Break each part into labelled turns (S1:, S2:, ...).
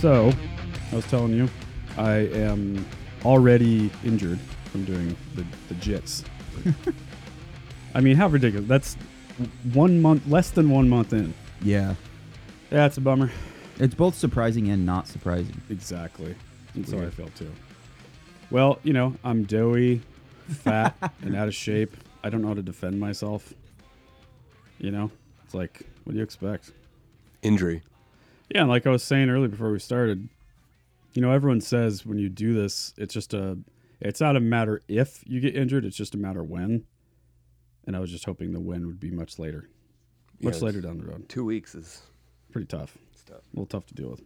S1: So, I was telling you, I am already injured from doing the, the jits. I mean, how ridiculous. That's one month, less than one month in.
S2: Yeah.
S1: That's a bummer.
S2: It's both surprising and not surprising.
S1: Exactly. That's how I
S2: Weird.
S1: felt too. Well, you know, I'm doughy, fat, and out of shape. I don't know how to defend myself. You know, it's like, what do you expect?
S3: Injury.
S1: Yeah, and like I was saying earlier before we started, you know, everyone says when you do this, it's just a, it's not a matter if you get injured, it's just a matter when. And I was just hoping the when would be much later,
S3: Yeah,
S1: much
S3: it's-
S1: later down the road.
S3: Two weeks is
S1: Pretty tough,
S3: stuff.
S1: a little tough to deal with.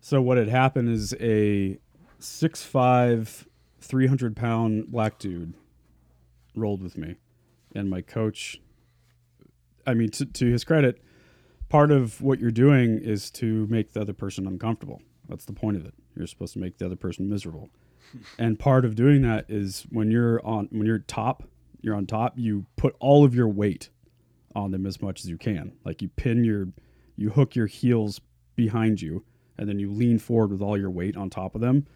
S1: So what had happened is a 6'5", 300 pound black dude rolled with me, and my coach. I mean, to, to his credit, part of what you're doing is to make the other person uncomfortable. That's the point of it. You're supposed to make the other person miserable. and part of doing that is when you're on when you're top, you're on top, you put all of your weight on them as much as you can. Like you pin your you hook your heels behind you and then you lean forward with all your weight on top of them.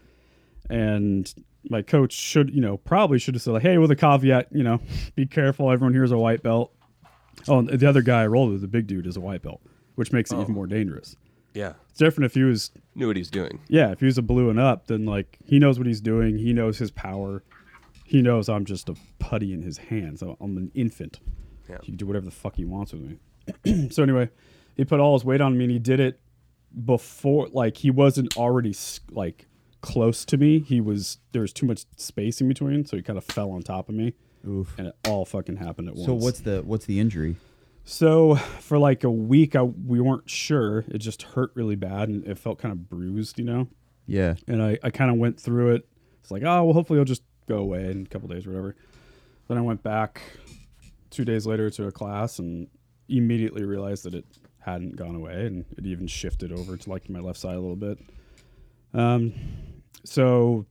S1: And my coach should, you know, probably should have said like, "Hey, with a caveat, you know, be careful. Everyone here's a white belt." Oh, and the other guy I rolled with, the big dude, is a white belt, which makes it even more dangerous.
S3: Yeah.
S1: It's different if he was,
S3: Knew what he was doing.
S1: yeah, if he was a blue and up, then like he knows what he's doing. He knows his power. He knows I'm just a putty in his hands. I'm I'm an infant.
S3: Yeah.
S1: He can do whatever the fuck he wants with me. so anyway, he put all his weight on me, and he did it before. Like he wasn't already s- like close to me. He was there was too much space in between, so he kind of fell on top of me,
S2: Oof.
S1: and it all fucking happened at once.
S2: So what's the what's the injury?
S1: So for like a week, I, we weren't sure. It just hurt really bad, and it felt kind of bruised, you know.
S2: Yeah.
S1: And I, I kind of went through it. It's like, oh well, hopefully it'll just go away in a couple days or whatever. Then I went back two days later to a class and immediately realized that it hadn't gone away, and it even shifted over to like my left side a little bit. Um, so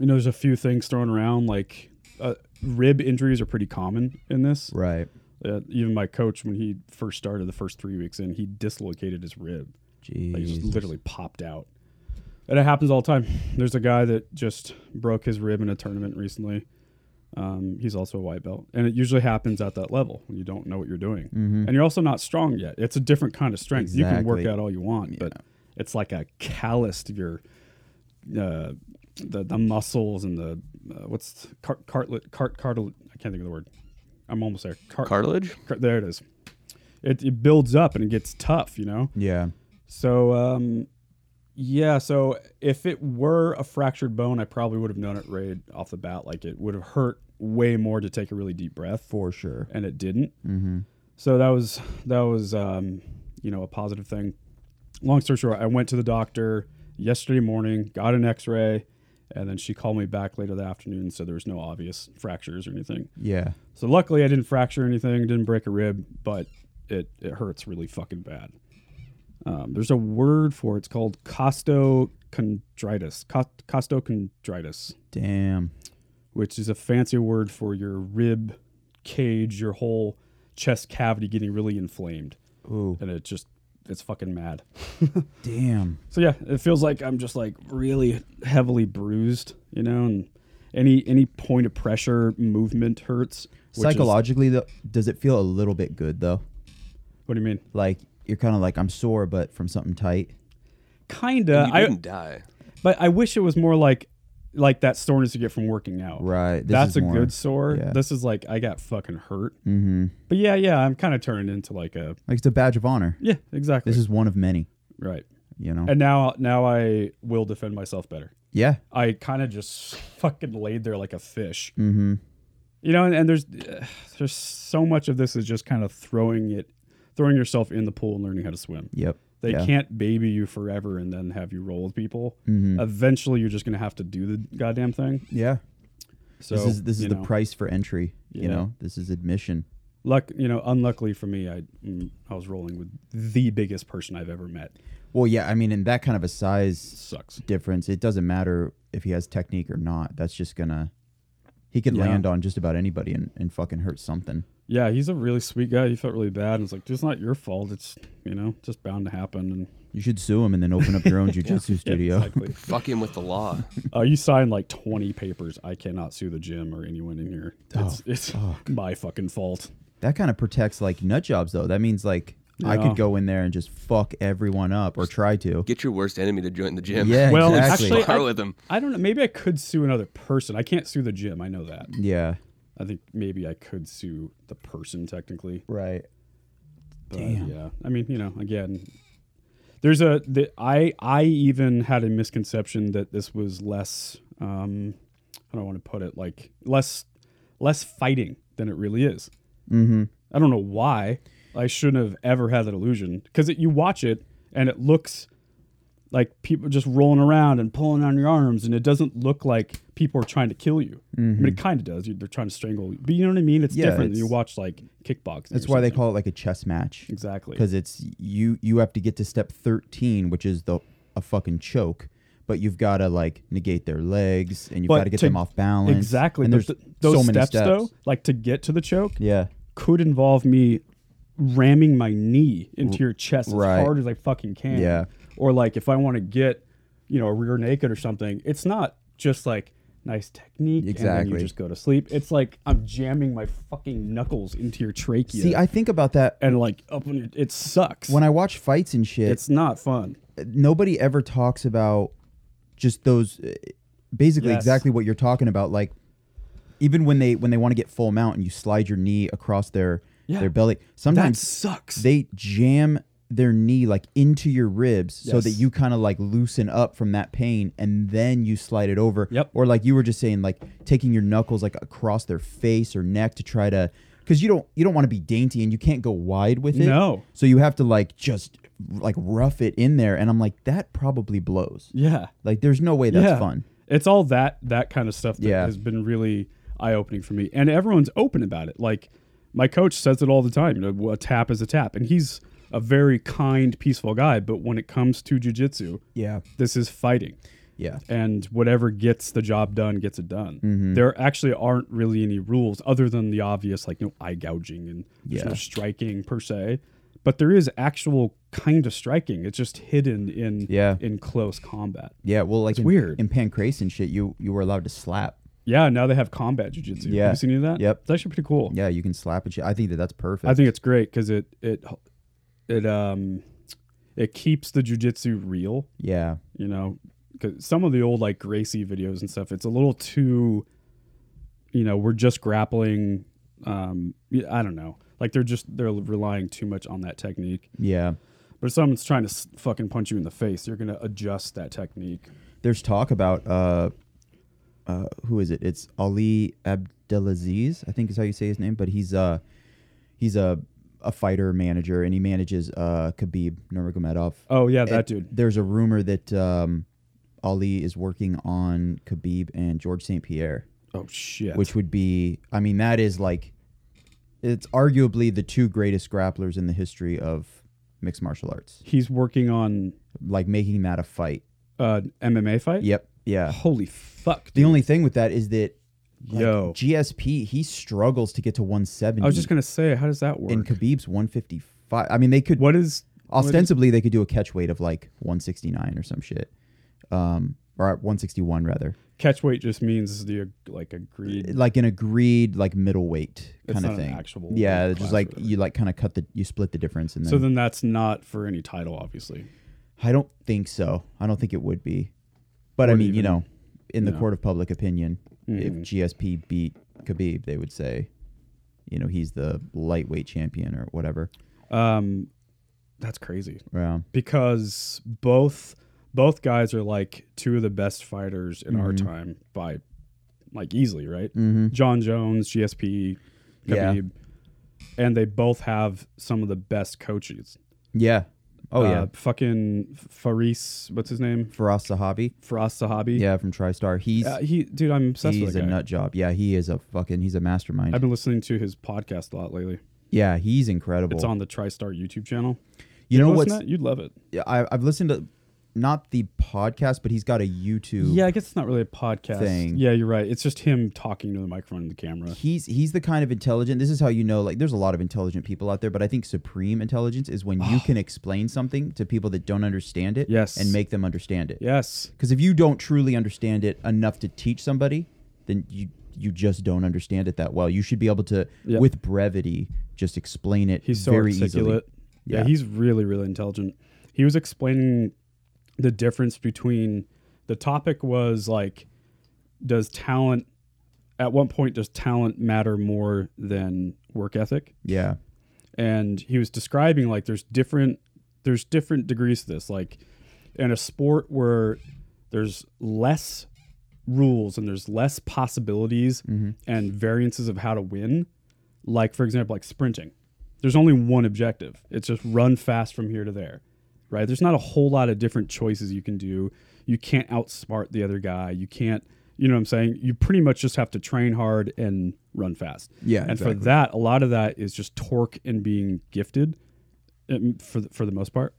S1: you know, there's a few things thrown around. Like uh, rib injuries are pretty common in this.
S2: Right.
S1: Uh, even my coach, when he first started, the first three weeks in, he dislocated his rib.
S2: Jeez.
S1: Like, he just literally popped out. And it happens all the time. There's a guy that just broke his rib in a tournament recently. Um, he's also a white belt. And it usually happens at that level when you don't know what you're doing. And you're also not strong yet. It's a different kind of strength. You can work
S2: Exactly.
S1: out all you want, but it's like a callus to your. Uh, the, the muscles and the uh, what's cart cartlet cart cartilage I can't think of the word I'm almost there Cart-
S3: Cartilage?
S1: Cor- There it is. It, it builds up and it gets tough, you know?
S2: Yeah.
S1: So, um, yeah, so if it were a fractured bone, I probably would have known it right off the bat. Like it would have hurt way more to take a really deep breath,
S2: For sure. Mm-hmm.
S1: and it didn't. So that was, that was, um, you know, a positive thing. Long story short, I went to the doctor yesterday morning, got an x ray, and then she called me back later that afternoon and said there was no obvious fractures or anything.
S2: Yeah.
S1: So luckily, I didn't fracture anything, didn't break a rib, but it it hurts really fucking bad. Um, there's a word for it. It's called costochondritis. Cost- costochondritis,
S2: Damn.
S1: which is a fancy word for your rib cage, your whole chest cavity getting really inflamed,
S2: Oh.
S1: and it just it's fucking mad.
S2: Damn.
S1: So yeah, it feels like I'm just like really heavily bruised, you know, and any any point of pressure movement hurts. which is-
S2: Psychologically, though, does it feel a little bit good though?
S1: what do you mean?
S2: Like you're kind of like I'm sore, but from something tight.
S1: Kinda.
S3: you
S1: Uh, I
S3: didn't die.
S1: but I wish it was more like like that soreness you get from working out.
S2: Right. This
S1: That's
S2: is
S1: a
S2: more-
S1: good sore.
S2: yeah.
S1: This is like I got fucking hurt.
S2: Mm-hmm.
S1: But yeah, yeah, I'm kind of turned into like a
S2: Like it's a badge of honor.
S1: yeah, exactly.
S2: This is one of many.
S1: right.
S2: You know.
S1: And now now I will defend myself better.
S2: yeah.
S1: I kind of just fucking laid there like a fish.
S2: Mm-hmm.
S1: You know, and, and there's there's so much of this is just kind of throwing it throwing yourself in the pool and learning how to swim.
S2: Yep.
S1: They
S2: Yeah.
S1: can't baby you forever and then have you roll with people.
S2: Mm-hmm.
S1: Eventually, you're just gonna have to do the goddamn thing.
S2: Yeah.
S1: So
S2: this is this is
S1: you
S2: the
S1: know.
S2: price for entry.
S1: Yeah.
S2: You know. This is admission.
S1: luck you know unluckily for me i mm, i was rolling with the biggest person i've ever met
S2: Well, yeah. I mean, in that kind of a size
S1: sucks
S2: difference, it doesn't matter if he has technique or not. That's just gonna. He could
S1: Yeah.
S2: land on just about anybody and, and fucking hurt something.
S1: yeah he's a really sweet guy he felt really bad and it's like it's not your fault it's you know just bound to happen and
S2: You should sue him and then open up your own jujitsu studio.
S1: Exactly.
S3: Fuck him with the law.
S1: Uh, you signed like 20 papers. I cannot sue the gym or anyone in here.
S2: Oh,
S1: It's, it's my fucking fault.
S2: That kind of protects like nut jobs though. That means like I
S1: Yeah.
S2: could go in there and just fuck everyone up or try to.
S3: Get your worst enemy to join the gym.
S2: Yeah,
S1: Well,
S2: exactly.
S1: actually-
S3: Spar
S1: I-
S3: with him.
S1: I don't know. Maybe I could sue another person. I can't sue the gym. I know that.
S2: yeah,
S1: I think maybe I could sue the person technically.
S2: right.
S1: But
S2: Damn.
S1: yeah. I mean, you know, again, there's a the, I I even had a misconception that this was less um I don't want to put it like less less fighting than it really is.
S2: Mm-hmm.
S1: I don't know why. I shouldn't have ever had that illusion because you watch it and it looks like people just rolling around and pulling on your arms, and it doesn't look like people are trying to kill you. I mean, it kind of does. You- They're trying to strangle you, but you know what I mean. It's
S2: Mm-hmm. Yeah,
S1: different than you
S2: it's-
S1: watch like kickboxing.
S2: That's why they call it like a chess match.
S1: exactly
S2: because it's you you have to get to step 13 which is the a fucking choke but you've got to like negate their legs and you've
S1: But
S2: got to get
S1: to-
S2: them off balance
S1: exactly.
S2: and there's
S1: But th- those
S2: so many
S1: steps, though, like to get to the choke,
S2: yeah
S1: could involve me ramming my knee into your chest as
S2: right.
S1: hard as I fucking can.
S2: Yeah.
S1: Or like if I want to get, you know, rear naked or something, it's not just like nice technique and then you
S2: Exactly.
S1: just go to sleep. It's like I'm jamming my fucking knuckles into your trachea.
S2: see i think about that
S1: and like up on your, it sucks.
S2: when i watch fights and shit
S1: it's not fun.
S2: nobody ever talks about just those uh, basically
S1: Yes.
S2: exactly what you're talking about like even when they when they want to get full mount and you slide your knee across their
S1: Yeah.
S2: their belly
S1: That
S2: sometimes
S1: sucks.
S2: they jam their knee like into your ribs so that
S1: Yes.
S2: you kind of like loosen up from that pain and then you slide it over
S1: Yep.
S2: or like you were just saying like taking your knuckles like across their face or neck to try to because you don't you don't want to be dainty and you can't go wide with it
S1: No.
S2: so you have to like just like rough it in there and i'm like that probably blows
S1: yeah.
S2: like there's no way that's
S1: yeah.
S2: fun
S1: It's all that that kind of stuff that
S2: Yeah.
S1: has been really eye opening for me, and everyone's open about it. Like my coach says it all the time. You know, a tap is a tap, and he's a very kind, peaceful guy. But when it comes to jujitsu,
S2: yeah
S1: this is fighting,
S2: yeah
S1: and whatever gets the job done gets it done.
S2: Mm-hmm.
S1: There actually aren't really any rules other than the obvious, like you know, eye gouging and there's no
S2: Yeah.
S1: striking per se. But there is actual kind of striking. It's just hidden in
S2: Yeah.
S1: in close combat.
S2: yeah well like in,
S1: weird.
S2: in pancrase and shit you you were allowed to slap
S1: Yeah, now they have combat jujitsu. Yeah. Have
S2: Yeah.
S1: you seen any of that?
S2: Yep.
S1: It's actually pretty cool.
S2: yeah you can slap and shit i think that that's perfect
S1: I think it's great because it it it um it keeps the jujitsu real.
S2: yeah
S1: You know, 'Cause some of the old like Gracie videos and stuff, it's a little too. You know, we're just grappling. Um, yeah, I don't know. Like they're just they're relying too much on that technique.
S2: yeah
S1: But if someone's trying to s- fucking punch you in the face, you're gonna adjust that technique.
S2: there's talk about uh, uh, who is it? It's Ali Abdelaziz, I think is how you say his name, but he's uh he's a a fighter manager and he manages uh Khabib Nurmagomedov.
S1: Oh yeah, that
S2: And
S1: dude.
S2: There's a rumor that um, Ali is working on Khabib and George St. Pierre,
S1: Oh shit.
S2: which would be, I mean, that is like, it's arguably the two greatest grapplers in the history of mixed martial arts.
S1: he's working on
S2: Like making that a fight.
S1: uh MMA fight.
S2: Yep. Yeah.
S1: Holy fuck.
S2: The only thing with that is that like,
S1: Yo.
S2: GSP he struggles to get to 170.
S1: I was just gonna say, how does that work?
S2: and Khabib's 155. I mean, they could
S1: what is
S2: ostensibly they could do a catch weight of like 169 or some shit, um, or 161 rather,
S1: catch weight? Just means the like agreed.
S2: like an agreed like middleweight
S1: It's
S2: kind
S1: not
S2: of
S1: an
S2: thing.
S1: actual
S2: yeah,
S1: weight
S2: it's just
S1: class or
S2: like
S1: whatever.
S2: you like kind of cut the you split the difference and then,
S1: So then that's not for any title, obviously.
S2: I don't think so. I don't think it would be, but I
S1: Would
S2: mean you
S1: even-
S2: know, in the
S1: no. Mm-hmm.
S2: court of public opinion, if GSP beat Khabib, they would say. You know he's the lightweight champion or whatever. Um,
S1: Um, that's crazy
S2: Yeah.
S1: because both both guys are like two of the best fighters in
S2: Mm-hmm.
S1: our time by like easily, right? John Jones, GSP,
S2: Yeah.
S1: Khabib, and they both have some of the best coaches.
S2: Yeah. Oh
S1: uh,
S2: yeah.
S1: fucking Faris, what's his name?
S2: Faraz Sahabi.
S1: Faraz Sahabi.
S2: Yeah, from TriStar. He's
S1: Uh, he, dude, I'm obsessed with
S2: he's
S1: that
S2: a
S1: guy.
S2: nut job. Yeah, he is a fucking he's a mastermind.
S1: I've been listening to his podcast a lot lately.
S2: yeah, he's incredible.
S1: It's on the TriStar YouTube channel.
S2: you know
S1: Listen
S2: what's
S1: to that? You'd love it.
S2: I, I've listened to not the podcast, but he's got a YouTube.
S1: Yeah, I guess it's not really a podcast.
S2: Thing.
S1: Yeah, you're right. It's just him talking to the microphone and the camera.
S2: He's he's the kind of intelligent. This is how you know like there's a lot of intelligent people out there, but I think supreme intelligence is when you can explain something to people that don't understand it
S1: Ah. Yes.
S2: and make them understand it.
S1: Yes.
S2: Cuz if you don't truly understand it enough to teach somebody, then you you just don't understand it that well. You should be able to
S1: Yep.
S2: with brevity just explain it
S1: He's so
S2: very
S1: articulate.
S2: easily.
S1: Yeah.
S2: Yeah.
S1: he's really, really intelligent. He was explaining the difference between the topic was like, does talent, at one point, does talent matter more than work ethic?
S2: Yeah.
S1: and he was describing like there's different there's different degrees to this like in a sport where there's less rules and there's less possibilities
S2: Mm-hmm.
S1: and variances of how to win like for example like sprinting there's only one objective it's just run fast from here to there right there's not a whole lot of different choices you can do you can't outsmart the other guy you can't you know what i'm saying you pretty much just have to train hard and run fast
S2: Yeah,
S1: and for
S2: exactly.
S1: that a lot of that is just torque and being gifted um, for the, for the most part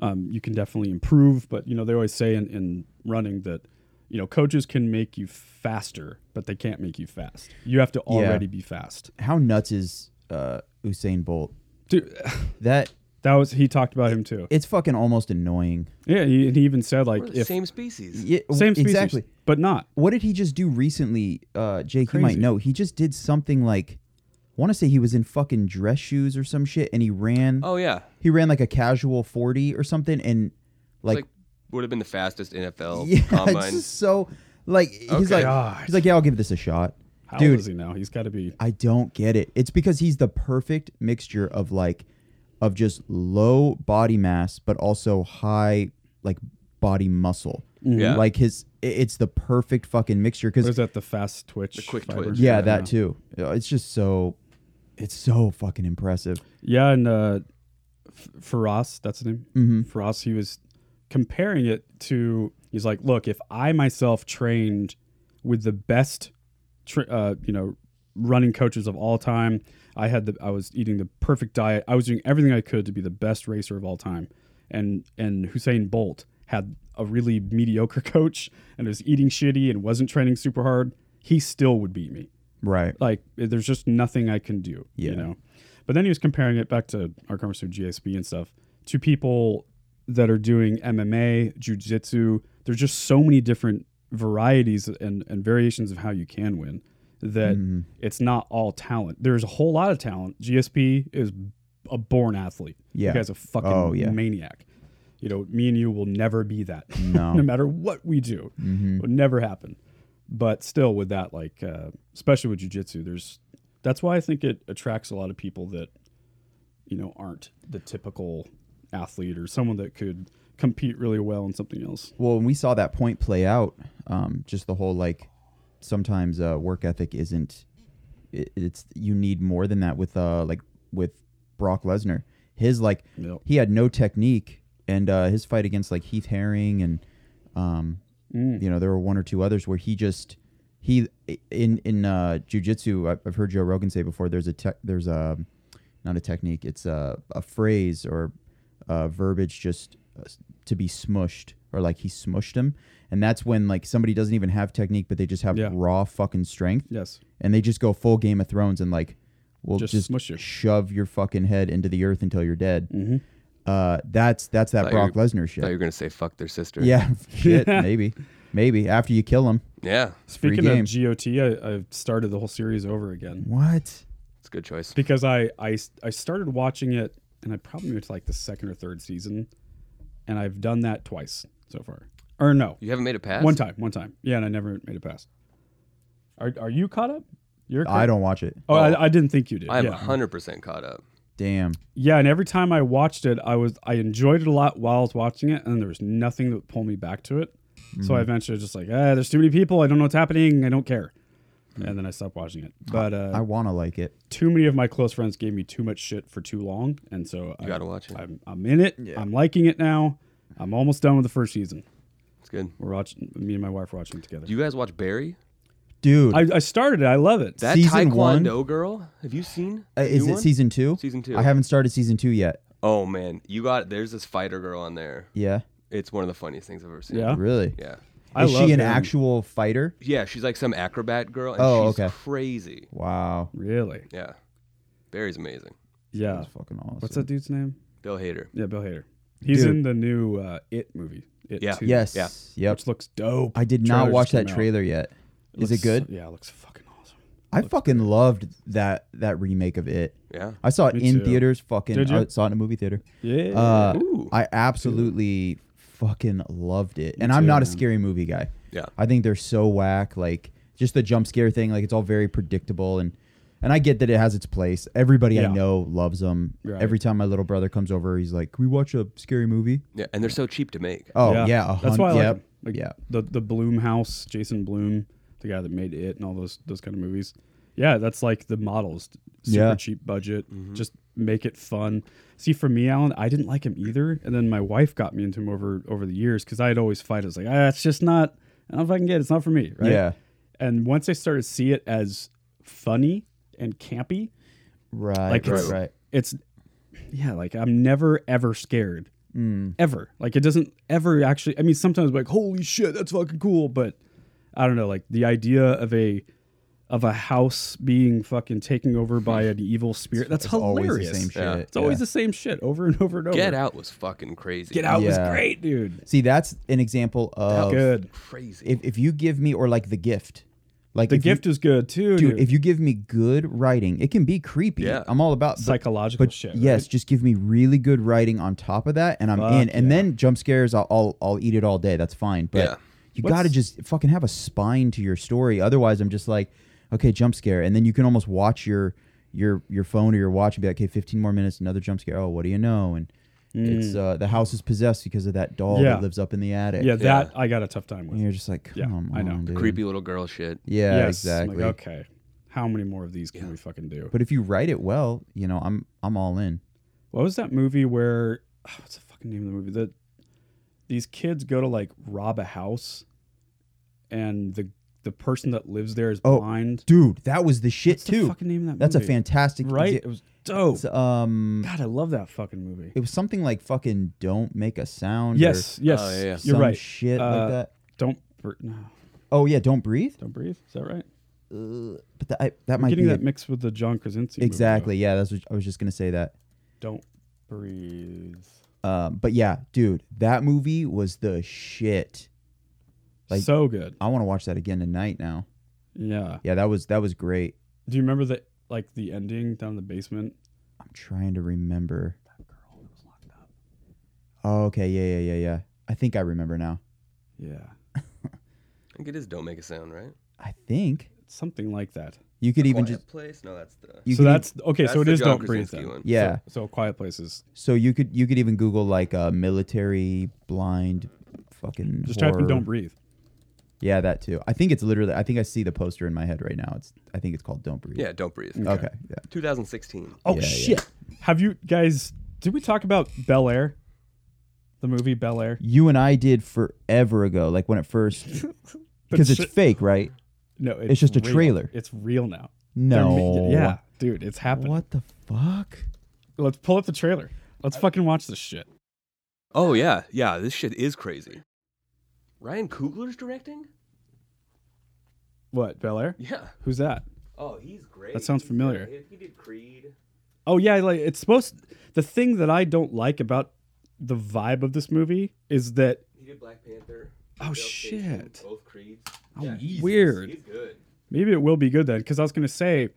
S1: um, you can definitely improve but you know they always say in, in running that you know coaches can make you faster but they can't make you fast you have to already be fast
S2: How nuts is uh Usain Bolt?
S1: Dude,
S2: That
S1: that was he talked about him too
S2: it's fucking almost annoying.
S1: yeah he, and he even said like
S3: We're the
S1: if
S3: same species.
S2: Yeah,
S1: same species
S2: exactly.
S1: but not
S2: What did he just do recently, uh, Jake? You might
S1: Crazy.
S2: know. He just did something like, I want to say he was in fucking dress shoes or some shit, and he ran.
S3: Oh yeah,
S2: He ran like a casual forty or something, and
S3: It's
S2: like,
S3: like would have been the fastest NFL
S2: yeah, it's
S3: combine.
S2: just so like he's
S3: Okay.
S2: like
S1: God.
S2: he's like yeah, I'll give this a shot,
S1: how
S2: dude.
S1: old is he now he's got to be
S2: I don't get it. It's because he's the perfect mixture of like of just low body mass but also high like body muscle.
S3: Yeah.
S2: Like his i- it's the perfect fucking mixture
S1: what
S2: cuz
S1: is that the fast twitch the
S3: quick twitch.
S2: yeah, that too. Uh, It's just so it's so fucking impressive.
S1: Yeah, and uh, F- Faraz, that's his name. Mm-hmm. Faraz, he was comparing it to. He's like, look, if I myself trained with the best, tra- uh, you know, running coaches of all time, I had the, I was eating the perfect diet. I was doing everything I could to be the best racer of all time, and and Hussein Bolt had a really mediocre coach and was eating shitty and wasn't training super hard. He still would beat me
S2: Right.
S1: like there's just nothing I can do.
S2: Yeah.
S1: You know. But then he was comparing it back to our conversation with GSB and stuff to people that are doing MMA, jujitsu. There's just so many different varieties and, and variations of how you can win that
S2: Mm-hmm.
S1: it's not all talent. There's a whole lot of talent. GSP is a born athlete.
S2: Yeah.
S1: The guy's a fucking
S2: Oh, yeah.
S1: maniac. You know, me and you will never be that.
S2: No. Mm-hmm.
S1: no matter what we do. It would never happen. But still, with that, like, uh, especially with jujitsu, there's that's why I think it attracts a lot of people that, you know, aren't the typical athlete or someone that could compete really well in something else.
S2: Well, when we saw that point play out, um, just the whole like sometimes uh, work ethic isn't. It, it's you need more than that with uh like with Brock Lesnar. His like
S1: Yep.
S2: he had no technique, and uh, his fight against like Heath Herring and um
S1: Hmm.
S2: you know there were one or two others where he just he in in uh, jujitsu. I've- I've heard Joe Rogan say before. There's a tech. There's a not a technique. It's a a phrase or uh, verbiage just uh, s- to be smushed or like he smushed him, and that's when like somebody doesn't even have technique, but they just have
S1: Yeah.
S2: raw fucking strength,
S1: Yes.
S2: and they just go full Game of Thrones and like will
S1: Just
S2: just,
S1: smush you. Mm-hmm.
S2: shove your fucking head into the earth until you're dead. Uh, that's that's that
S3: Thought
S2: Brock
S3: you-
S2: Lesnar shit.
S3: Thought you were gonna say fuck their sister.
S2: Yeah, shit, maybe, maybe after you kill him.
S3: yeah,
S1: Speaking
S2: game.
S1: of GOT, I, I started the whole series over again.
S2: What?
S3: it's a good choice.
S1: because I, I I started watching it and I probably moved to like the second or third season, and I've done that twice so far. Or no,
S3: You haven't made a pass.
S1: one time, one time. Yeah, and I never made it past. Are are you caught up? You're caught
S2: I don't watch it.
S1: Oh, I, I didn't think you did.
S3: I'm
S1: yeah.
S3: hundred percent caught up.
S2: Damn.
S1: yeah, and every time I watched it, I was I enjoyed it a lot while I was watching it, and there was nothing that would pull me back to it. So
S2: Mm-hmm.
S1: I eventually was just like, ah, there's too many people. I don't know what's happening. I don't care. And then I stopped watching it. But uh,
S2: Mm. I want to like it.
S1: too many of my close friends gave me too much shit for too long, and so I
S3: gotta watch it.
S1: I'm, I'm in it. I'm liking it now. I'm almost done with the first season.
S3: It's good.
S1: We're watching. Me and my wife are watching it together.
S3: Do you guys watch Barry?
S2: Dude,
S1: I, I started it. I love it.
S3: That
S2: Season
S3: Taekwondo
S2: one?
S3: girl. Have you seen?
S2: Uh,
S3: the
S2: is
S3: new
S2: it
S3: one?
S2: season two?
S3: Season two.
S2: I haven't started season two yet.
S3: Oh man, you got. There's this fighter girl on there.
S2: Yeah.
S3: It's one of the funniest things I've ever seen.
S1: Yeah.
S2: Really?
S3: Yeah.
S1: I
S2: Is
S1: love
S2: she an
S1: him.
S2: actual fighter?
S3: Yeah, she's like some acrobat girl, and
S2: Oh,
S3: she's
S2: okay.
S3: crazy.
S2: Wow.
S1: Really?
S3: Yeah, Barry's amazing.
S1: Yeah.
S2: That's fucking awesome.
S1: What's that dude's name?
S3: Bill Hader.
S1: Yeah, Bill Hader. He's
S2: Dude.
S1: in the new uh, It movie. It
S3: Yeah.
S1: 2,
S2: Yes.
S3: Yeah.
S2: Yep.
S1: Which looks dope.
S2: I did not
S1: Trailer
S2: watch
S1: just
S2: that
S1: came out.
S2: trailer yet. Is
S1: looks-
S2: it good?
S1: Yeah, it looks fucking awesome.
S2: I fucking loved that that remake of it.
S3: Yeah.
S2: I saw it
S1: Me
S2: in
S1: too.
S2: theaters. Fucking,
S1: Did you?
S2: I saw it in a movie theater.
S1: Yeah.
S2: Uh,
S3: Ooh.
S2: I absolutely fucking loved it, and I'm
S1: too,
S2: not a
S1: man.
S2: scary movie guy.
S3: Yeah.
S2: I think they're so whack. Like just the jump scare thing, like it's all very predictable, and and I get that it has its place. Everybody I
S1: Yeah.
S2: know loves them.
S1: Right.
S2: Every time my little brother comes over, he's like, "Can we watch a scary movie?"
S3: Yeah, and they're so cheap to make.
S2: Oh yeah, a
S1: that's
S2: hun-
S1: why I
S2: yep,
S1: like, like
S2: yeah.
S1: the the Bloom House, Jason Bloom, the guy that made It and all those those kind of movies. Yeah, that's like the models, super
S2: Yeah.
S1: cheap budget, just make it fun. See, for me, Alan, I didn't like him either, and then my wife got me into him over over the years because I'd always fight. I was like, ah, it's just not. I don't fucking get it. It's not for me, right?
S2: Yeah.
S1: And once I started to see it as funny and campy,
S2: Right,
S1: Like,
S2: right,
S1: it's-
S2: right.
S1: it's yeah like i'm never ever scared
S2: Mm.
S1: ever like it doesn't ever actually i mean sometimes like holy shit that's fucking cool but i don't know like the idea of a of a house being fucking taken over by an evil spirit that's
S2: It's
S1: hilarious
S2: always the same shit.
S3: Yeah.
S1: it's always the same shit over and over and over
S3: Get Out was fucking crazy.
S1: get out
S2: Yeah.
S1: was great dude
S2: See, that's an example of
S1: good
S3: Crazy.
S2: If if you give me or like the gift, like
S1: the
S2: if you-
S1: gift is good too dude,
S2: dude, if you give me good writing, it can be creepy.
S3: Yeah.
S2: I'm all about but-
S1: psychological
S2: but
S1: shit
S2: Yes,
S1: right?
S2: just give me really good writing on top of that, and I'm
S1: Fuck
S2: in. And
S1: yeah.
S2: then jump scares, I'll, I'll I'll eat it all day. That's fine. But
S3: Yeah.
S2: you
S1: What's-
S2: got to just fucking have a spine to your story. Otherwise, I'm just like, okay, jump scare, and then you can almost watch your your your phone or your watch and be like, okay, 15 more minutes, another jump scare. Oh, what do you know? And
S1: Mm.
S2: it's uh, the house is possessed because of that doll
S1: Yeah.
S2: that lives up in the attic.
S1: yeah that i got a tough time with
S2: And you're just like,
S1: Yeah,
S2: come
S1: I know.
S2: on, dude.
S3: Creepy little girl shit.
S2: Yeah,
S1: yes I'm
S2: exactly.
S1: like, okay how many more of these can we fucking do
S2: But if you write it well, you know, I'm I'm all in.
S1: What was that movie where ah, what's the fucking name of the movie? That these kids go to like rob a house and the the person that lives there is
S2: Oh,
S1: blind.
S2: Dude, that was the shit
S1: What's the
S2: too.
S1: fucking name of that
S2: That's a
S1: movie?
S2: fantastic
S1: Right?
S2: exa-
S1: Oh. It was dope.
S2: It's, um
S1: God, I love that fucking movie.
S2: it was something like fucking don't make a sound.
S1: Yes,
S2: or
S1: yes.
S3: Oh, yeah, yeah.
S1: You're
S2: some
S1: right.
S2: Shit
S1: Uh,
S2: like that.
S1: Don't br- no,
S2: Oh yeah, don't breathe.
S1: don't breathe. Is that right?
S2: Uh, but that, I, that might be
S1: Getting that
S2: it.
S1: mixed with the John Krasinski. movie, though.
S2: exactly. yeah, that's what I was just gonna say that.
S1: don't breathe.
S2: Um, but yeah, dude, that movie was the shit. Like-
S1: so good.
S2: I want to watch that again tonight. Now,
S1: Yeah.
S2: yeah, that was that was great.
S1: Do you remember the like the ending down in the basement?
S2: I'm trying to remember. Oh, okay, yeah, yeah, yeah, yeah. I think I remember now.
S1: Yeah.
S3: I think it is Don't Make a Sound, right?
S2: I think
S1: something like that.
S2: you could even
S3: Quiet
S2: just
S3: Place? No, that's the.
S2: you
S1: so
S2: could e-
S1: that's okay.
S3: that's
S1: so it
S3: the
S1: is
S3: John
S1: don't breathe.
S3: Krasinski
S1: Then.
S3: one.
S2: yeah.
S1: So, so quiet places.
S2: So you could you could even Google like uh, military blind fucking
S1: Just
S2: horror.
S1: type in "don't breathe."
S2: Yeah, that too. I think it's literally I think I see the poster in my head right now. It's I think it's called Don't Breathe.
S3: Yeah, Don't Breathe.
S2: Okay. Yeah.
S3: 2016.
S1: Oh
S2: Yeah, yeah.
S1: shit! Have you guys? Did we talk about Bel Air? The movie Bel Air.
S2: You and I did forever ago, like when it first because it's
S1: shit-
S2: fake, right?
S1: No, it's,
S2: just a
S1: real.
S2: trailer.
S1: It's real now. They're ma-
S2: No.
S1: yeah, dude, it's happening.
S2: What the fuck?
S1: Let's pull up the trailer. Let's fucking watch this shit.
S3: Oh yeah, yeah. This shit is crazy. Ryan Coogler's directing.
S1: What Bel Air?
S3: Yeah.
S1: Who's that?
S3: Oh, he's great.
S1: That sounds
S3: He's
S1: familiar.
S3: great. He did Creed.
S1: Oh yeah, like it's supposed. The thing that I don't like about the vibe of this movie is that
S3: He did Black Panther.
S1: Oh,
S3: Pulp Fiction,
S1: shit.
S3: Both Creeds.
S1: oh, weird.
S3: He's good.
S1: Maybe it will be good then, because I was going to say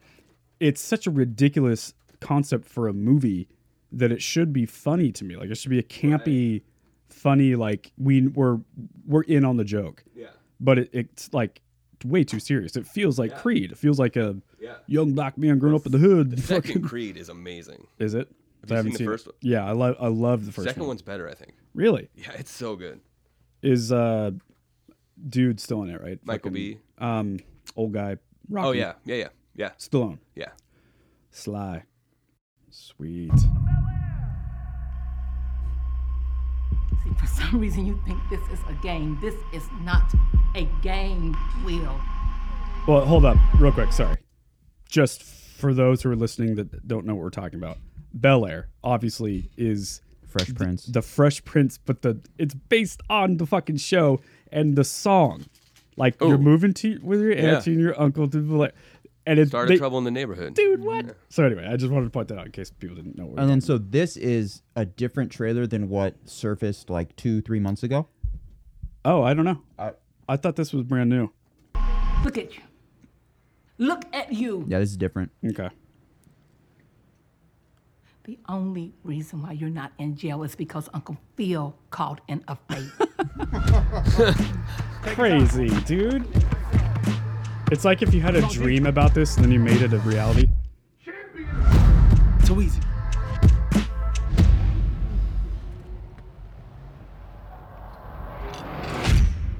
S1: it's such a ridiculous concept for a movie that it should be funny to me. Like it should be a campy, funny. Like we we're we're in on the joke,
S3: Yeah.
S1: but it, it's like way too serious. It feels like Creed. It feels like a
S3: Yeah.
S1: young black man growing up in the hood.
S3: The second Creed is amazing.
S1: Is it?
S3: you
S1: I
S3: seen the
S1: it.
S3: first one?
S1: Yeah, I love I love the first
S3: second
S1: one.
S3: one's better, I think.
S1: Really
S3: Yeah, it's so good.
S1: is uh, dude still in it? Right,
S3: Michael
S1: Fucking,
S3: B.
S1: um, old guy. Rocky.
S3: Oh yeah, yeah, yeah, yeah,
S1: Stallone.
S3: yeah.
S1: Sly. Sweet.
S4: See, for some reason, you think this is a game. This is not a game, Will.
S1: Well, hold up, real quick. Sorry. Just for those who are listening that don't know what we're talking about, Bel Air obviously is
S2: Fresh Prince.
S1: the Fresh Prince, but the it's based on the fucking show and the song. Like you're
S3: Ooh.
S1: moving to with your
S3: Yeah.
S1: auntie and your uncle to the like, and it's
S3: Started
S1: they,
S3: trouble in the neighborhood.
S1: dude. What? So anyway, I just wanted to point that out in case people didn't know. What we
S2: and then so this is a different trailer than what surfaced like two, three months ago.
S1: oh, I don't know.
S2: I-
S1: I thought this was brand new.
S4: Look at you. Look at you.
S2: Yeah, this is different.
S1: Okay.
S4: The only reason why you're not in jail is because Uncle Phil called in a favor.
S1: Crazy, dude. It's like if you had a dream about this and then you made it a reality.
S3: So easy.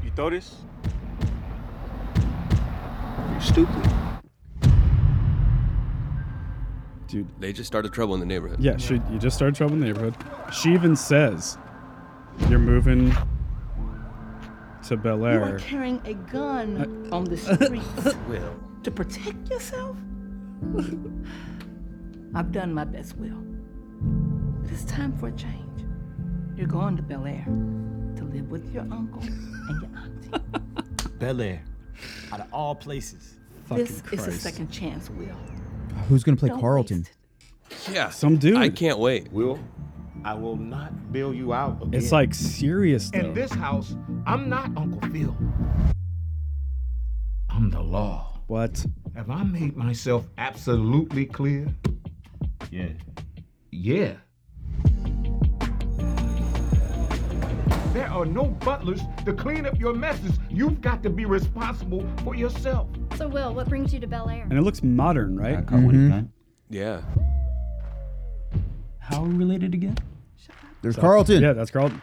S5: You throw this? You stupid.
S1: Dude,
S3: They just started trouble in the neighborhood.
S1: yeah, she, you just started trouble in the neighborhood. She even says, You're moving to Bel
S4: you are
S1: Air.
S4: carrying a gun
S1: Uh,
S4: on the streets
S3: Well,
S4: to protect yourself? I've done my best, Will. But it's time for a change. You're going to Bel Air to live with your uncle and your auntie.
S6: Bel Air, out of all places.
S1: Fucking
S4: this
S1: Christ.
S4: is a second chance, Will.
S2: Who's gonna play
S4: Don't
S2: Carlton?
S4: waste it.
S3: yeah.
S1: Some dude.
S3: I can't wait.
S7: Will, I will not bail you out again.
S1: It's like serious, though.
S7: in this house, I'm not Uncle Phil. I'm the law.
S1: what?
S7: Have I made myself absolutely clear? Yeah. Yeah. There are no butlers to clean up your messes. You've got to be responsible for yourself.
S8: So, Will, what brings you to Bel Air?
S1: And it looks modern, right?
S3: Yeah.
S6: How are we related again?
S2: There's Carlton.
S1: Yeah, that's Carlton.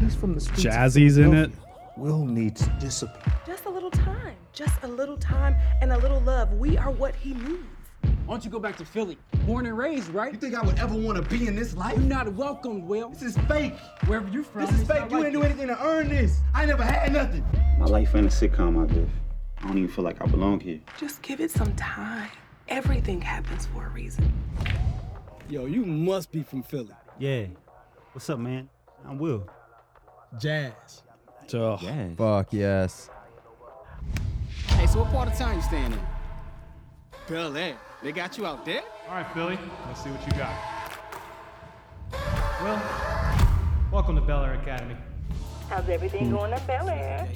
S9: He's from the streets.
S1: Jazzy's in it.
S6: Will needs discipline.
S9: Just a little time. Just a little time and a little love. We are what he needs.
S10: Why don't you go back to Philly? Born and raised, right?
S6: Think I would ever want to be in this life?
S10: You're not welcome, Will.
S6: This is fake.
S10: Wherever you're from,
S6: This is
S10: it's
S6: fake.
S10: not
S6: You
S10: like
S6: didn't do
S10: this.
S6: anything to earn this. I never had nothing.
S11: My life ain't a sitcom, I guess. I don't even feel like I belong here.
S9: Just give it some time. Everything happens for a reason.
S10: Yo, you must be from Philly.
S6: Yeah. What's up, man? I'm Will. Jazz.
S1: Ugh.
S2: Fuck yes.
S6: Hey, so what part of town you staying in? Bel Air. They got you out there?
S5: All right, Philly, let's see what you got. Well, welcome to Bel Air Academy.
S9: How's everything going at Bel Air?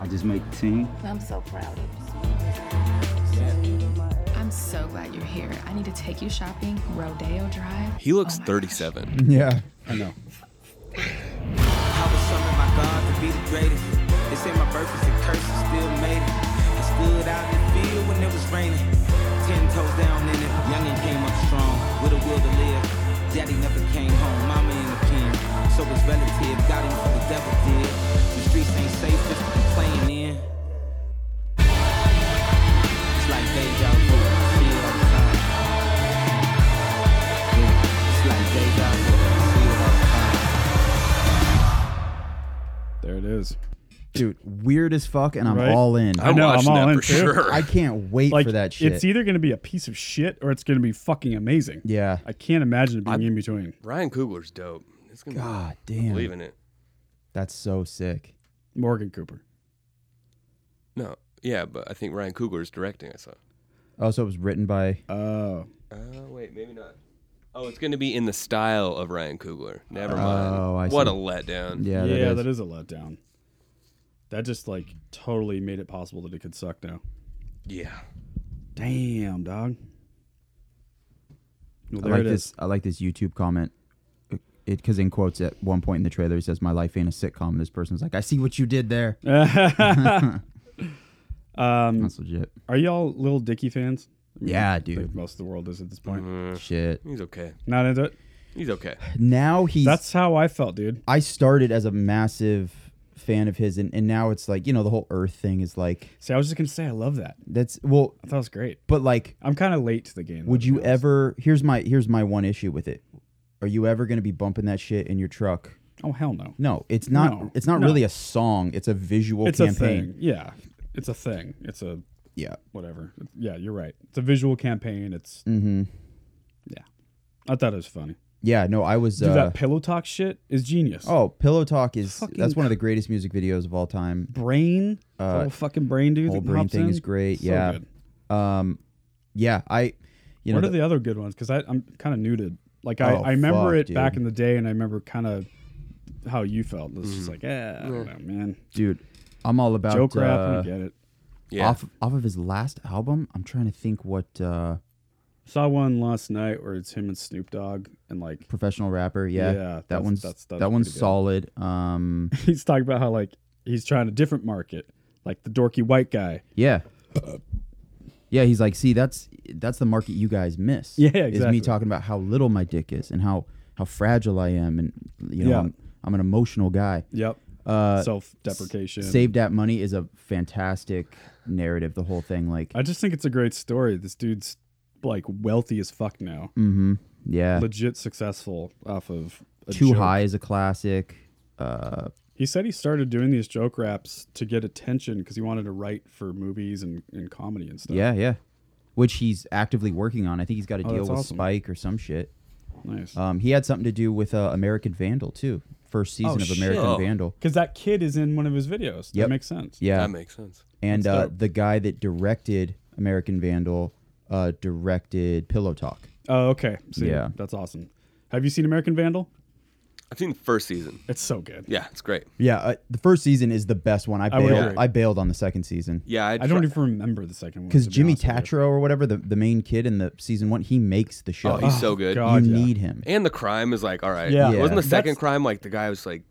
S11: I just make the team.
S4: I'm so proud of you.
S8: I'm so glad you're here. I need to take you shopping. Rodeo Drive.
S3: He
S1: Oh,
S3: looks 37.
S2: Yeah.
S1: I know.
S6: I was summoned by God to be the greatest. They say my birth is a curse, I still made it. I stood out in the field when it was raining. Ten toes down in it, youngin' came up strong with a will to live. Daddy never came home, mama in the pen. So his relative got him for the devil did. The streets ain't safe just to be playing in. It's like deja vu, I see it all the time. Yeah, it's like deja vu, I see it all the time.
S1: There it is.
S2: Dude, weird as fuck, and I'm
S1: Right?
S2: all in.
S1: I know, I'm
S3: watching
S1: all
S3: that
S1: in,
S3: for
S1: too.
S3: sure.
S2: I can't wait
S1: Like
S2: for that shit.
S1: It's either going to be a piece of shit or it's going to be fucking amazing.
S2: yeah.
S1: I can't imagine it being in between.
S3: Ryan Coogler's dope. It's gonna
S2: God
S3: be
S2: damn.
S3: believing it.
S2: That's so sick.
S1: Morgan Cooper.
S3: No. Yeah, but I think Ryan Coogler's directing. I saw.
S2: Oh, so it was written by.
S1: Oh,
S3: Oh wait, maybe not. Oh, it's gonna be in the style of Ryan Coogler. Never mind.
S2: Oh, I
S3: what
S2: see.
S3: a letdown.
S2: Yeah.
S1: yeah,
S2: that is.
S1: that is a letdown. That just like totally made it possible that it could suck now.
S3: Yeah.
S1: Damn, dog. Well,
S2: I
S1: there
S2: like
S1: it
S2: this.
S1: is.
S2: I like this YouTube comment. It because in quotes at one point in the trailer he says, "My life ain't a sitcom." And this person's like, "I see what you did there."
S1: um,
S2: That's legit.
S1: are y'all little Dicky fans? I mean,
S2: Yeah,
S1: I think
S2: dude.
S1: most of the world is at this point.
S2: Mm-hmm. Shit.
S3: He's okay.
S1: Not into it.
S3: He's okay.
S2: Now he's.
S1: That's how I felt, dude.
S2: I started as a massive fan of his, and, and now it's like you know the whole Earth thing is like
S1: See, I was just gonna say I love that.
S2: that's well,
S1: I thought it was great.
S2: but like,
S1: I'm kind of late to the game. though,
S2: would
S1: to
S2: you
S1: be honest.
S2: ever? Here's my here's my one issue with it. Are you ever gonna be bumping that shit in your truck?
S1: Oh hell no.
S2: No, it's not.
S1: No,
S2: it's not
S1: no.
S2: really a song. It's a visual
S1: It's a
S2: campaign.
S1: thing. Yeah, it's a thing. It's a
S2: Yeah.
S1: whatever. Yeah, you're right. It's a visual campaign. It's
S2: Mm-hmm.
S1: yeah. I thought it was funny.
S2: Yeah, no, I was.
S1: Dude,
S2: uh,
S1: that pillow talk shit is genius.
S2: Oh, Pillow Talk is
S1: Fucking
S2: that's one of the greatest music videos of all time.
S1: Brain, the
S2: uh,
S1: whole fucking brain dude.
S2: whole
S1: that
S2: brain
S1: hops
S2: thing
S1: in.
S2: is great.
S1: So
S2: yeah,
S1: good.
S2: um, yeah. I, you know,
S1: what are
S2: the-
S1: the other good ones? Because I'm kind of new to. Like I,
S2: Oh,
S1: I remember
S2: fuck,
S1: it back
S2: dude.
S1: in the day, and I remember kind of how you felt. It's just
S2: Mhm.
S1: like, eh, I don't
S2: Yeah.
S1: know, man.
S2: dude. I'm all about
S1: Joke rap,
S2: Uh,
S1: I get it.
S3: Yeah.
S2: Off off of his last album, I'm trying to think what uh,
S1: Saw one last night where it's him and Snoop Dogg, and like
S2: professional rapper. Yeah,
S1: Yeah,
S2: that
S1: that's-
S2: one's
S1: that's- that's
S2: that one's
S1: pretty good.
S2: solid. Um,
S1: he's talking about how like he's trying a different market, like the dorky white guy.
S2: yeah, yeah. He's like, see, that's that's the market you guys miss.
S1: Yeah,
S2: Is me
S1: exactly.
S2: talking about how little my dick is and how how fragile I am, and you know,
S1: Yeah.
S2: I'm, I'm an emotional guy.
S1: Yep.
S2: Uh,
S1: Self-deprecation.
S2: s- Save that money is a fantastic narrative. The whole thing, like,
S1: I just think it's a great story. This dude's like wealthy as fuck now.
S2: mm-hmm, yeah.
S1: Legit successful off of a
S2: Too
S1: joke.
S2: high is a classic. Uh,
S1: He said he started doing these joke raps to get attention because he wanted to write for movies and, and comedy and stuff.
S2: Yeah, yeah. Which he's actively working on. I think he's got a
S1: Oh,
S2: deal
S1: that's
S2: with
S1: awesome.
S2: Spike or some shit.
S1: Nice.
S2: Um, he had something to do with uh, American Vandal too. First season of American Vandal.
S1: Because that kid is in one of his videos.
S2: Yep.
S1: That makes sense.
S2: Yeah, And
S1: That's
S2: uh,
S1: dope.
S2: the guy that directed American Vandal uh, directed Pillow Talk.
S1: oh, okay. See,
S2: Yeah.
S1: That's awesome. Have you seen American Vandal?
S3: I've seen the first season.
S1: It's so good.
S3: Yeah, it's great.
S2: Yeah, uh, the first season is the best one. I
S1: I would
S2: bailed. I,
S1: agree.
S2: bailed on the second season.
S3: Yeah,
S1: I
S3: I'd
S1: don't
S3: try-
S1: even remember the second one.
S2: Because
S1: to be
S2: Jimmy
S1: honest with you.
S2: Tatro or whatever, the, the main kid in the season one, he makes the show.
S3: Oh, he's so good.
S2: you need him.
S3: And the crime is like, all right.
S2: Yeah.
S3: Wasn't the
S2: Yeah.
S3: second crime like the guy was like,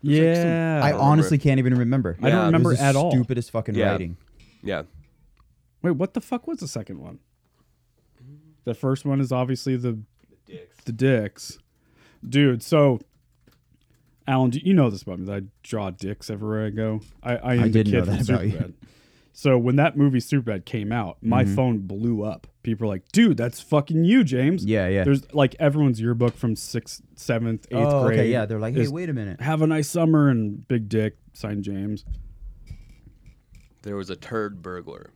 S1: Yeah.
S2: I honestly can't even remember.
S1: I don't
S3: Yeah.
S1: remember
S2: it was the
S1: at all.
S2: Stupidest fucking
S3: Yeah.
S2: writing.
S3: yeah,
S1: Wait, what the fuck was the second one? The first one is obviously the the dicks. Dude, so Alan, do you know this about me? that I draw dicks everywhere I go. I, I, am
S2: I
S1: the
S2: didn't
S1: kid
S2: know that
S1: from
S2: about you.
S1: Superbad. So when that movie Superbad came out, my
S2: Mhm.
S1: phone blew up. People were like, "Dude, that's fucking you, James."
S2: Yeah, yeah.
S1: There's like everyone's yearbook from sixth, seventh, eighth
S2: Oh, okay,
S1: grade.
S2: yeah, they're like, "Hey,
S1: is,
S2: wait a minute."
S1: Have a nice summer and big dick. Signed James.
S3: there was a turd burglar.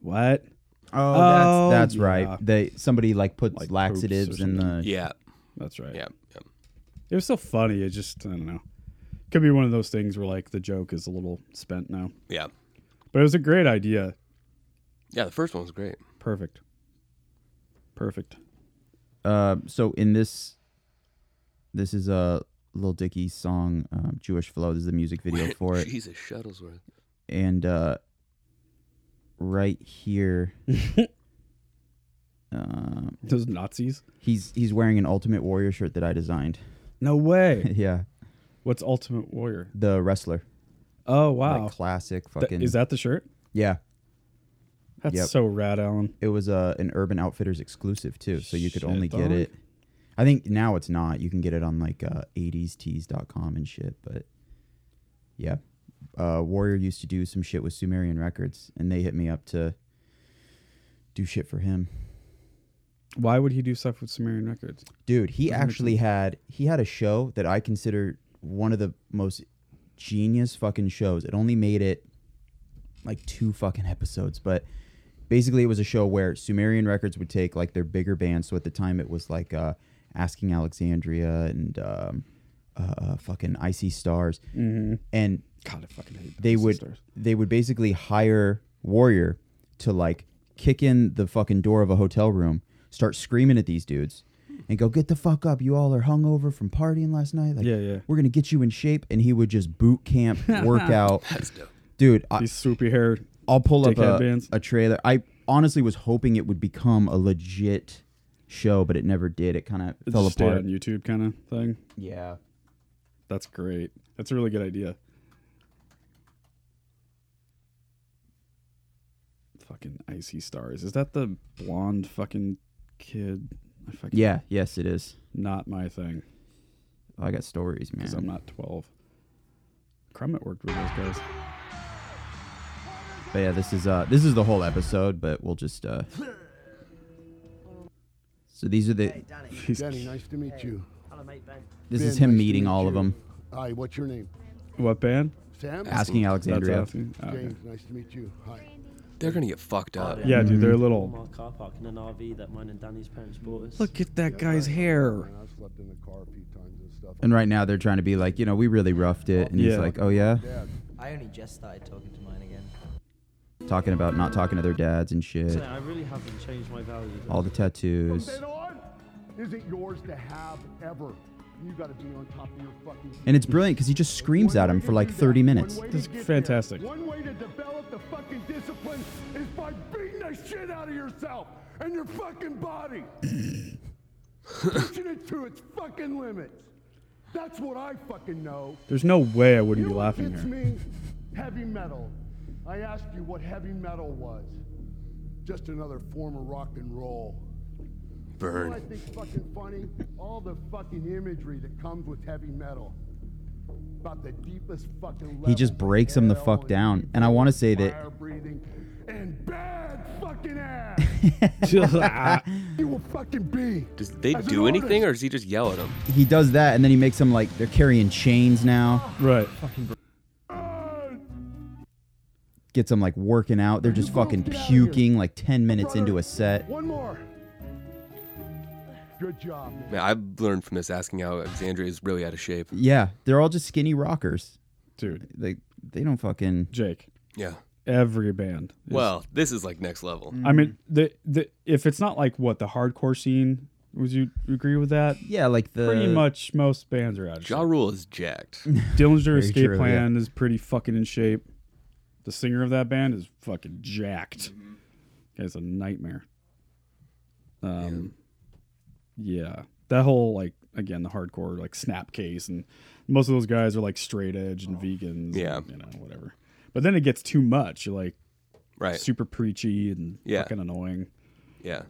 S1: What?
S2: Oh,
S1: Oh,
S2: that's that's
S1: yeah.
S2: right. They somebody like puts laxatives
S1: poops or
S2: in the
S3: Yeah.
S1: That's right.
S3: Yeah. yeah.
S1: It was so funny. It just I don't know. Could be one of those things where like the joke is a little spent now.
S3: Yeah.
S1: But it was a great idea.
S3: Yeah, the first one was great.
S1: Perfect. Perfect.
S2: Uh, so in this, this is a Lil Dicky's song, um, "Jewish Flow." This is the music video for it,
S3: Jesus Shuttlesworth.
S2: and uh, right here, um,
S1: Those Nazis.
S2: he's he's wearing an Ultimate Warrior shirt that I designed.
S1: No way.
S2: yeah,
S1: What's Ultimate Warrior?
S2: the wrestler,
S1: Oh wow.
S2: like classic
S1: Th-
S2: fucking.
S1: is that the shirt?
S2: Yeah,
S1: That's
S2: Yep.
S1: so rad, Alan.
S2: it was uh, an Urban Outfitters exclusive too, so you could
S1: Shit,
S2: only get
S1: dog.
S2: it. I think now it's not. You can get it on like uh, 80stees.com and shit, but yeah. Uh, Warrior used to do some shit with Sumerian Records, and they hit me up to do shit for him.
S1: Why would he do stuff with Sumerian Records?
S2: Dude, he
S1: Doesn't make
S2: actually had he had a show that I consider one of the most genius fucking shows. It only made it like two fucking episodes, but basically it was a show where Sumerian Records would take like their bigger bands. So at the time it was like uh, Asking Alexandria and um, uh, fucking Icy Stars,
S1: Mhm.
S2: and
S1: God, I fucking hate
S2: they
S1: Icy
S2: would
S1: Stars.
S2: they would basically hire Warrior to like kick in the fucking door of a hotel room, start screaming at these dudes, and go get the fuck up! You all are hungover from partying last night. Like,
S1: Yeah, yeah.
S2: We're gonna get you in shape, and he would just boot camp, workout.
S3: That's dope.
S2: Dude, I,
S1: These swoopy hair.
S2: I'll pull up
S1: dickhead
S2: a,
S1: bands.
S2: a trailer. I honestly was hoping it would become a legit show, but it never did. It kind of
S1: It
S2: fell
S1: just stayed
S2: apart.
S1: on YouTube kind of thing.
S2: Yeah.
S1: That's great. That's a really good idea. Fucking icy stars. Is that the blonde fucking kid? I fucking
S2: Yeah. Yes, it is. Oh,
S1: Not my thing
S2: I got stories, man.
S1: because I'm not twelve. Crummett worked with those guys.
S2: But yeah, this is uh this is the whole episode, but we'll just uh So these are the
S12: Danny, nice to meet you.
S2: this
S12: Ben,
S2: is him
S12: nice to
S2: meeting
S12: meet
S2: all of
S12: you.
S2: them.
S12: Hi, what's your name?
S1: What band?
S12: Sam?
S2: Asking Alexandria.
S1: That's Asking. Okay.
S12: James, nice to meet you. Hi.
S3: They're gonna get fucked up.
S1: Yeah, dude, they're little.
S13: Walmart car park in an RV that mine and Danny's parents bought us.
S1: Look at that guy's hair.
S2: And right now they're trying to be like, you know, we really roughed it, and he's
S1: Yeah.
S2: like, oh yeah,
S14: I only just started talking to mine again.
S2: talking about not talking to their dads and shit.
S13: So I really haven't changed my values.
S2: All the tattoos.
S12: From then on, isn't yours to have ever. You gotta be on top of your fucking
S2: And it's brilliant because he just screams at him for like 30 minutes.
S1: This is fantastic.
S12: discipline is by beating the shit out of yourself and your fucking body. Pushing it to its fucking limits. That's what I fucking know.
S1: There's no way I wouldn't be laughing
S12: It's
S1: here.
S12: me, heavy metal. I asked you what heavy metal was. Just another form of rock and roll. You know what I think fucking funny? All the fucking imagery that comes with heavy metal. About the deepest fucking level.
S2: He just breaks him the fuck down. And I want to say that.
S12: fire breathing and bad fucking
S2: Ah.
S12: ass.
S1: ah.
S12: you will fucking be.
S3: Does they do anything, or does he just yell at them?
S2: He does that and then he makes them like they're carrying chains now.
S1: Right.
S2: Gets them like working out. They're just fucking puking like 10 minutes into a set.
S12: One more. Good job.
S3: Man, I've learned from this asking how Alexandria is really out of shape.
S2: Yeah, they're all just skinny rockers.
S1: Dude.
S2: They, they don't fucking.
S1: Jake.
S3: Yeah.
S1: Every band. is-
S3: Well, this is like next level.
S1: I mean, the, the if it's not like what the hardcore scene, would you agree with that?
S2: Yeah, like the-
S1: pretty much most bands are out. of
S3: Ja Rule is jacked.
S1: Dillinger
S3: Very
S1: Escape
S3: true,
S1: Plan is pretty fucking in shape. The singer of that band is fucking jacked. It's a nightmare. Um, yeah. that whole like again the hardcore like Snapcase and most of those guys are like straight edge and vegans.
S3: Yeah.
S1: and, you know whatever. But then it gets too much. You're like,
S3: Right.
S1: super preachy and
S3: Yeah.
S1: fucking annoying.
S3: Yeah.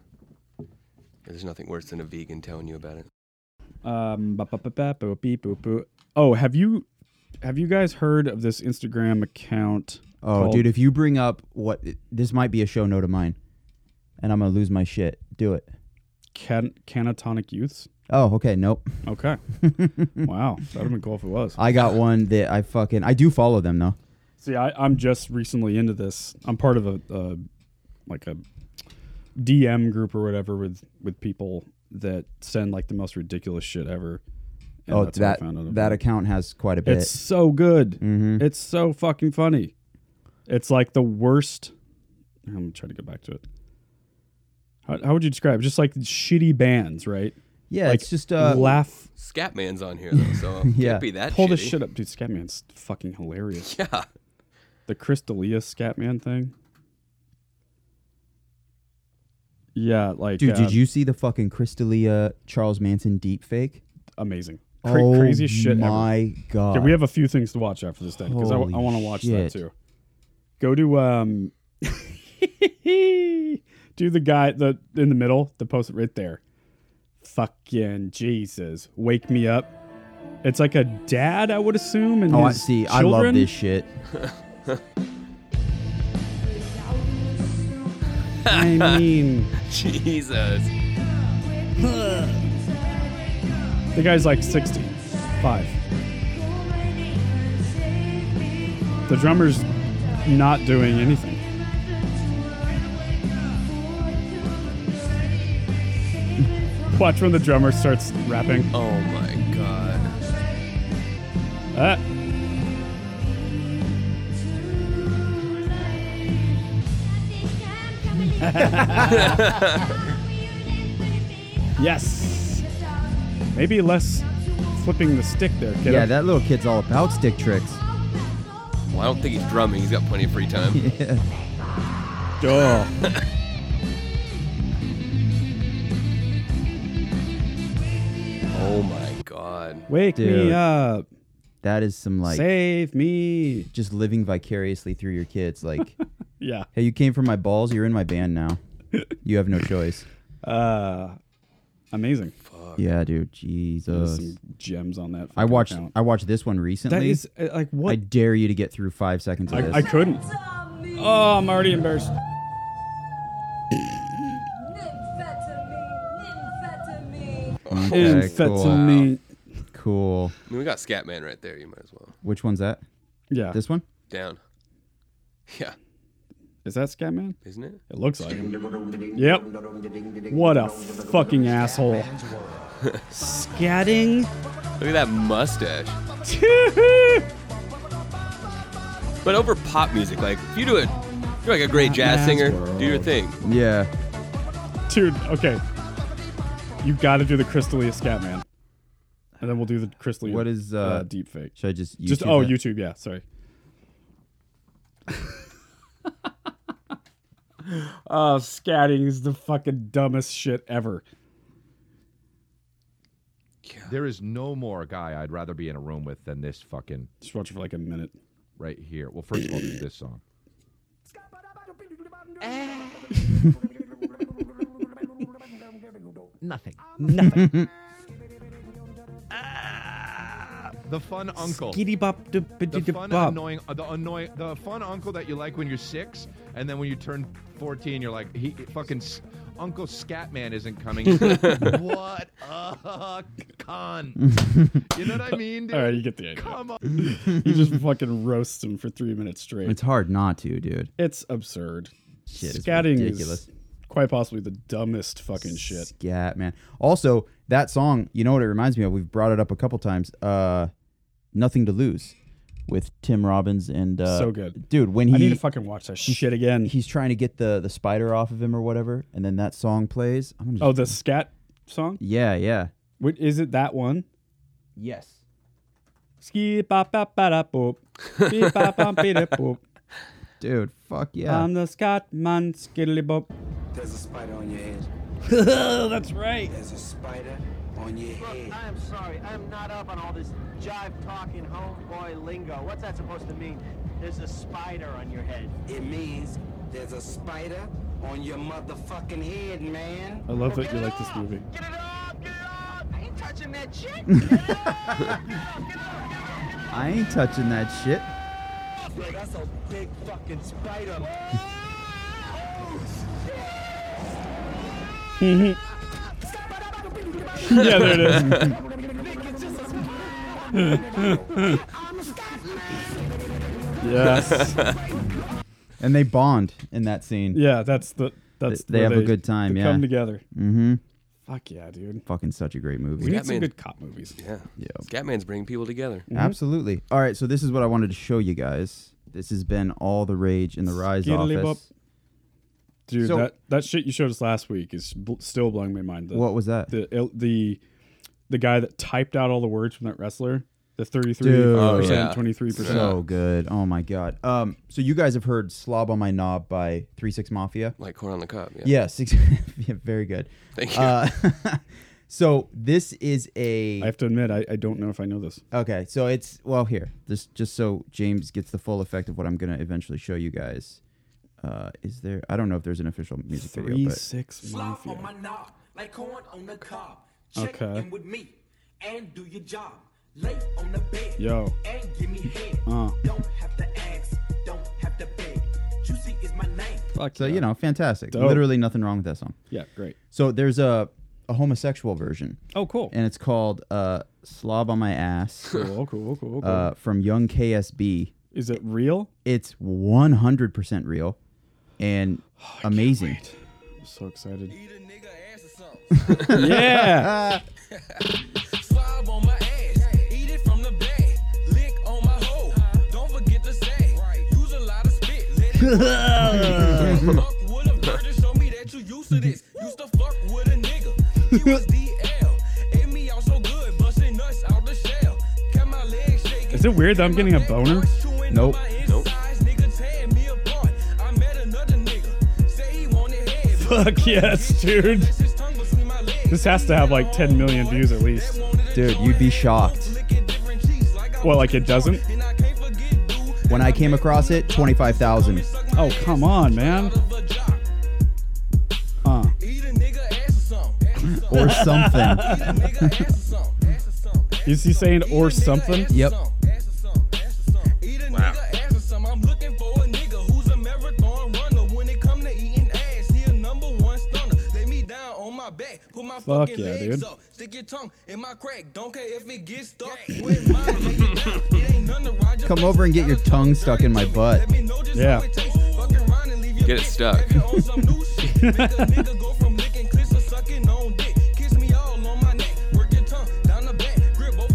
S3: There's nothing worse than a vegan telling you about it.
S1: Um, ba- ba- ba- ba- boop, beep, boop, boop. Oh, have you have you guys heard of this Instagram account?
S2: Oh,
S1: called-
S2: dude, if you bring up what. This might be a show note of mine. And I'm going to lose my shit. Do it.
S1: Can- Canatonic Youths.
S2: Oh, okay. Nope.
S1: Okay. wow, that would have been cool if it was.
S2: I got one that I fucking. I do follow them though.
S1: See, I, I'm just recently into this. I'm part of a, a like a DM group or whatever with with people that send like the most ridiculous shit ever. And
S2: oh,
S1: that's how I
S2: that
S1: found out about
S2: that
S1: it.
S2: account has quite a bit. Mm-hmm.
S1: It's so good. It's so fucking funny. It's like the worst. I'm trying to go back to it. How, how would you describe? Just like shitty bands, right?
S2: Yeah,
S1: like
S2: it's just, uh,
S1: laugh.
S3: Scatman's on here though, so it can't be that
S1: Pull
S3: shitty.
S1: this shit up, dude. Scatman's fucking hilarious.
S3: Yeah.
S1: The Crystalia Scatman thing. Yeah, like
S2: Dude,
S1: uh,
S2: did you see the fucking Crystalia Charles Manson deepfake?
S1: amazing. Cra-
S2: Oh
S1: craziest shit ever.
S2: my god!
S1: Yeah, we have a few things to watch after this thing because I,
S2: Oh. Holy
S1: want to watch
S2: shit.
S1: that too. Go to um, do the guy the in the middle the post right there. Fucking Jesus, wake me up. It's like a dad, I would assume, and
S2: Oh, I
S1: his
S2: see. I
S1: Children.
S2: love this shit.
S1: I mean,
S3: Jesus.
S1: the guy's like sixty five. The drummer's not doing anything. Watch when the drummer starts rapping.
S3: Oh my god.
S1: Ah. yes. Maybe less flipping the stick there, kiddo.
S2: yeah, that little kid's all about stick tricks.
S3: Well, I don't think he's drumming. He's got plenty of free time.
S2: Yeah.
S1: Duh.
S3: oh my god.
S1: Wake me
S2: Dude.
S1: up.
S2: That is some like
S1: save me.
S2: Just living vicariously through your kids, like.
S1: Yeah.
S2: Hey, you came for my balls. You're in my band now. You have no choice.
S1: Uh, amazing.
S2: Yeah, dude.
S1: There's
S2: Jesus.
S1: some gems on that.
S2: I
S1: fucking
S2: watched.
S1: account.
S2: I watched this one recently.
S1: is, uh, like, what-
S2: I dare you to get through five seconds of this.
S1: I, I couldn't. Oh, I'm already embarrassed.
S2: Okay, cool.
S1: Amphetamine.
S2: Cool.
S3: I mean, we got Scatman right there. You might as well.
S2: Which one's that?
S1: Yeah.
S2: This one?
S3: Down. Yeah.
S1: Is that Scatman?
S3: Isn't it?
S1: It looks like him. Yep. What a fucking asshole. Scatting.
S3: Look at that mustache. But over pop music, like if you do it, you're like a great jazz
S1: Jazz
S3: singer.
S1: world.
S3: Do your thing.
S2: Yeah.
S1: Dude, okay. You got to do the Crystalia Scatman. And then we'll do the Crystalia.
S2: What is, uh,
S1: deep fake?
S2: should I just
S1: Just
S2: YouTube
S1: oh,
S2: that?
S1: YouTube, yeah, sorry. Oh, scatting is the fucking dumbest shit ever.
S15: There is no more guy I'd rather be in a room with than this fucking.
S1: Just watch it for like a minute.
S15: Right here. Well, first of all, there's this song.
S16: Eh. Nothing.
S15: Nothing. the fun uncle.
S16: Skiddy-bop, dup,
S15: the fun
S16: bop.
S15: annoying, uh, the annoying, the fun uncle that you like when you're six, and then when you turn fourteen, you're like, he fucking s- Uncle Scatman isn't coming. He's like, what a cunt. You know what I mean? Dude?
S1: All right, you get the idea.
S15: Come on.
S1: you just fucking roast him for three minutes straight.
S2: It's hard not to, dude.
S1: It's absurd.
S2: Shit, it's
S1: Scatting
S2: ridiculous.
S1: is quite possibly the dumbest fucking shit.
S2: Scat man. Also, that song, you know what it reminds me of? We've brought it up a couple times. Uh, Nothing to Lose with Tim Robbins and uh,
S1: So good.
S2: dude. When he
S1: I need to fucking watch that shit again.
S2: He's trying to get the the spider off of him or whatever, and then that song plays. I'm gonna
S1: Oh, the scat song?
S2: yeah, yeah.
S1: What is it? That one?
S2: Yes.
S1: Ski bop bop ba da boop. Beep bop bop beep da boop.
S2: Dude, fuck
S1: I'm the scat man skiddly boop.
S6: There's a spider on your head.
S1: That's right.
S6: There's a spider on your head.
S17: I am sorry, I'm not up on all this jive talking homeboy lingo. What's that supposed to mean? There's a spider on your head.
S6: It means there's a spider on your motherfucking head, man.
S1: I love that you like this movie.
S17: I ain't touching that shit.
S2: I ain't touching that shit.
S6: Yo, that's a big fucking spider.
S1: yeah, there it is. Yes.
S2: and they bond in that scene.
S1: Yeah, that's the that's
S2: they, they
S1: where
S2: have a good time.
S1: they
S2: yeah,
S1: come together.
S2: Mm-hmm.
S1: Fuck yeah, dude.
S2: Fucking such a great movie.
S1: We need some good cop movies.
S3: Yeah. Scatman's bringing people together.
S1: Mm-hmm.
S2: Absolutely. All right, so this is what I wanted to show you guys. This has been all the rage in the rise
S1: Skiddly
S2: office.
S1: bop. Dude,
S2: So-
S1: that, that shit you showed us last week is bl- still blowing my mind. The-
S2: What was that?
S1: The il- the the guy that typed out all the words from that wrestler, the 33
S2: Dude,
S6: Oh,
S1: percent, 23 percent.
S2: So good. Oh my god. Um. So you guys have heard "Slob on My Knob" by Three Six Mafia.
S3: Like corn on the cob. Yeah.
S2: Yeah. Six. yeah, very good.
S3: Thank you.
S2: Uh, so this is a. I
S1: have to admit, I, I don't know if I know this.
S2: Okay, so it's well here. This just so James gets the full effect of what I'm gonna eventually show you guys. Uh, is there? I don't know if there's an official music video,
S1: Three
S2: but
S1: six
S6: Slop on my knob, like corn on the cob. Check
S2: Okay.
S6: in with me and do your job. Lay on the bed
S1: Yo.
S6: and give me head.
S1: Uh.
S6: Don't have to ask, don't have to beg. Juicy is my name.
S2: so you know, fantastic.
S1: Dope.
S2: Literally nothing wrong with that song.
S1: Yeah, great.
S2: So there's a a homosexual version.
S1: Oh, cool.
S2: And it's called uh, "Slob on My Ass."
S1: Cool, cool, cool, cool.
S2: Uh, from Young KSB.
S1: Is it real?
S2: It's 100 percent real, and amazing.
S1: I'm so excited.
S2: yeah.
S6: Slob on my ass, eat it from the bag. Lick on my hoe, don't forget to say. Use a lot of spit, let it fuck with a virgin, show me that you used to this. Used to fuck with a nigga, he was DL. Ate me out so good, busting nuts out the shell. Got my legs shaking.
S1: Is it weird that I'm getting a boner?
S2: Nope.
S1: Nope. Fuck yes, dude. This has to have like 10 million views at least.
S2: Dude, you'd be shocked.
S1: Well, like it doesn't?
S2: When I came across it, 25,000.
S1: Oh, come on, man. Uh.
S2: Or something.
S1: Is he saying or something?
S2: Yep.
S1: Wow. Fuck yeah, dude.
S2: Come over and get your tongue stuck in my butt.
S1: Yeah.
S3: Get it stuck.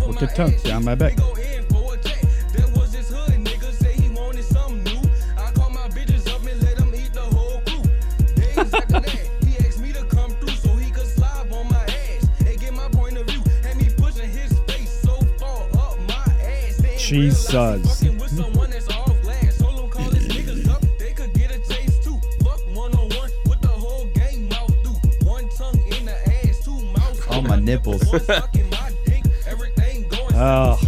S1: Work your tongue down my back. Jesus.
S2: Oh, my nipples.
S1: Oh.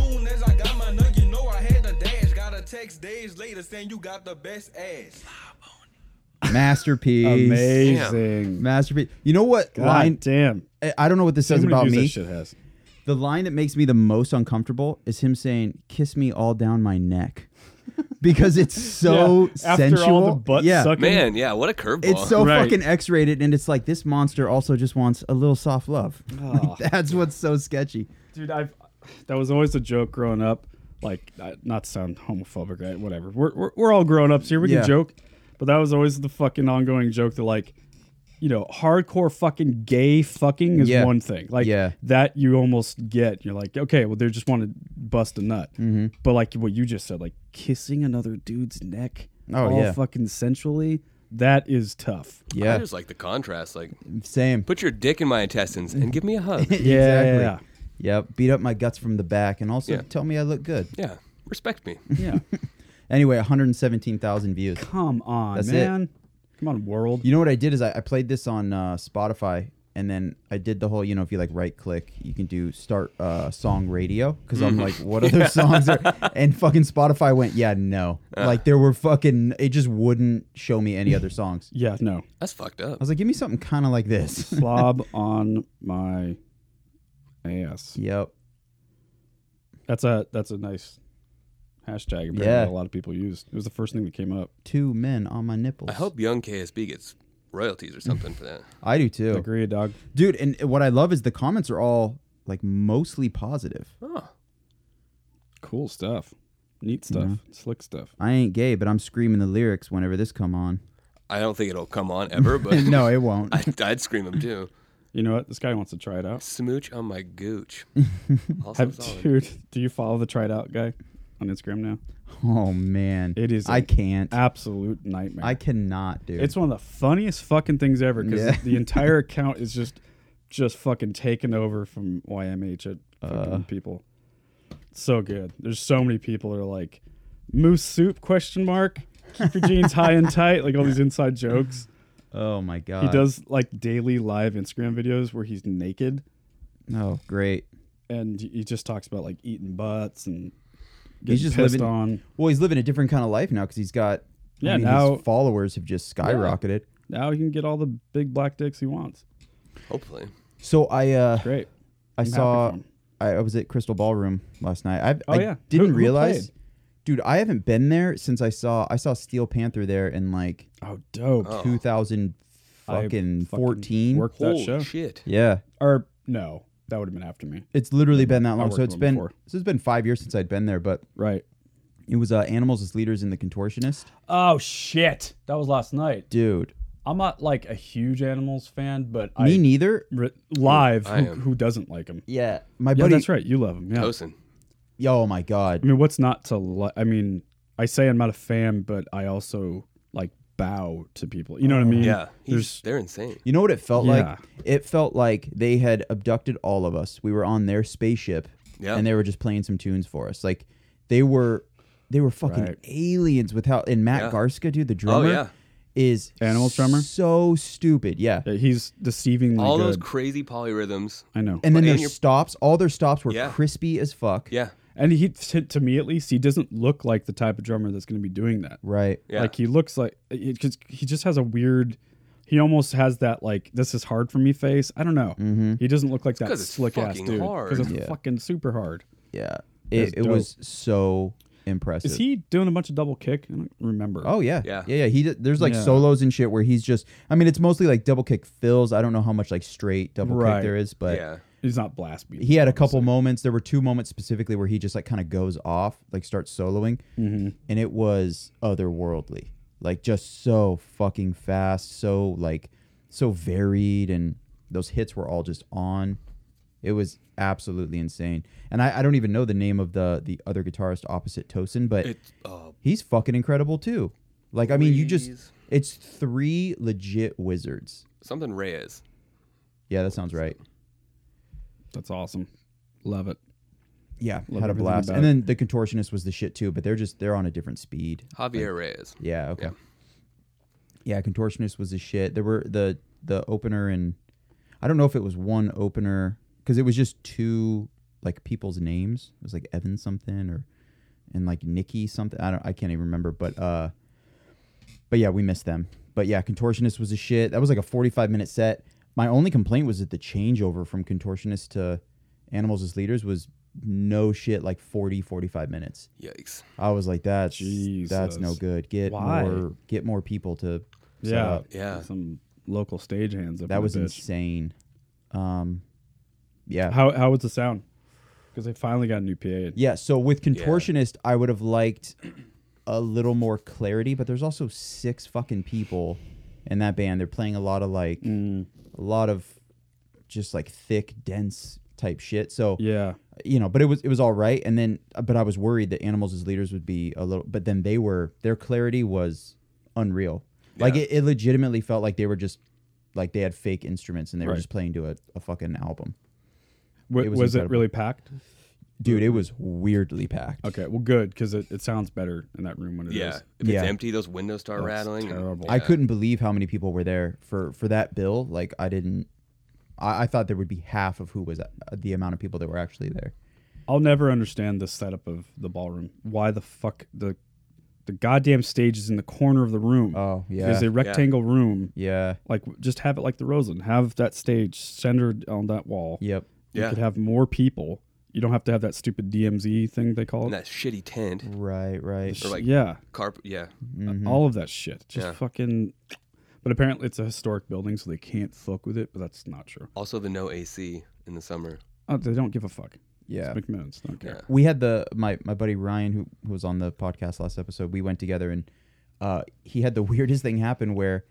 S2: Masterpiece.
S1: Amazing.
S2: Masterpiece. You know what
S1: God
S2: line?
S1: damn.
S2: I- I don't know what this
S1: See how
S2: says
S1: many
S2: about
S1: views
S2: me.
S1: that shit has.
S2: The line that makes me the most uncomfortable is him saying, "Kiss me all down my neck," because it's so
S1: Yeah, after all the
S2: sensual.
S1: butt
S2: yeah.
S1: sucking.
S3: Man, yeah, what a curveball.
S2: It's so
S1: Right.
S2: fucking X-rated, and it's like this monster also just wants a little soft love. Like,
S1: Oh.
S2: that's what's so sketchy.
S1: dude i've that was always a joke growing up like I- not to sound homophobic right whatever we're, we're, we're all grown-ups here we
S2: Yeah.
S1: can joke but that was always the fucking ongoing joke that like you know hardcore fucking gay fucking is
S2: Yeah.
S1: one thing like
S2: Yeah.
S1: that you almost get you're like okay well they just want to bust a nut
S2: Mhm.
S1: but like what you just said like kissing another dude's neck
S2: Oh,
S1: all
S2: yeah.
S1: fucking sensually that is tough
S3: I just like the contrast. Like,
S2: Same.
S3: put your dick in my intestines and give me a hug.
S2: exactly. Yep. Beat up my guts from the back, and also
S3: Yeah.
S2: tell me I look good.
S3: Yeah. Respect me.
S1: Yeah.
S2: Anyway, 117,000 views.
S1: come on
S2: That's it.
S1: man come on world
S2: You know what I did is I, I played this on uh, Spotify, and then I did the whole, you know, if you like right click, you can do start uh, song radio because I'm
S3: Mm-hmm.
S15: Mhm.
S2: like, what other songs are? And fucking Spotify went, yeah, no,
S3: Ah.
S2: like there were fucking, it just wouldn't show me any other songs.
S1: yeah no
S3: That's fucked
S2: I
S3: up.
S2: was like, give me something kind of like this.
S1: slob on my ass.
S2: yep.
S1: That's a that's a nice hashtag. Apparently
S2: Yeah.
S1: that a lot of people used. It was the first thing that came up.
S2: Two men on my nipples.
S3: I hope young KSB gets royalties or something for that.
S2: I do too.
S1: Agree, dog.
S2: Dude, and what I love is the comments are all like mostly positive.
S3: Oh,
S1: Cool stuff. Neat stuff. Slick stuff.
S2: I ain't gay, but I'm screaming the lyrics whenever this come on.
S3: I don't think it'll come on ever, but
S2: No, it won't.
S3: I, I'd scream him too.
S1: You know what? This guy wants to try it out.
S3: Smooch on my gooch. Also
S1: Have,
S3: solid.
S1: dude, do you follow the try it out guy on Instagram now?
S2: Oh man,
S1: It is.
S2: I
S1: an
S2: can't.
S1: Absolute nightmare.
S2: I cannot, dude.
S1: It's one of the funniest fucking things ever because
S2: Yeah.
S1: the entire account is just just fucking taken over from YMH at fucking
S2: Uh.
S1: people. So good. There's so many people that are like moose soup question mark. Keep your jeans high and tight, like all these inside jokes.
S2: oh my god.
S1: He does like daily live Instagram videos where he's naked
S2: Oh, great.
S1: and he just talks about like eating butts and getting
S2: he's just
S1: pissed
S2: living
S1: on.
S2: Well, he's living a different kind of life now because he's got. I
S1: Yeah,
S2: mean,
S1: now-
S2: his followers have just skyrocketed.
S1: Now he can get all the big black dicks he wants.
S3: Hopefully.
S2: So I, uh
S1: Great.
S2: I
S1: I'm happy
S2: saw.
S1: for him.
S2: I, I was at Crystal Ballroom last night. I,
S1: Oh,
S2: I
S1: yeah.
S2: didn't
S1: Who- who
S2: realize.
S1: played?
S2: Dude, I haven't been there since I saw I saw Steel Panther there in like
S1: Oh, dope.
S3: Oh.
S2: 2000
S1: I
S2: fucking
S1: fucking
S2: 14.
S1: worked that
S3: Holy
S1: show.
S3: shit.
S2: Yeah.
S1: Or no, that would have been after me.
S2: It's literally been that long.
S1: worked
S2: So it's
S1: with
S2: been
S1: them before.
S2: so it's been 5 years since I'd been there, but
S1: Right.
S2: it was uh, Animals as Leaders in the Contortionist.
S1: Oh shit, that was last night.
S2: Dude,
S1: I'm not like a huge animals fan, but
S2: me
S1: I
S2: neither.
S1: re- live
S3: I
S1: who,
S3: am.
S1: who doesn't like them?
S2: Yeah, my
S1: Yeah,
S2: buddy.
S1: that's right. You love them. Yeah.
S3: Tosin.
S2: Yo, oh my
S1: I
S2: god.
S1: mean, what's not to like? I mean, I say I'm not a fan, but I also like bow to people. You know what I mean?
S3: Yeah.
S1: Mm,
S3: He's,
S1: There's
S3: they're insane.
S2: You know what it felt
S1: Yeah.
S2: like? It felt like they had abducted all of us. We were on their spaceship,
S3: Yeah.
S2: and they were just playing some tunes for us. Like they were, they were fucking
S1: Right. Oh,
S2: aliens with how. And Matt
S3: Yeah.
S2: Garska, dude, the drummer,
S3: yeah.
S2: is
S1: Animals drummer?
S2: so stupid. Yeah,
S1: yeah, he's deceivingly
S3: All
S1: good.
S3: those crazy polyrhythms.
S1: I know.
S2: and then
S3: And
S2: their
S3: you're-
S2: stops, all their stops were
S3: Yeah.
S2: crispy as fuck.
S3: Yeah.
S1: And he to, to me at least, he doesn't look like the type of drummer that's going to be doing that.
S2: Right.
S3: Yeah.
S1: Like he looks like because he just has a weird. He almost has that like this is hard for me face. I don't know. He doesn't look like that
S3: 'cause it's
S1: slick ass
S3: fucking
S1: dude
S3: hard.
S1: it's
S2: Mm-hmm. Yeah.
S1: fucking super hard.
S2: Yeah.
S1: That's
S2: It, it
S1: dope.
S2: was so impressive.
S1: Is he doing a bunch of double kick? I don't remember.
S2: Oh yeah,
S3: Yeah.
S2: yeah, yeah. He d- there's like
S1: Yeah.
S2: solos and shit where he's just. I mean, it's mostly like double kick fills. I don't know how much like straight double
S1: Right.
S2: kick there is, but
S3: yeah.
S1: he's not blast beat.
S2: he had a couple moments. There were two moments specifically where he just like kind of goes off, like starts soloing, and it was otherworldly. like just so fucking fast, so like so varied, and those hits were all just on. It was absolutely insane, and I, I don't even know the name of the the other guitarist opposite Tosin, but
S3: It's, uh,
S2: he's fucking incredible too. Like I mean, you just it's three legit wizards.
S3: Something Reyes.
S2: Yeah, that sounds right.
S1: That's awesome. Love it.
S2: Yeah,
S1: Love
S2: had a
S1: everything
S2: blast.
S1: about
S2: And
S1: it.
S2: then the contortionist was the shit too, but they're just they're on a different speed.
S3: Javier Reyes.
S2: Yeah. Okay. Yeah. contortionist was the shit. There were the the opener and I don't know if it was one opener because it was just two like people's names. It was like Evan something or and like Nikki something. I don't. I can't even remember. But uh, but yeah, we missed them. But yeah, contortionist was a shit. That was like a forty-five minute set. My only complaint was that the changeover from contortionist to animals as leaders was no shit like 40 45 minutes
S3: Yikes.
S2: i was like that's that's no
S1: Jesus.
S2: good get
S1: Why?
S2: more get more people to set
S1: Yeah.
S2: up.
S3: Yeah.
S1: Some local stagehands. up in
S2: that
S1: the
S2: was
S1: bitch.
S2: insane um yeah
S1: How how was the sound? Because they finally got a new PA. in.
S2: Yeah, so with contortionist, I would have liked a little more clarity, but there's also six fucking people in that band. They're playing a lot of like
S1: Mm.
S2: a lot of just like thick, dense type shit. So
S1: Yeah.
S2: you know, but it was it was all right. And then, uh, but I was worried that animals as leaders would be a little. But then they were their clarity was unreal. Like
S3: Yeah.
S2: it, it legitimately felt like they were just like they had fake instruments and they were
S1: Right.
S2: just playing to a, a fucking album.
S1: Wa-
S2: It
S1: was
S2: was
S1: it
S2: incredible.
S1: really packed?
S2: Dude, it was weirdly packed.
S1: Okay, well, good because it, it sounds better in that room when it is.
S3: Yeah. If it's
S2: Yeah.
S3: empty, those windows start
S1: That's
S3: rattling. and-
S1: terrible.
S2: I
S3: Yeah.
S2: couldn't believe how many people were there for for that bill. Like I didn't, I, I thought there would be half of who was uh, the amount of people that were actually there.
S1: I'll never understand the setup of the ballroom. Why the fuck the the goddamn stage is in the corner of the room?
S2: Oh yeah.
S1: it is a rectangle room.
S2: Yeah.
S1: Like just have it like the Rosen. Have that stage centered on that wall.
S2: Yep.
S1: You
S3: Yeah.
S1: could have more people. You don't have to have that stupid DMZ thing they call
S3: And
S1: it.
S3: that shitty tent.
S2: Right. Right.
S3: Or like
S1: yeah.
S3: Carp. Yeah.
S2: Mhm.
S1: All of that shit. Just
S3: Yeah.
S1: fucking. But apparently it's a historic building, so they can't fuck with it. But that's not true.
S3: Also the no AC in the summer.
S1: Oh, they don't give a fuck.
S2: Yeah.
S1: It's McMillan's. Don't care.
S2: We had the my my buddy Ryan who, who was on the podcast last episode. We went together and uh, he had the weirdest thing happen where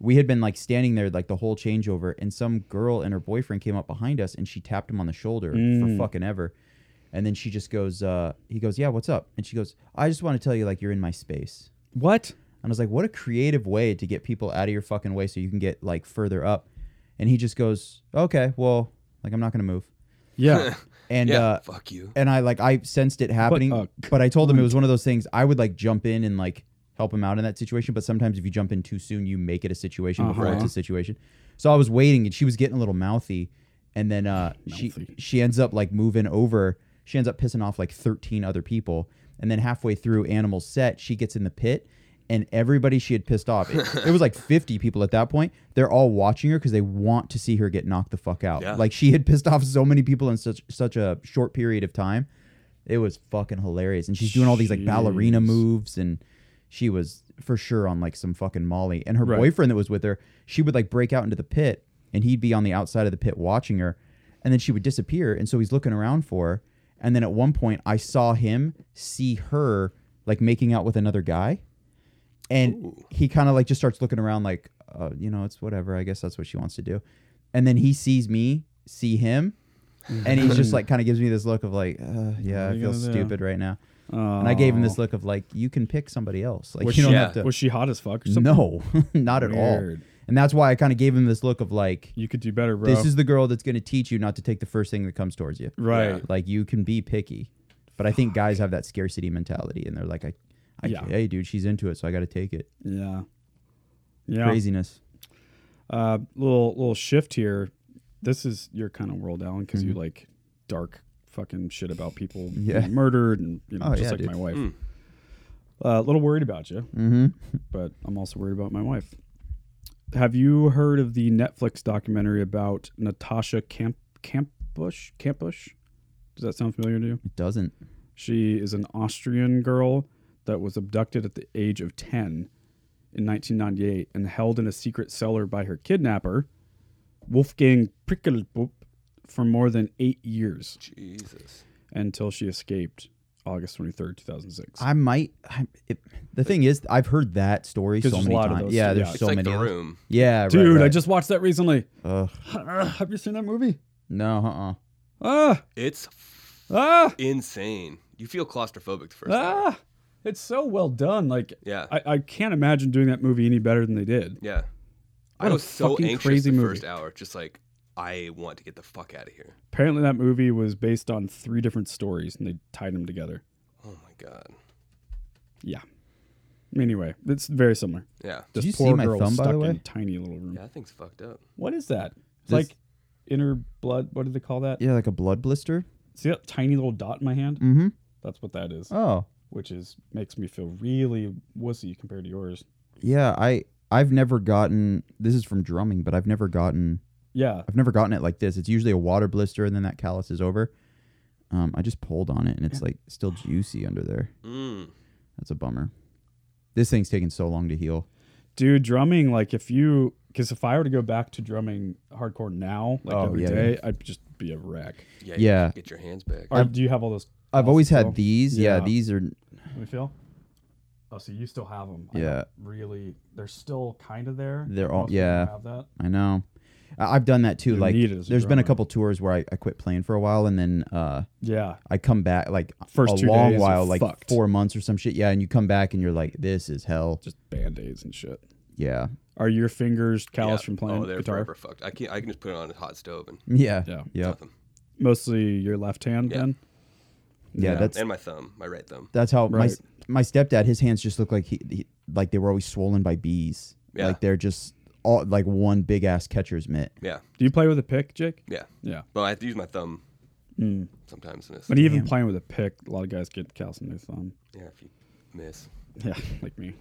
S2: we had been like standing there like the whole changeover and some girl and her boyfriend came up behind us and she tapped him on the shoulder
S1: Mm.
S2: for fucking ever. And then she just goes uh, he goes, "Yeah, what's up?" And she goes, "I just want to tell you like you're in my space."
S1: What?
S2: And I was like, "What a creative way to get people out of your fucking way so you can get like further up." And he just goes, "Okay, well, like I'm not going to move."
S1: Yeah.
S2: And
S3: Yeah,
S2: uh,
S3: fuck you.
S2: And I like I sensed it happening,
S1: a
S2: but I told him it was one of those things. I would like jump in and like help him out in that situation, but sometimes if you jump in too soon, you make it a situation before it's
S1: Uh-huh.
S2: a situation. So I was waiting, and she was getting a little mouthy, and then uh, she she ends up like moving over. She ends up pissing off like thirteen other people, and then halfway through Animal Set, she gets in the pit. And everybody she had pissed off, it, it was like 50 people at that point. They're all watching her because they want to see her get knocked the fuck out.
S3: Yeah.
S2: Like she had pissed off so many people in such such a short period of time. It was fucking hilarious. And she's doing all these like ballerina
S1: Jeez.
S2: moves and she was for sure on like some fucking Molly. And her
S1: Right.
S2: boyfriend that was with her, she would like break out into the pit and he'd be on the outside of the pit watching her. And then she would disappear. And so he's looking around for her. And then at one point I saw him see her like making out with another guy. And he kind of like just starts looking around like, uh, you know, it's whatever. I guess that's what she wants to do. And then he sees me, see him, and he's just like kind of gives me this look of like, uh, yeah,
S1: What are
S2: I
S1: you
S2: feel
S1: gonna do?
S2: stupid right now. And I gave him
S1: Oh.
S2: this look of like, you can pick somebody else. Like
S1: was,
S2: you
S1: she,
S2: don't have to.
S1: was she hot as fuck or something?
S2: no, not at
S1: Weird.
S2: all. And that's why I kind of gave him this look of like,
S1: You could do better, bro.
S2: this is the girl that's going to teach you not to take the first thing that comes towards you.
S1: Right. Yeah.
S2: Like you can be picky, but I think guys have that scarcity mentality, and they're like, I, I
S1: Yeah.
S2: hey, dude, she's into it, so I got to take it.
S1: Yeah. Yeah.
S2: Craziness.
S1: Uh, little little shift here. This is your kind of world, Alan, because you like dark fucking shit about people being
S2: Mm-hmm. Yeah.
S1: murdered and you know,
S2: Oh,
S1: just
S2: yeah,
S1: like
S2: dude.
S1: my wife. Uh, A little worried about you,
S2: Mhm.
S1: but I'm also worried about my wife. Have you heard of the Netflix documentary about Natasha Camp Campbush? Campbush? Does that sound familiar to you?
S2: It doesn't.
S1: She is an Austrian girl that was abducted at the age of 10 in 1998 and held in a secret cellar by her kidnapper, Wolfgang Prickelboop, for more than eight years
S3: Jesus.
S1: until she escaped August 23rd, 2006.
S2: I might. I, it, the thing is, I've heard that story
S1: 'Cause
S2: so
S1: there's
S2: many
S1: a lot of
S2: times.
S1: those,
S2: yeah,
S1: yeah.
S2: there's
S1: It's
S2: so
S1: like
S2: many.
S1: The
S2: of those.
S1: Room.
S2: Yeah, right,
S1: Dude, I
S2: right.
S1: just watched that recently. Ah,
S2: Ugh.
S1: Have you seen that movie?
S2: No, uh-uh.
S1: Ah,
S3: It's
S1: ah,
S3: insane. You feel claustrophobic the first time.
S1: ah. It's so well done. Like,
S3: Yeah.
S1: I, I can't imagine doing that movie any better than they did.
S3: Yeah.
S1: What
S3: I
S1: a
S3: was so
S1: fucking
S3: anxious
S1: crazy
S3: the
S1: movie.
S3: first hour, just like I want to get the fuck out of here.
S1: Apparently, that movie was based on three different stories and they tied them together.
S3: Oh my god.
S1: Yeah. Anyway, it's very similar.
S3: Yeah.
S2: Did
S1: This
S2: you see
S1: poor
S2: my
S1: girl
S2: thumb, by
S1: stuck
S2: the way?
S1: in a tiny little room.
S3: Yeah, that thing's fucked up.
S1: What is that? It's
S2: This-
S1: like inner blood. What do they call that?
S2: Yeah, like a blood blister.
S1: See that tiny little dot in my hand?
S2: Mhm.
S1: That's what that is.
S2: Oh.
S1: Which is makes me feel really wussy compared to yours.
S2: Yeah, I I've never gotten. This is from drumming, but I've never gotten.
S1: Yeah.
S2: I've never gotten it like this. It's usually a water blister, and then that callus is over. Um, I just pulled on it, and it's like still juicy under there.
S3: Mm.
S2: That's a bummer. This thing's taking so long to heal.
S1: Dude, drumming, like if you because if I were to go back to drumming hardcore now, like
S2: Oh,
S1: every
S2: yeah,
S1: day,
S2: yeah.
S1: I'd just be a wreck.
S3: Yeah.
S2: you Yeah.
S3: Get your hands back.
S1: Or do you have all those?
S2: I've
S1: also
S2: always
S1: still?
S2: had these. Yeah,
S1: Yeah.
S2: these are.
S1: Let me feel. Oh, so you still have them?
S2: Yeah.
S1: Really, they're still kind of there.
S2: They're all.
S1: Most people
S2: Yeah,
S1: Have that.
S2: I know. I- I've done that too.
S1: You
S2: like,
S1: need it as
S2: there's
S1: a
S2: been a
S1: drummer.
S2: couple tours where I, I quit playing for a while, and then uh,
S1: Yeah.
S2: I come back like
S1: First
S2: a
S1: two
S2: long
S1: days are
S2: while, like
S1: fucked.
S2: four months or some shit. Yeah, and you come back and you're like, this is hell.
S1: Just band aids and shit.
S2: Yeah,
S1: Are your fingers calloused
S3: Yeah.
S1: from playing
S3: Oh, they're
S1: guitar?
S3: forever fucked. I can I can just put it on a hot stove and
S2: yeah,
S1: Yeah.
S2: yeah,
S1: Mostly your left hand, then.
S2: yeah. That's
S3: and my thumb, my right thumb.
S2: That's how my
S1: Right.
S2: s- my stepdad. His hands just look like he, he like they were always swollen by bees.
S3: Yeah.
S2: Like they're just all like one big ass catcher's mitt.
S3: Yeah.
S1: Do you play with a pick, Jake?
S3: Yeah.
S1: Yeah.
S3: But I have to use my thumb
S1: Mm.
S3: sometimes. And it's,
S1: But even playing with a pick, a lot of guys get calloused in their thumb.
S3: yeah, if you miss.
S1: Yeah, like me.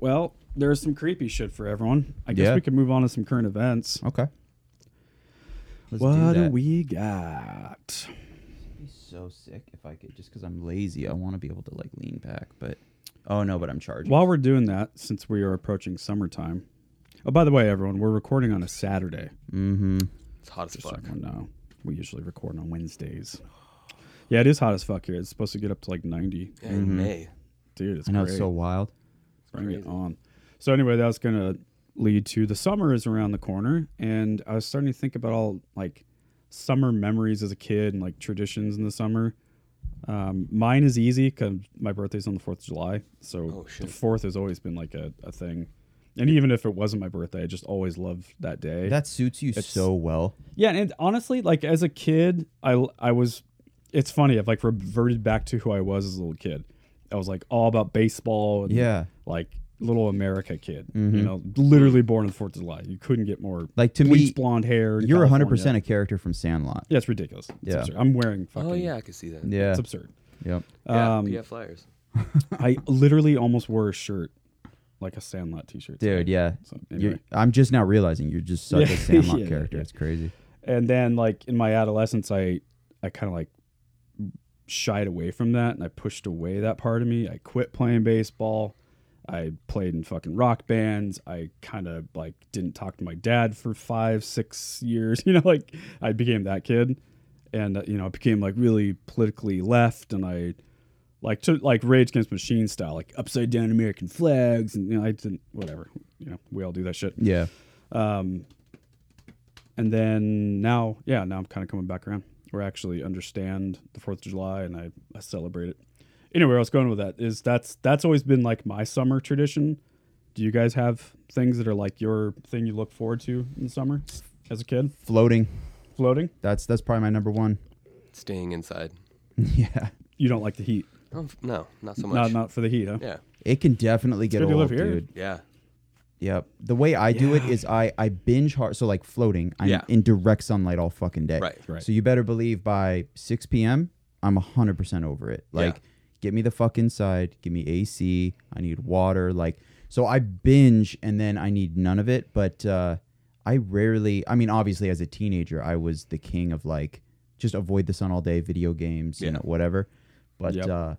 S1: Well, there's some creepy shit for everyone. I guess
S2: Yeah.
S1: we can move on to some current events.
S2: Okay. Let's
S1: what
S2: do that.
S1: we got?
S2: I'd be so sick if I could, just because I'm lazy. I want to be able to like lean back, but oh no, but I'm charged.
S1: While we're doing that, since we are approaching summertime, oh by the way, everyone, we're recording on a Saturday.
S2: Mm-hmm.
S3: It's hot as
S1: Just so
S3: fuck.
S1: everyone know, we usually record on Wednesdays. Yeah, it is hot as fuck here. It's supposed to get up to like ninety.
S3: Yeah, in May.
S1: Dude, it's
S2: I know
S1: great.
S2: it's so wild.
S1: Bring it on. So anyway, that's gonna lead to the summer is around the corner, and I was starting to think about all like summer memories as a kid and like traditions in the summer. Um, mine is easy because my birthday's on the Fourth of July, so
S3: Oh,
S1: the
S3: shit.
S1: Fourth has always been like a, a thing. And even if it wasn't my birthday, I just always loved that day.
S2: That suits you
S1: It's-
S2: so well.
S1: yeah, and honestly, like as a kid, I I was. It's funny. I've like reverted back to who I was as a little kid. I was like all about baseball. And,
S2: Yeah.
S1: Like little America kid.
S2: Mhm.
S1: You know, literally born on the Fourth of July. You couldn't get more
S2: Like to
S1: bleached
S2: me,
S1: blonde hair. in
S2: You're 100
S1: California.
S2: percent a character from Sandlot.
S1: Yeah, it's ridiculous. It's
S2: Yeah.
S1: absurd. I'm wearing fucking.
S3: Oh yeah, I can see that.
S2: Yeah.
S1: It's absurd.
S2: Yep.
S3: Yeah,
S1: Um,
S3: PF Flyers.
S1: I literally almost wore a shirt, like a Sandlot T-shirt. today.
S2: Dude, yeah.
S1: So,
S2: You're-
S1: anyway.
S2: I'm just now realizing you're just such
S1: Yeah.
S2: a Sandlot
S1: Yeah, yeah,
S2: character.
S1: yeah.
S2: It's crazy.
S1: and then like in my adolescence i i kind of like shied away from that and i pushed away that part of me i quit playing baseball i played in fucking rock bands i kind of like didn't talk to my dad for five six years you know like i became that kid and uh, you know i became like really politically left and i like to like rage against the machine style like upside down american flags and you know i didn't whatever you know we all do that shit
S2: Yeah.
S1: um, and then now, yeah, now I'm kind of coming back around. Where I actually understand the Fourth of July and I, I celebrate it. Anyway, where I was going with that is that's that's always been like my summer tradition. Do you guys have things that are like your thing you look forward to in the summer as a kid?
S2: Floating.
S1: Floating?
S2: That's that's probably my number one.
S3: Staying inside.
S2: yeah.
S1: You don't like the heat?
S3: Oh, f- no, not so
S1: Not
S3: much.
S1: not for the heat, huh?
S3: yeah.
S2: It can definitely get
S1: good you
S2: old,
S1: live here.
S2: dude.
S3: Yeah.
S2: Yep. The way I do it is I I binge hard. So like floating, I'm
S3: Yeah.
S2: in direct sunlight all fucking day.
S3: Right. Right.
S2: So you better believe by 6 p.m. I'm 100 percent over it.
S3: Yeah.
S2: Like, get me the fuck inside. Give me AC. I need water. Like, so I binge and then I need none of it. But uh, I rarely. I mean, obviously, as a teenager, I was the king of like just avoid the sun all day, video games, you
S3: Yeah.
S2: know, whatever. But
S1: Yep.
S2: uh,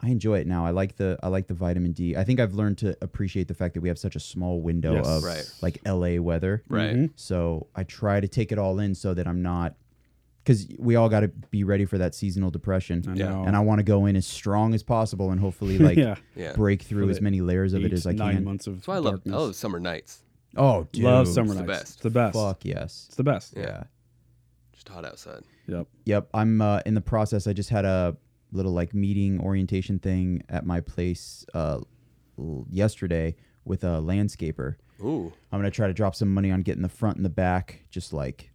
S2: I enjoy it now. I like the I like the vitamin D. I think I've learned to appreciate the fact that we have such a small window
S1: Yes.
S2: of
S3: Right.
S2: like LA weather.
S3: Right.
S1: Mhm.
S2: So I try to take it all in so that I'm not because we all got to be ready for that seasonal depression.
S1: I Yeah. know.
S2: And I want to go in as strong as possible and hopefully like
S1: Yeah. Yeah.
S2: break through
S1: For
S2: as
S1: the
S2: many layers of it
S1: eight,
S2: as I
S1: nine
S2: can.
S1: months of
S3: That's why I love, I
S1: darkness.
S3: love summer nights.
S2: Oh, dude.
S1: Love summer
S3: It's the
S1: nights.
S3: best.
S1: It's the best.
S2: Fuck yes.
S1: It's the best.
S2: yeah.
S3: Just hot outside.
S1: Yep.
S2: Yep. I'm uh, in the process. I just had a little like meeting orientation thing at my place uh, l- yesterday with a landscaper.
S3: Ooh.
S2: I'm gonna try to drop some money on getting the front and the back, just like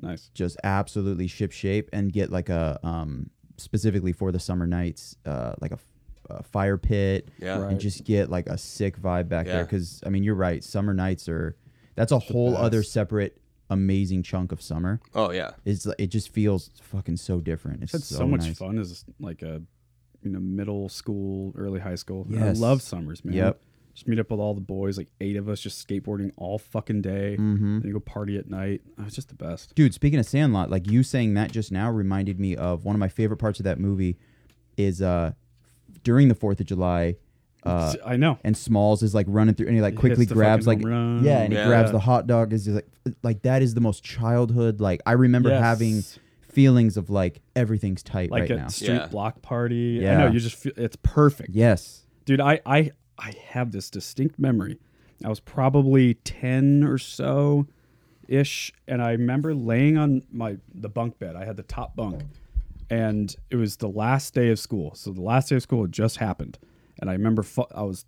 S1: nice,
S2: just absolutely ship shape, and get like a um, specifically for the summer nights, uh, like a, f- a fire pit,
S3: Yeah.
S2: and
S3: Right.
S2: just get like a sick vibe back there.
S3: Yeah.
S2: Because I mean, you're right. Summer nights are that's a whole other separate amazing chunk of summer.
S3: Oh, yeah.
S2: It's like- it just feels fucking so different. It's
S1: That's
S2: so,
S1: so, much
S2: nice.
S1: fun as like a you know middle school, early high school. I
S2: Yes.
S1: love summers, man.
S2: Yep.
S1: Just meet up with all the boys, like eight of us, just skateboarding all fucking day.
S2: Mhm.
S1: Then you go party at night. Oh, it's just the best.
S2: Dude, speaking of Sandlot, like you saying that just now reminded me of one of my favorite parts of that movie is uh during the 4th of July uh,
S1: I know.
S2: And Smalls is like running through, and he like
S1: He
S2: quickly
S1: hits the
S2: grabs like
S1: fucking home run.
S2: yeah, and
S1: Yeah.
S2: he grabs the hot dog. Is just like like that is the most childhood. Like I remember
S1: Yes.
S2: having feelings of like everything's tight
S1: like
S2: right
S1: a
S2: now.
S1: street block party.
S2: Yeah.
S1: I know you just feel it's perfect.
S2: Yes.
S1: Dude, I I I have this distinct memory. I was probably 10 or so ish and I remember laying on my the bunk bed. I had the top bunk and it was the last day of school. So the last day of school had just happened and I remember fu- I was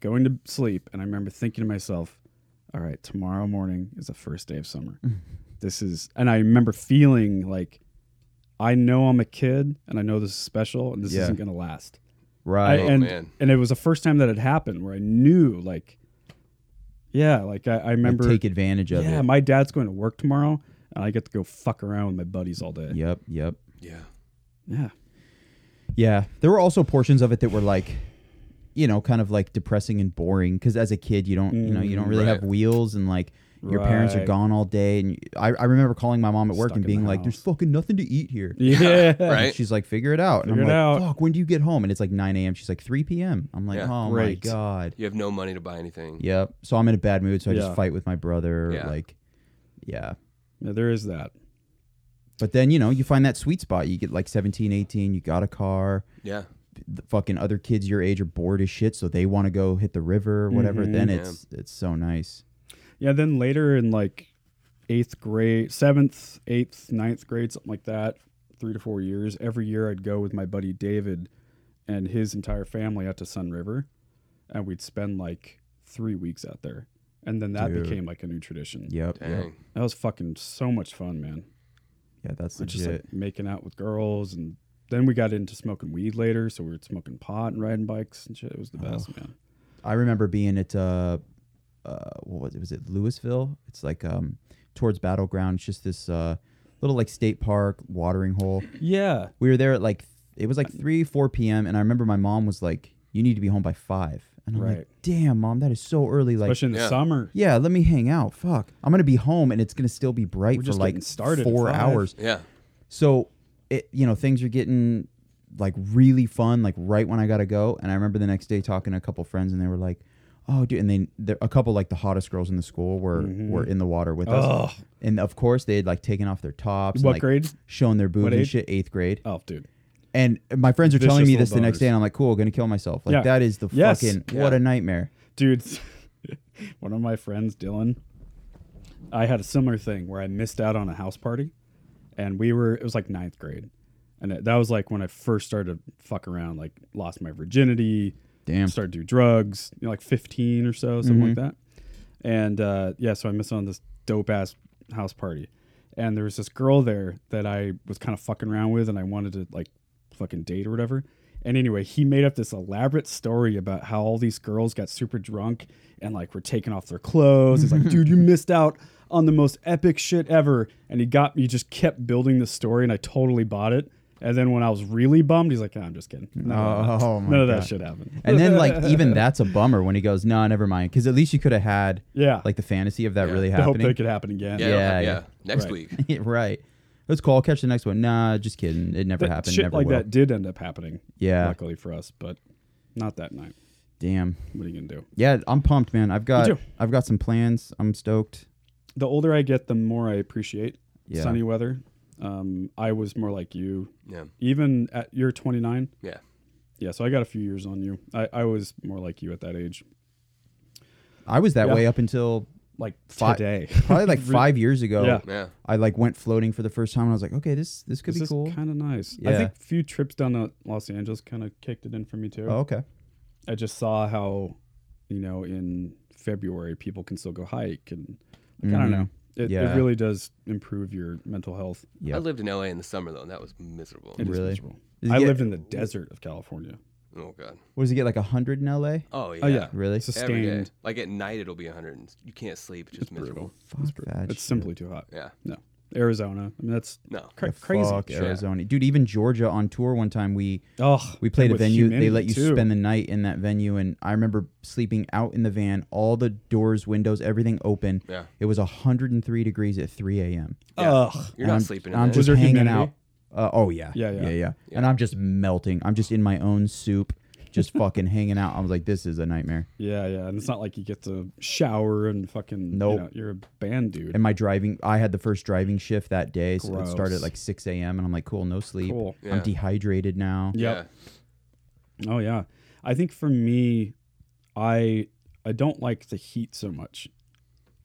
S1: going to sleep and I remember thinking to myself, all right, tomorrow morning is the first day of summer. this is and I remember feeling like I know I'm a kid and I know this is special and this
S2: Yeah.
S1: isn't going to last.
S2: Right.
S1: I-
S2: Oh,
S1: and
S2: man.
S1: and it was the first time that it happened where I knew like yeah, like I, I remember
S2: take advantage of
S1: yeah,
S2: it.
S1: my dad's going to work tomorrow and I get to go fuck around with my buddies all day.
S2: Yep, yep.
S3: Yeah.
S1: Yeah.
S2: Yeah, there were also portions of it that were like, you know, kind of like depressing and boring because as a kid you don't, you know, you don't really
S1: Mm-hmm. Right.
S2: have wheels and like your parents are
S1: Right.
S2: gone all day. And you, I, I remember calling my mom at work and being like, "There's fucking nothing to eat here."
S1: Yeah. Right.
S2: And she's like, "Figure it out." And
S1: Figure
S2: I'm
S1: it
S2: like,
S1: out.
S2: "Fuck, when do you get home?" And it's like 9 a.m. She's like, "3 p.m." I'm like,
S3: Yeah.
S2: "Oh my god."
S3: You have no money to buy anything.
S2: Yep. So I'm in a bad mood, so I
S3: Yeah.
S2: just fight with my brother.
S3: Yeah.
S2: Like, yeah.
S1: Yeah, there is that.
S2: But then, you know, you find that sweet spot. You get like 17, 18, you got a car.
S3: Yeah.
S2: The fucking other kids your age are bored as shit, so they want to go hit the river or whatever.
S1: Mhm.
S2: Then
S1: Yeah.
S2: it's it's so nice.
S1: Yeah, then later in like eighth grade, seventh, eighth, ninth grade, something like that, three to four years, every year I'd go with my buddy David and his entire family out to Sun River. And we'd spend like three weeks out there. And then that
S2: Dude.
S1: became like a new tradition.
S2: Yep, yep. Dang.
S1: That was fucking so much fun, man.
S2: Yeah, that's
S1: And just
S2: legit.
S1: like making out with girls. And then we got into smoking weed later. So we were smoking pot and riding bikes and shit. It was the
S2: Oh.
S1: best, man.
S2: I remember being at uh, uh, what was it? Was it Louisville? It's like um, towards battleground. It's just this uh, little like state park watering hole.
S1: Yeah.
S2: we were there at like it was like three, four p.m. And I remember my mom was like, "You need to be home by 5. And I'm
S1: Right.
S2: like, "Damn, mom, that is so early." Like,
S1: Especially in the Yeah. summer.
S2: Yeah, let me hang out. Fuck, I'm gonna be home and it's gonna still be bright
S1: We're
S2: for
S1: just getting
S2: like
S1: started at
S2: four
S1: five.
S2: hours.
S1: Yeah.
S2: So, it you know things are getting like really fun like right when I gotta go. And I remember the next day talking to a couple friends and they were like, "Oh, dude," and then there, a couple like the hottest girls in the school were
S1: Mhm.
S2: were in the water with
S1: Ugh.
S2: us. And of course, they had like taken off their tops. and,
S1: What
S2: like,
S1: grade?
S2: Showing their boobs
S1: What
S2: and
S1: age?
S2: shit. Eighth grade.
S1: Oh, dude.
S2: And my friends are telling
S1: Vicious
S2: me this
S1: little
S2: the next
S1: boners.
S2: day, and I'm like, "Cool, gonna kill myself." Like
S1: Yeah.
S2: that is the
S1: Yes.
S2: fucking
S1: Yeah.
S2: what a nightmare.
S1: dude one of my friends dylan i had a similar thing where i missed out on a house party and we were it was like ninth grade and that- that was like when i first started to fuck around like lost my virginity
S2: damn
S1: started to do drugs you know, like 15 or so something like
S2: Mhm.
S1: that and uh, yeah so i missed out on this dope ass house party and there was this girl there that i was kind of fucking around with and i wanted to like fucking date or whatever and anyway, he made up this elaborate story about how all these girls got super drunk and like were taking off their clothes. It's like, dude, you missed out on the most epic shit ever. And he got me, just kept building this story, and I totally bought it. And then when I was really bummed, he's like, "Ah, I'm just kidding. None of that-
S2: oh, my
S1: none of that
S2: God.
S1: shit happened.
S2: And then like even that's a bummer when he goes, "No, never mind," because at least you could have had
S1: Yeah.
S2: like the fantasy of that really
S1: The hope
S2: happening.
S1: that it could happen again. Yeah,
S2: yeah,
S1: yeah, next Right.
S2: week. right. Let's call. I'll catch the next one. Nah, just kidding. It never
S1: That
S2: happened.
S1: Shit
S2: never
S1: like
S2: will.
S1: that did end up happening.
S2: Yeah.
S1: luckily for us, but not that night.
S2: Damn.
S1: What are you gonna do?
S2: Yeah, I'm pumped, man. I've got
S1: too.
S2: I've got some plans. I'm stoked.
S1: The older I get, the more I appreciate
S2: Yeah.
S1: sunny weather. Um, I was more like you.
S3: Yeah.
S1: Even at you're 29.
S3: Yeah.
S1: Yeah. So I got a few years on you. I, I was more like you at that age.
S2: I was that
S1: Yeah.
S2: way up until
S1: Like
S2: fi-
S1: today.
S2: probably like
S1: Re-
S2: five years ago.
S1: Yeah. Yeah.
S2: I like went floating for the first time. and I was like, okay, this this could
S1: This
S2: be
S1: is
S2: cool.
S1: Kind of nice.
S2: Yeah.
S1: I think a few trips down to Los Angeles kind of kicked it in for me too.
S2: Oh, okay.
S1: I just saw how, you know, in February people can still go hike and like, I
S2: Mhm.
S1: don't know. It,
S2: Yeah.
S1: it really does improve your mental health.
S3: I lived in LA in the summer though, and that was miserable.
S1: It is
S2: Really?
S1: miserable.
S2: Does it
S1: I
S2: get-
S1: lived in the desert of California.
S3: Oh god.
S2: What does it get like hundred in L.A.?
S3: Oh yeah.
S2: Really?
S3: Every day. Like at night it'll be 100. And you can't sleep. It's just miserable.
S2: Fuck that
S1: It's simply too hot.
S3: Yeah.
S1: No. Arizona. I mean, that's
S3: No.
S1: cra-
S2: Yeah,
S1: crazy.
S2: Fuck Arizona, dude. Even Georgia on tour one time, we
S1: Ugh,
S2: we played a
S1: with
S2: venue. They
S1: humidity,
S2: let you
S1: too.
S2: spend the night in that venue, and I remember sleeping out in the van, all the doors, windows, everything open.
S3: Yeah.
S2: it was 103 degrees at 3 a.m.
S3: Yeah. Ugh. You're
S2: And
S3: not
S2: I'm,
S3: sleeping in
S2: I'm
S3: there. Was
S2: just
S3: there
S2: hanging
S3: humidity?
S2: out. Uh, oh yeah.
S3: Yeah, yeah.
S2: yeah, And I'm just melting. I'm just in my own soup, just fucking hanging out. I was like, this is a nightmare.
S1: Yeah, yeah. And it's not like you get to shower and fucking. No.
S2: Nope.
S1: You know, you're a band dude.
S2: And my driving, I had the first driving shift that day. So it started
S1: Gross.
S2: at like 6 a.m. And I'm like, cool, no sleep.
S1: Cool.
S2: I'm
S1: Yeah.
S2: dehydrated now.
S1: Yep. Oh yeah. I think for me, I I don't like the heat so much.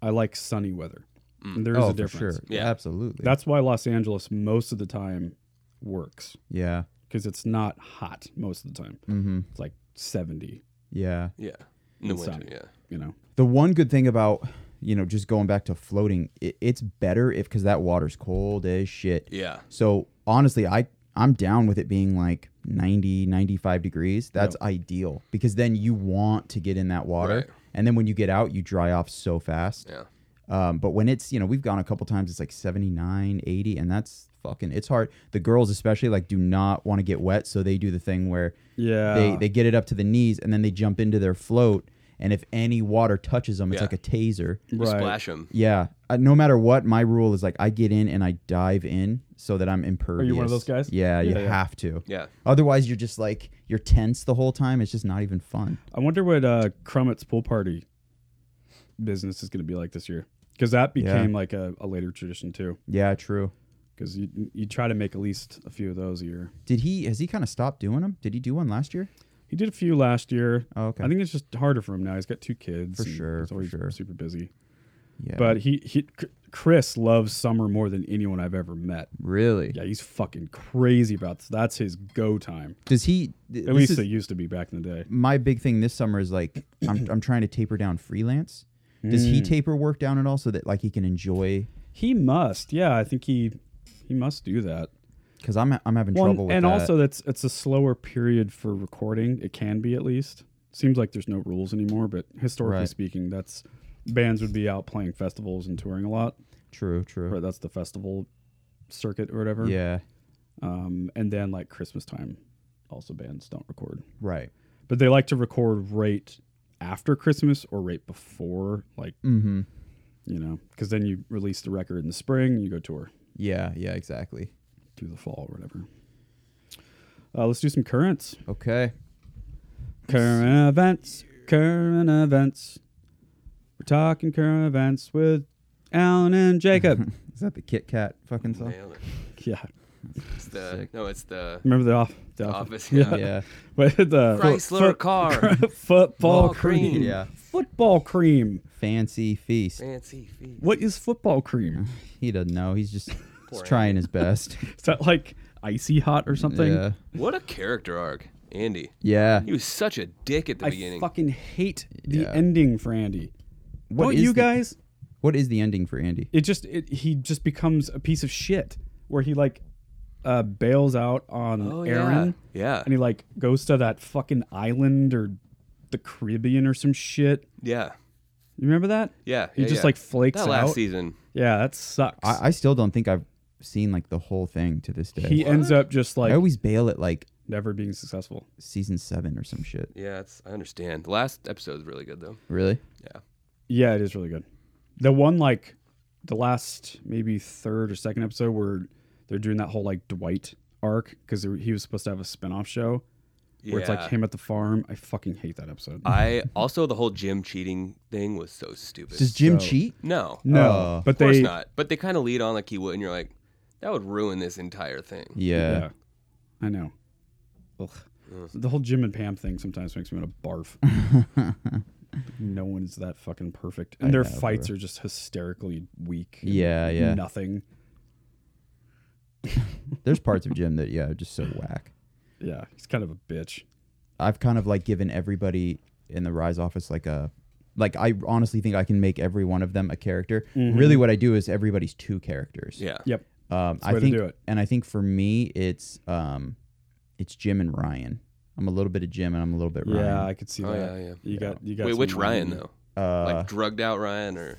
S1: I like sunny weather.
S2: Mm.
S1: And there is
S2: Oh,
S1: a
S2: for
S1: difference.
S2: sure. Yeah. Absolutely.
S1: That's why Los Angeles most of the time works.
S2: Yeah.
S1: Because it's not hot most of the time.
S2: Mhm.
S1: It's like seventy.
S2: Yeah.
S3: Yeah. In the
S1: and
S3: winter,
S1: sunny,
S3: yeah.
S1: You know.
S2: The one good thing about, you know, just going back to floating, it, it's better if, because that water's cold as shit.
S3: Yeah.
S2: So honestly, I, I'm down with it being like 90, 95 degrees. That's ideal because then you want to get in that water.
S3: Right.
S2: And then when you get out, you dry off so fast.
S3: Yeah.
S2: Um, but when it's, you know, we've gone a couple times, it's like 79, 80, and that's fucking, it's hard. The girls, especially, like, do not want to get wet. So they do the thing where
S1: Yeah.
S2: they, they get it up to the knees and then they jump into their float. And if any water touches them, it's
S3: Yeah.
S2: like a taser.
S3: You Right. splash 'em.
S2: Yeah. Uh, no matter what, my rule is like, I get in and I dive in so that I'm impervious.
S1: one of those guys?
S2: Yeah, you
S1: Yeah, yeah.
S2: have to.
S1: Yeah.
S2: Otherwise, you're just like, you're tense the whole time. It's just not even fun.
S1: I wonder what uh Crummets pool party business is going to be like this year because that
S2: Yeah.
S1: became like a, a later tradition too.
S2: Yeah, true.
S1: Because you you try to make at least a few of those a year.
S2: Did he, has he kind of stopped doing them? Did he do one last year?
S1: He did a few last year.
S2: Oh, okay.
S1: I think it's just harder for him now. He's got two kids.
S2: For
S1: and
S2: sure,
S1: He's
S2: for
S1: always
S2: sure.
S1: super busy.
S2: Yeah.
S1: But he, he C- Chris loves summer more than anyone I've ever met.
S2: Really?
S1: Yeah, he's fucking crazy about this. That's his go time.
S2: Does he?
S1: At least it used to be back in the day.
S2: My big thing this summer is like I'm I'm trying to taper down freelance. Does he
S1: Mm.
S2: taper work down at all so that like he can enjoy?
S1: He must. Yeah, I think he he must do that.
S2: Because I'm I'm having
S1: Well,
S2: trouble with
S1: and
S2: that.
S1: also that's it's a slower period for recording. It can be at least. Seems like there's no rules anymore, but historically
S2: Right.
S1: speaking, that's bands would be out playing festivals and touring a lot.
S2: True, true.
S1: Right, that's the festival circuit or whatever.
S2: Yeah.
S1: Um, and then like Christmas time, also bands don't record.
S2: Right.
S1: But they like to record right after Christmas or right before, like
S2: Mhm.
S1: you know, because then you release the record in the spring, you go tour
S2: yeah, yeah, exactly.
S1: through the fall or whatever. Uh, let's do some currents.
S2: Okay.
S1: Current events. Current events. We're talking current events with Alan and Jacob.
S2: Is that the Kit Kat fucking song?
S3: Nailed it.
S1: yeah.
S3: It's the no, it's the
S1: Remember the off the,
S3: the
S1: office.
S3: office.
S1: Yeah. But the
S3: Chrysler car.
S1: football
S3: Ball
S1: cream.
S3: cream.
S2: Yeah.
S1: Football cream.
S2: Fancy feast.
S3: Fancy feet.
S1: What is football cream?
S2: He doesn't know. He's just he's
S3: Poor
S2: trying his best.
S1: Is that like icy hot or something?
S2: Yeah.
S3: What a character arc, Andy.
S2: Yeah.
S3: He was such a dick at the
S1: I
S3: beginning.
S1: fucking hate the
S2: Yeah.
S1: ending for Andy. Don't
S2: is
S1: you
S2: the-
S1: guys?
S2: What is the ending for Andy?
S1: It just it, he just becomes a piece of shit where he like uh bails out on
S3: Oh,
S1: Aaron.
S3: yeah. Yeah.
S1: And he like goes to that fucking island or the Caribbean or some shit.
S3: Yeah.
S1: You remember that?
S3: Yeah,
S1: He
S3: yeah,
S1: just
S3: yeah.
S1: like flakes
S3: That
S1: out.
S3: last season.
S1: Yeah, that sucks.
S2: I, I still don't think I've seen like the whole thing to this day.
S1: he ends up just like
S2: I always bail at like
S1: never being successful.
S2: season seven or some shit.
S3: Yeah, it's, I understand. The last episode is really good though.
S2: Really?
S3: Yeah.
S1: Yeah, it is really good. The one like the last maybe third or second episode where they're doing that whole like Dwight arc because he was supposed to have a spinoff show where it's
S3: Yeah.
S1: like him at the farm. I fucking hate that episode.
S3: I also the whole Jim cheating thing was so stupid.
S2: Does Jim So- cheat?
S3: No,
S1: No,
S3: Oh.
S1: but
S3: of course
S1: they-
S3: not. But they kind of lead on like he would, and you're like, That would ruin this entire thing.
S1: Yeah. I know. Ugh. The whole Jim and Pam thing sometimes makes me want to barf. no one's that fucking perfect, and
S2: I
S1: their
S2: know,
S1: fights
S2: bro.
S1: are just hysterically weak. and
S2: Yeah, yeah.
S1: Nothing.
S2: There's parts of Jim that yeah, are just so whack.
S1: Yeah, he's kind of a bitch.
S2: I've kind of like given everybody in the Rise office like a like I honestly think I can make every one of them a character.
S1: Mhm.
S2: Really what I do is everybody's two characters.
S3: Yeah.
S1: Yep.
S2: Um
S1: That's the
S2: I
S1: way to
S2: think
S1: do it.
S2: and I think for me it's um it's Jim and Ryan. I'm a little bit of Jim and I'm a little bit Ryan.
S1: Yeah, I could see
S3: Oh,
S1: that.
S3: yeah, yeah.
S1: You got you got
S3: Wait,
S1: some
S3: which Ryan though?
S2: Uh,
S3: like drugged out Ryan or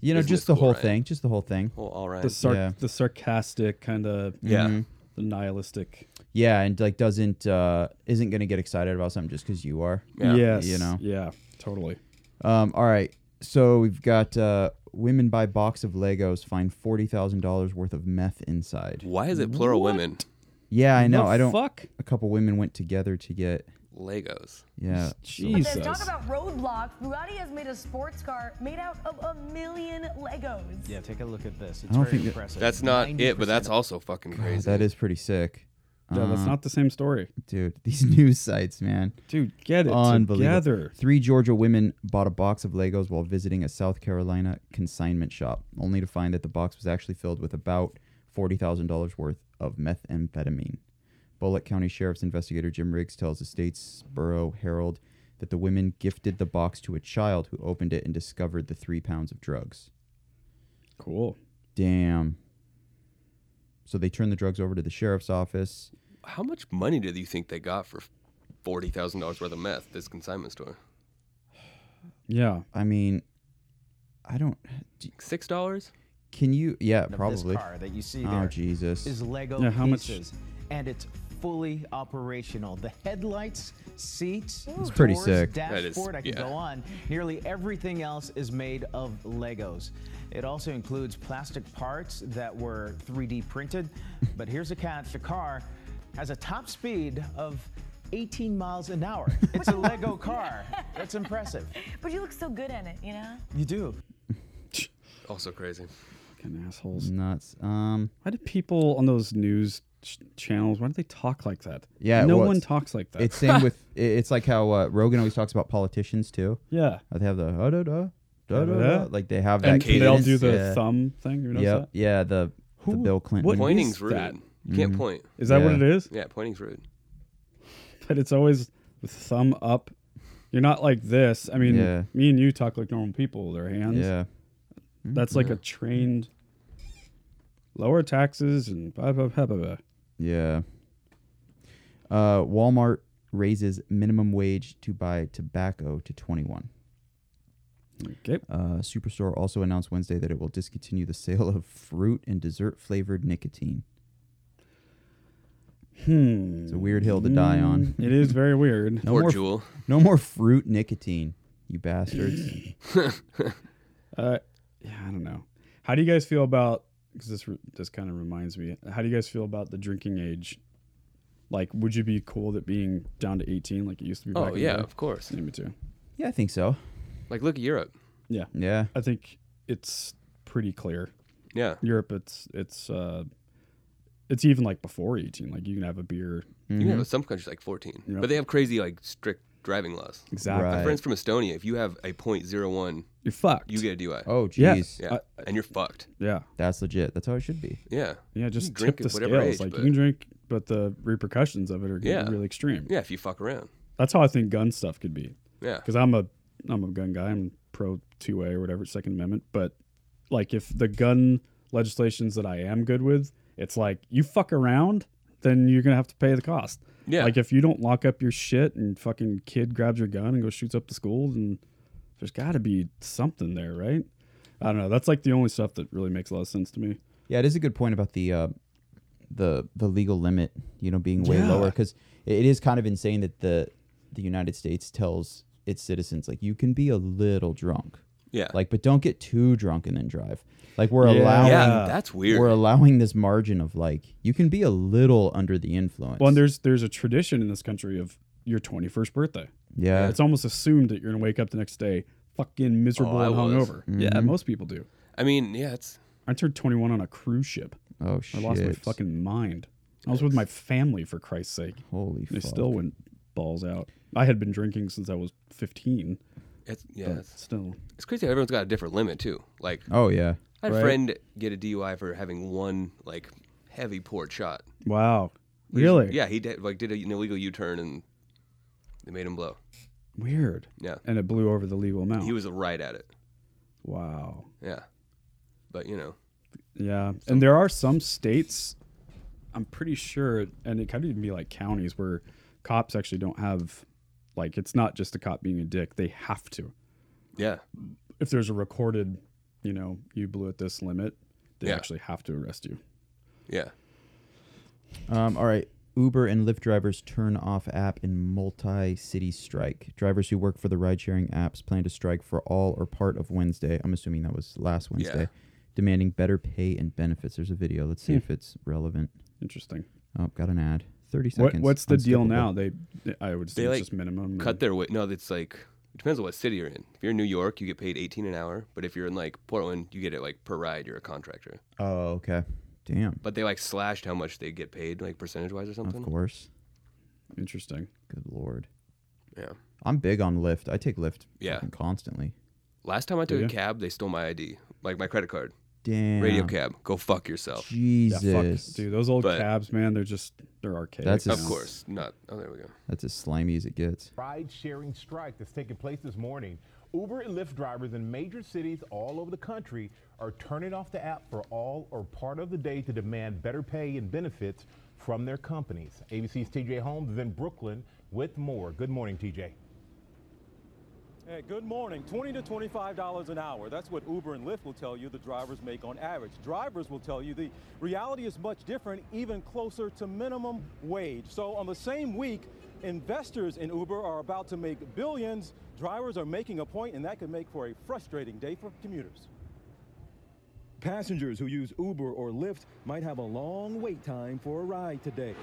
S2: You know,
S3: Isn't
S2: just
S3: it
S2: the
S3: cool,
S2: whole
S3: Ryan?
S2: thing, just the whole thing.
S3: Well, all right.
S1: The mm-hmm. sar-
S2: Yeah.
S1: the sarcastic kind of
S3: Yeah.
S1: the nihilistic.
S2: Yeah, and like doesn't uh isn't going to get excited about something just cuz you are.
S1: Yes.
S2: You know.
S1: Yeah. Totally.
S2: Um, all right. So we've got uh, women buy box of Legos, find forty thousand dollars worth of meth inside.
S3: Why is it plural women?
S2: Yeah, I know.
S3: The
S2: I don't.
S3: fuck?
S2: A couple women went together to get.
S3: Legos.
S2: Yeah.
S16: But there's talk about roadblocks. Bugatti has made a sports car made out of a million Legos.
S14: Yeah, take a look at this.
S2: I
S14: It's
S2: don't
S14: very
S2: think that-
S14: impressive.
S3: That's not it, but
S14: 90%
S3: that's also fucking
S2: God,
S3: crazy.
S2: that is pretty sick.
S1: Yeah, that's
S2: Uh,
S1: not the same story.
S2: Dude, these news sites, man.
S1: Dude, get it together.
S2: Three Georgia women bought a box of Legos while visiting a South Carolina consignment shop, only to find that the box was actually filled with about $40,000 worth of methamphetamine. Bullock County Sheriff's investigator Jim Riggs tells the Statesboro Herald that the women gifted the box to a child who opened it and discovered the three pounds of drugs.
S1: Cool.
S2: Damn. So they turned the drugs over to the sheriff's office.
S3: How much money do you think they got for forty thousand dollars worth of meth? This consignment store.
S1: Yeah.
S2: I mean, I don't. d-
S3: Six dollars.
S2: Can you? Yeah,
S14: of
S2: probably.
S14: This car that you see
S2: oh
S14: there
S2: Jesus!
S14: is Lego
S2: Yeah, how much-
S14: pieces, and it's fully operational. The headlights, seats,
S2: It's pretty
S14: doors,
S2: sick. That is-
S14: Dashboard, I can
S2: yeah.
S14: go on. Nearly everything else is made of Legos. It also includes plastic parts that were 3D printed. but here's a catch: the car has a top speed of 18 miles an hour. It's a Lego car. That's impressive.
S16: But you look so good in it, you know?
S14: You do.
S3: Also crazy.
S1: Fucking
S2: Mm.
S1: assholes.
S2: Nuts. Um.
S1: Why do people on those news ch- channels? Why do they talk like that?
S2: Yeah,
S1: No
S2: well,
S1: one
S2: it's-
S1: talks like that.
S2: It's same with. i- It's like how uh, Rogan always talks about politicians too.
S1: Yeah.
S2: How they have the da da da da da. Like they have that.
S1: And they all do
S2: cadence.
S1: the
S2: yeah.
S1: thumb thing. You know
S2: Yep. Yeah. The, the Bill Clinton.
S1: what
S3: Pointing's
S1: is
S3: rude.
S1: that?
S3: You can't
S2: Mhm.
S3: point.
S1: Is that what it is?
S3: Yeah, pointing's rude.
S1: But it's always with thumb up. You're not like this. I mean,
S2: Yeah.
S1: me and you talk like normal people with our hands.
S2: Yeah.
S3: Mm-hmm.
S1: That's like a trained lower taxes and blah blah blah blah. blah.
S2: Yeah. Uh, Walmart raises minimum wage to buy tobacco to 21.
S1: Okay.
S2: Uh, Superstore also announced Wednesday that it will discontinue the sale of fruit and dessert flavored nicotine.
S1: Hmm.
S2: It's a weird hill to die on.
S1: Mm, it is very weird.
S2: No
S1: Poor
S2: more,
S3: Jewel.
S2: No more fruit nicotine, you bastards.
S1: uh, yeah, I don't know. How do you guys feel about? Because this re- this kind of reminds me. How do you guys feel about the drinking age? Like, would you be cool with it being down to eighteen, like it used to be?
S3: Oh,
S1: back in
S3: yeah,
S1: the day?
S3: of course.
S1: Yeah, me too.
S2: yeah, I think so.
S3: Like look at Europe.
S1: Yeah.
S2: Yeah.
S1: I think it's pretty clear.
S3: Yeah.
S1: Europe, it's it's uh, it's even like before eighteen. Like you can have a beer.
S2: Mm-hmm.
S3: You know, some countries like fourteen,
S1: Yep.
S3: but they have crazy like strict driving laws.
S1: Exactly.
S3: My
S1: Right.
S3: friends from Estonia, if you have a .01,
S1: You're fucked.
S3: You get a DUI.
S2: Oh, Yeah. jeez.
S3: Yeah. and you're fucked.
S1: Yeah.
S2: That's legit. That's how it should be.
S3: Yeah.
S1: Yeah,
S3: You
S1: just
S3: can drink
S1: tip the
S3: at whatever
S1: scales.
S3: age,
S1: like
S3: but-
S1: you can drink, but the repercussions of it are gonna
S3: Yeah.
S1: be really extreme.
S3: Yeah, if you fuck around.
S1: That's how I think gun stuff could be.
S3: Yeah.
S1: Because I'm a I'm a gun guy. I'm pro two A or whatever Second Amendment. But like if the gun legislations that I am good with, it's like you fuck around, then you're gonna have to pay the cost.
S3: Yeah.
S1: Like if you don't lock up your shit and fucking kid grabs your gun and goes shoots up the school, then there's got to be something there, right? I don't know. That's like the only stuff that really makes a lot of sense to me.
S2: Yeah, it is a good point about the uh, the the legal limit, you know, being way
S1: Yeah.
S2: lower because it is kind of insane that the the United States tells its citizens like you can be a little drunk.
S3: Yeah.
S2: Like, but don't get too drunk and then drive. Like we're
S1: Yeah.
S2: allowing
S1: Yeah, that's
S3: weird.
S2: We're allowing this margin of like you can be a little under the influence.
S1: Well, and there's there's a tradition in this country of your 21st birthday.
S2: Yeah.
S1: It's almost assumed that you're gonna wake up the next day fucking miserable
S3: Oh, I
S1: and
S3: was.
S2: Mm-hmm.
S1: hungover. Yeah,
S3: Mhm.
S1: most people do.
S3: I mean, yeah, it's
S1: I turned 21 on a cruise ship.
S2: Oh
S1: I lost my
S2: shit.
S1: fucking mind. I was with my family for Christ's sake.
S2: Holy
S1: They
S2: fuck.
S1: still went balls out. I had been drinking since I was 15.
S3: It's, yeah,
S1: but
S3: it's-
S1: still.
S3: It's crazy. how Everyone's got a different limit too. Like,
S2: Oh, yeah.
S3: I had
S1: Right.
S3: a friend get a DUI for having one like heavy poured shot.
S1: Wow.
S3: He was-
S1: Really?
S3: Yeah, he did, like did an illegal U turn and they made him blow.
S1: Weird.
S3: Yeah.
S1: And it blew over the legal amount.
S3: He was right at it.
S1: wow.
S3: Yeah, but you know,
S1: Yeah, and there are some states, I'm pretty sure, and it could even be like counties where cops actually don't have, like, it's not just a cop being a dick; they have to.
S3: Yeah.
S1: If there's a recorded, you know, you blew at this limit, they
S3: Yeah.
S1: actually have to arrest you.
S3: yeah.
S2: Um, all right. Uber and Lyft drivers turn off app in multi city strike. Drivers who work for the ride sharing apps plan to strike for all or part of Wednesday. I'm assuming that was last Wednesday. Demanding better pay and benefits. There's a video. Let's see
S1: Hmm.
S2: if it's relevant.
S1: Interesting.
S2: Oh, got an ad. 30
S1: What,
S2: seconds.
S1: what's the deal
S2: Unskippable.
S1: now? They, I would say
S3: they
S1: it's
S3: like
S1: just minimum.
S3: cut their way. No, it's like it depends on what city you're in. If you're in New York, you get paid 18 an hour, but if you're in like Portland, you get it like per ride. You're a contractor.
S2: Oh, okay. Damn.
S3: But they like slashed how much they get paid, like percentage wise or something.
S2: Of course.
S1: Interesting.
S2: Good lord.
S3: Yeah.
S2: I'm big on Lyft. I take Lyft
S3: Yeah.
S2: fucking constantly.
S3: Last time I took
S2: Yeah.
S3: a cab, they stole my ID, like my credit card.
S2: Damn.
S3: Radio cab, go fuck yourself.
S2: Jesus.
S1: Yeah, fuck, dude, those old cabs, man, they're just they're archaic.
S2: That's
S3: Of
S2: as-
S3: course not. Oh, there we go.
S2: That's as slimy as it gets.
S18: ride sharing strike that's taking place this morning. Uber and Lyft drivers in major cities all over the country are turning off the app for all or part of the day to demand better pay and benefits from their companies. ABC's TJ Holmes is in Brooklyn with more. Good morning, TJ.
S19: Hey, good morning. 20 to 25 dollars an hour. That's what Uber and Lyft will tell you the drivers make on average. Drivers will tell you the reality is much different, even closer to minimum wage. So on the same week, investors in Uber are about to make billions. Drivers are making a point, and that could make for a frustrating day for commuters.
S20: Passengers who use Uber or Lyft might have a long wait time for a ride today.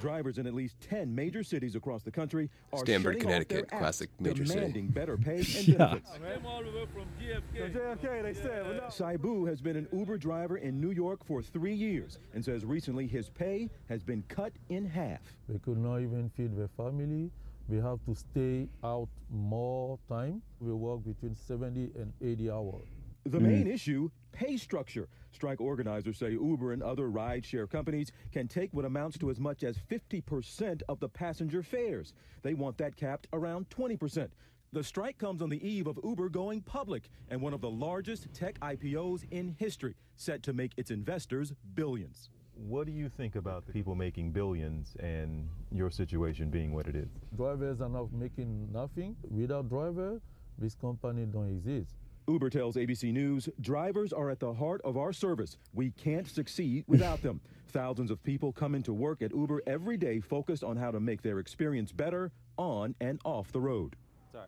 S20: Drivers in at least 10 major cities across the country are
S3: Stamford,
S20: shutting off their
S3: Connecticut,
S20: apps,
S3: classic major city.
S20: demanding better pay and
S3: Yeah.
S20: benefits.
S19: I'm all the way from JFK. JFK, they said.
S20: Saibu has been an Uber driver in New York for three years and says recently his pay has been cut in half.
S21: We could not even feed the family. We have to stay out more time. We work between 70 and 80 hours.
S20: The
S19: Mm.
S20: main issue pay structure. Strike organizers say Uber and other rideshare companies can take what amounts to as much as 50% of the passenger fares. They want that capped around 20%. The strike comes on the eve of Uber going public and one of the largest tech IPOs in history, set to make its investors billions.
S19: What do you think about people making billions and your situation being what it is?
S21: Drivers are not making nothing. Without driver, this company don't exist.
S20: Uber tells ABC News drivers are at the heart of our service. We can't succeed without them. Thousands of people come into work at Uber every day focused on how to make their experience better on and off the road.
S19: Sorry.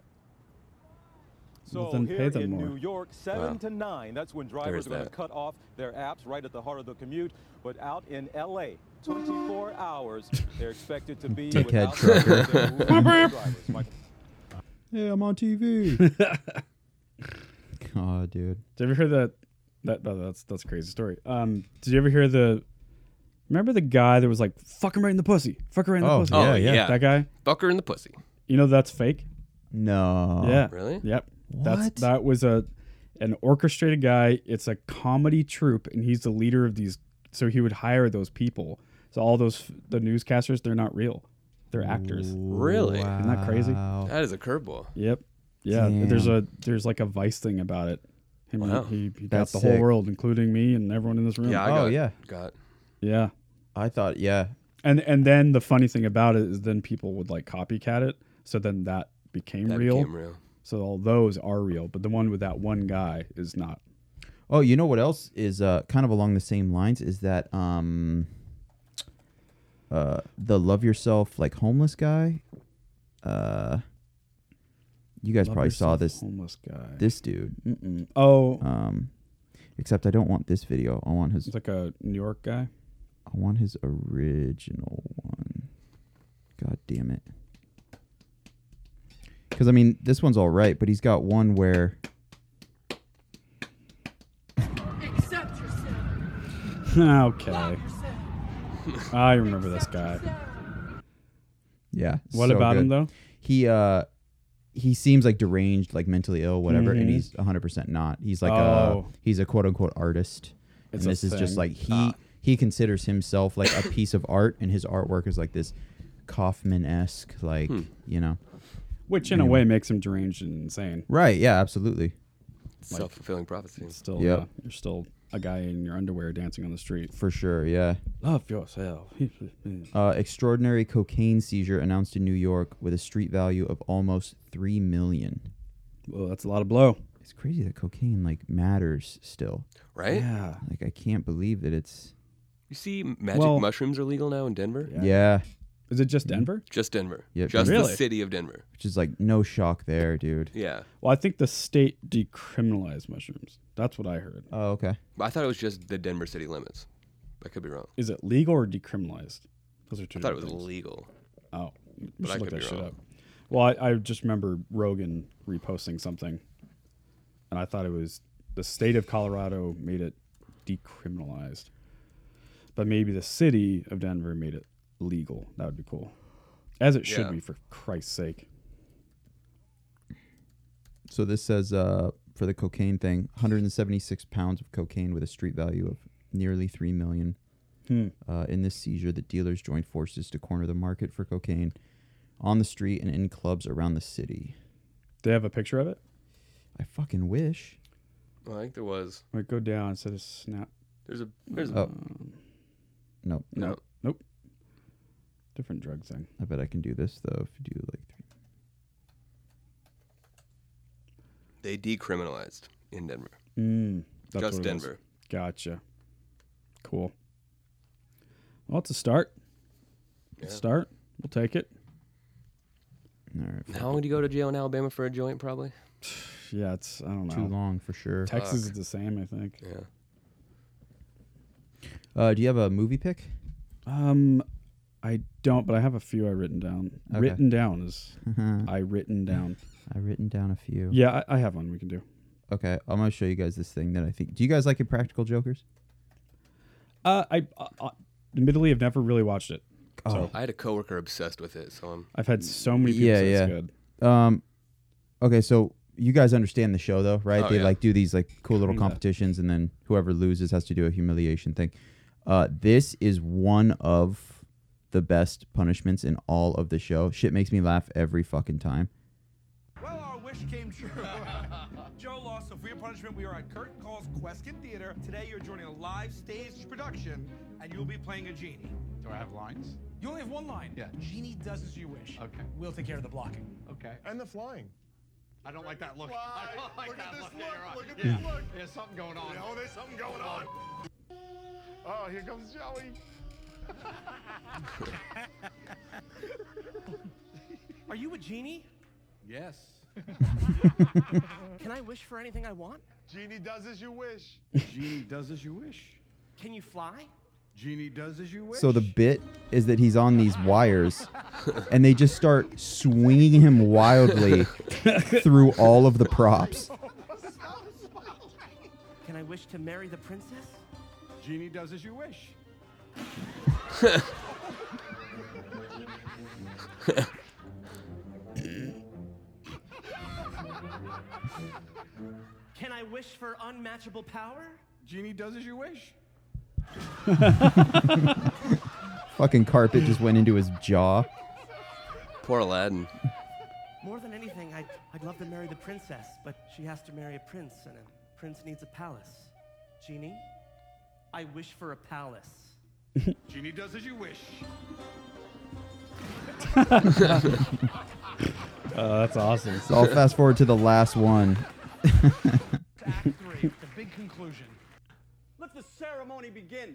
S19: So
S1: Well, then pay
S19: here
S1: them
S19: in
S1: more.
S19: New York, seven
S1: Wow.
S19: to nine. That's when
S1: There's
S19: drivers are going to
S1: that.
S19: cut off their apps right at the heart of the commute. But out in L.A., 24 hours, they're expected to be
S2: Dickhead
S19: without
S2: trucker.
S19: their Uber drivers. Mike-
S2: Hey, I'm on TV. God, dude.
S1: Did you ever hear that? That no, that's that's a crazy story. Um, did you ever hear the? Remember the guy that was like, "Fuck him right in the pussy, fuck her right in
S2: Oh,
S1: the pussy."
S2: yeah, Oh, yeah. yeah.
S1: That guy.
S3: Fuck her in the pussy.
S1: You know that's fake.
S2: No.
S1: yeah.
S3: Really?
S1: Yep. That's that was a an orchestrated guy. It's a comedy troupe, and he's the leader of these. So he would hire those people. So all those the newscasters, they're not real. They're actors.
S3: Really?
S1: Isn't that crazy?
S3: Wow. That is a curveball.
S1: Yep. Yeah. There's
S3: Damn.
S1: a there's like a vice thing about it. Him,
S3: Wow.
S1: He, he got
S2: That's
S1: the
S2: sick.
S1: whole world, including me and everyone in this
S3: Mm.
S1: room.
S2: Yeah, I Oh, got- yeah.
S3: got.
S1: Yeah.
S2: I thought, yeah.
S1: And and then the funny thing about it is then people would like copycat it. So then that became
S3: That
S1: real.
S3: became real.
S1: So all those are real, but the one with that one guy is not.
S2: Oh, you know what else is uh, kind of along the same lines is that um, uh, the love yourself like homeless guy. Uh, you guys
S1: Love
S2: probably saw
S1: Yourself
S2: this
S1: Homeless guy.
S2: This dude.
S1: Mm-mm. Oh,
S2: Um, except I don't want this video. I want his.
S1: it's like a New York guy.
S2: I want his original one. God damn it. Because I mean, this one's all right, but he's got one where.
S4: Accept yourself.
S1: okay. I remember this guy.
S2: Yeah.
S1: What about him, though?
S2: He uh he seems like deranged, like mentally ill, whatever, and
S1: Mhm.
S2: he's 100% not. He's like
S1: Oh.
S2: a he's a quote-unquote artist.
S1: It's a
S2: and this is
S1: thing. Ah.
S2: just like he he considers himself like a piece of art and his artwork is like this Kaufman-esque like, you know.
S1: Which, in a way, makes him deranged and insane.
S2: Right, yeah, absolutely.
S3: Self fulfilling prophecy.
S1: Still,
S2: Yep.
S1: yeah, you're still a guy in your underwear dancing on the street.
S2: For sure, yeah.
S1: Love yourself.
S2: Uh, extraordinary cocaine seizure announced in New York with a street value of almost three million.
S1: Well, that's a lot of blow.
S2: It's crazy that cocaine like matters still,
S3: Right?
S1: Yeah.
S2: Like I can't believe that it's
S3: You see, magic
S2: Well-
S3: mushrooms are legal now in Denver.
S2: yeah.
S1: Is it
S2: Mm-hmm.
S1: just Denver?
S3: Just Denver.
S2: Yeah,
S3: Just
S1: Really?
S3: the city of Denver.
S2: Which is like no shock there, dude.
S3: Yeah.
S1: Well, I think the state decriminalized mushrooms. That's what I heard.
S2: Oh, okay.
S3: But I thought it was just the Denver city limits. I could be wrong.
S1: Is it legal or decriminalized? Those are two.
S3: I thought it was
S1: different things.
S3: legal.
S1: Oh, we
S3: But I
S1: should look
S3: could
S1: that
S3: be
S1: shit
S3: wrong.
S1: up. Well, I, I just remember Rogan reposting something, and I thought it was the state of Colorado made it decriminalized, but maybe the city of Denver made it legal. That would be cool, as it should
S3: Yeah.
S1: be for Christ's sake.
S2: So this says uh, for the cocaine thing, 176 pounds of cocaine with a street value of nearly three million.
S1: Hmm.
S2: Uh, in this seizure, the dealers joined forces to corner the market for cocaine on the street and in clubs around the city.
S1: They have a picture of it.
S2: I fucking wish.
S3: Well, I think there was.
S1: Wait, go down instead of snap.
S3: There's a. There's a.
S2: Oh. Nope.
S1: No. Nope. Different drug thing.
S2: I bet I can do this though. If you do like three.
S3: They decriminalized in Denver.
S1: Mm, that's
S3: Just
S1: what it was.
S3: Denver.
S1: Gotcha. Cool. Well, it's a start. It's a
S3: Yeah.
S1: Start. We'll take it.
S2: All right.
S3: How long do you go to jail in Alabama for a joint? Probably.
S1: Yeah, it's I don't know.
S2: Too long for sure.
S1: Texas
S3: Fuck.
S1: is the same, I think.
S3: Yeah.
S2: Uh, do you have a movie pick?
S1: Um, I don't, but I have a few I written down.
S2: Okay.
S1: Written down is I written down.
S2: I written down a few.
S1: Yeah, I, I have one we can do.
S2: Okay, I'm gonna show you guys this thing that I think. Do you guys like Impractical Jokers?
S1: Uh, I, I, I admittedly have never really watched it. So
S3: I had a coworker obsessed with it, so I'm.
S1: I've had so many people say it's good.
S2: Um, okay, so you guys understand the show though, right?
S3: Oh,
S2: they
S3: yeah.
S2: like do these like cool little
S3: Kinda.
S2: competitions, and then whoever loses has to do a humiliation thing. Uh, this is one of the best punishments in all of the show. Shit makes me laugh every fucking time.
S7: Well, our wish came true. Joe lost, so for your punishment, we are at Curtain Call's Queskin Theater. Today, you're joining a live stage production, and you'll be playing a genie. Do I have lines? You only have one line. Yeah. Genie does as you wish. Okay. We'll take care of the blocking. Okay.
S18: And the flying.
S7: I don't like that look.
S18: I
S20: Oh
S18: don't like
S7: look
S18: that
S7: at this
S18: look
S7: look.
S18: that you're on.
S7: Look at
S18: Yeah.
S7: this look. There's something going on. Oh, there's something going on.
S18: Oh, here comes Joey.
S7: Are you a genie?
S18: Yes.
S7: Can I wish for anything I want?
S18: Genie does as you wish.
S7: Genie does as you wish. Can you fly? Genie does as you wish.
S2: So the bit is that he's on these wires and they just start swinging him wildly through all of the props.
S7: Can I wish to marry the princess? Genie does as you wish. Can I wish for unmatchable power? Genie does as you wish.
S2: Fucking carpet just went into his jaw.
S3: Poor Aladdin.
S7: More than anything, I'd, I'd love to marry the princess, but she has to marry a prince, and a prince needs a palace. Genie, I wish for a palace. Genie does as you wish.
S1: Uh, that's awesome.
S2: So I'll fast forward to the last one.
S7: Act three, the big conclusion. Let the ceremony begin.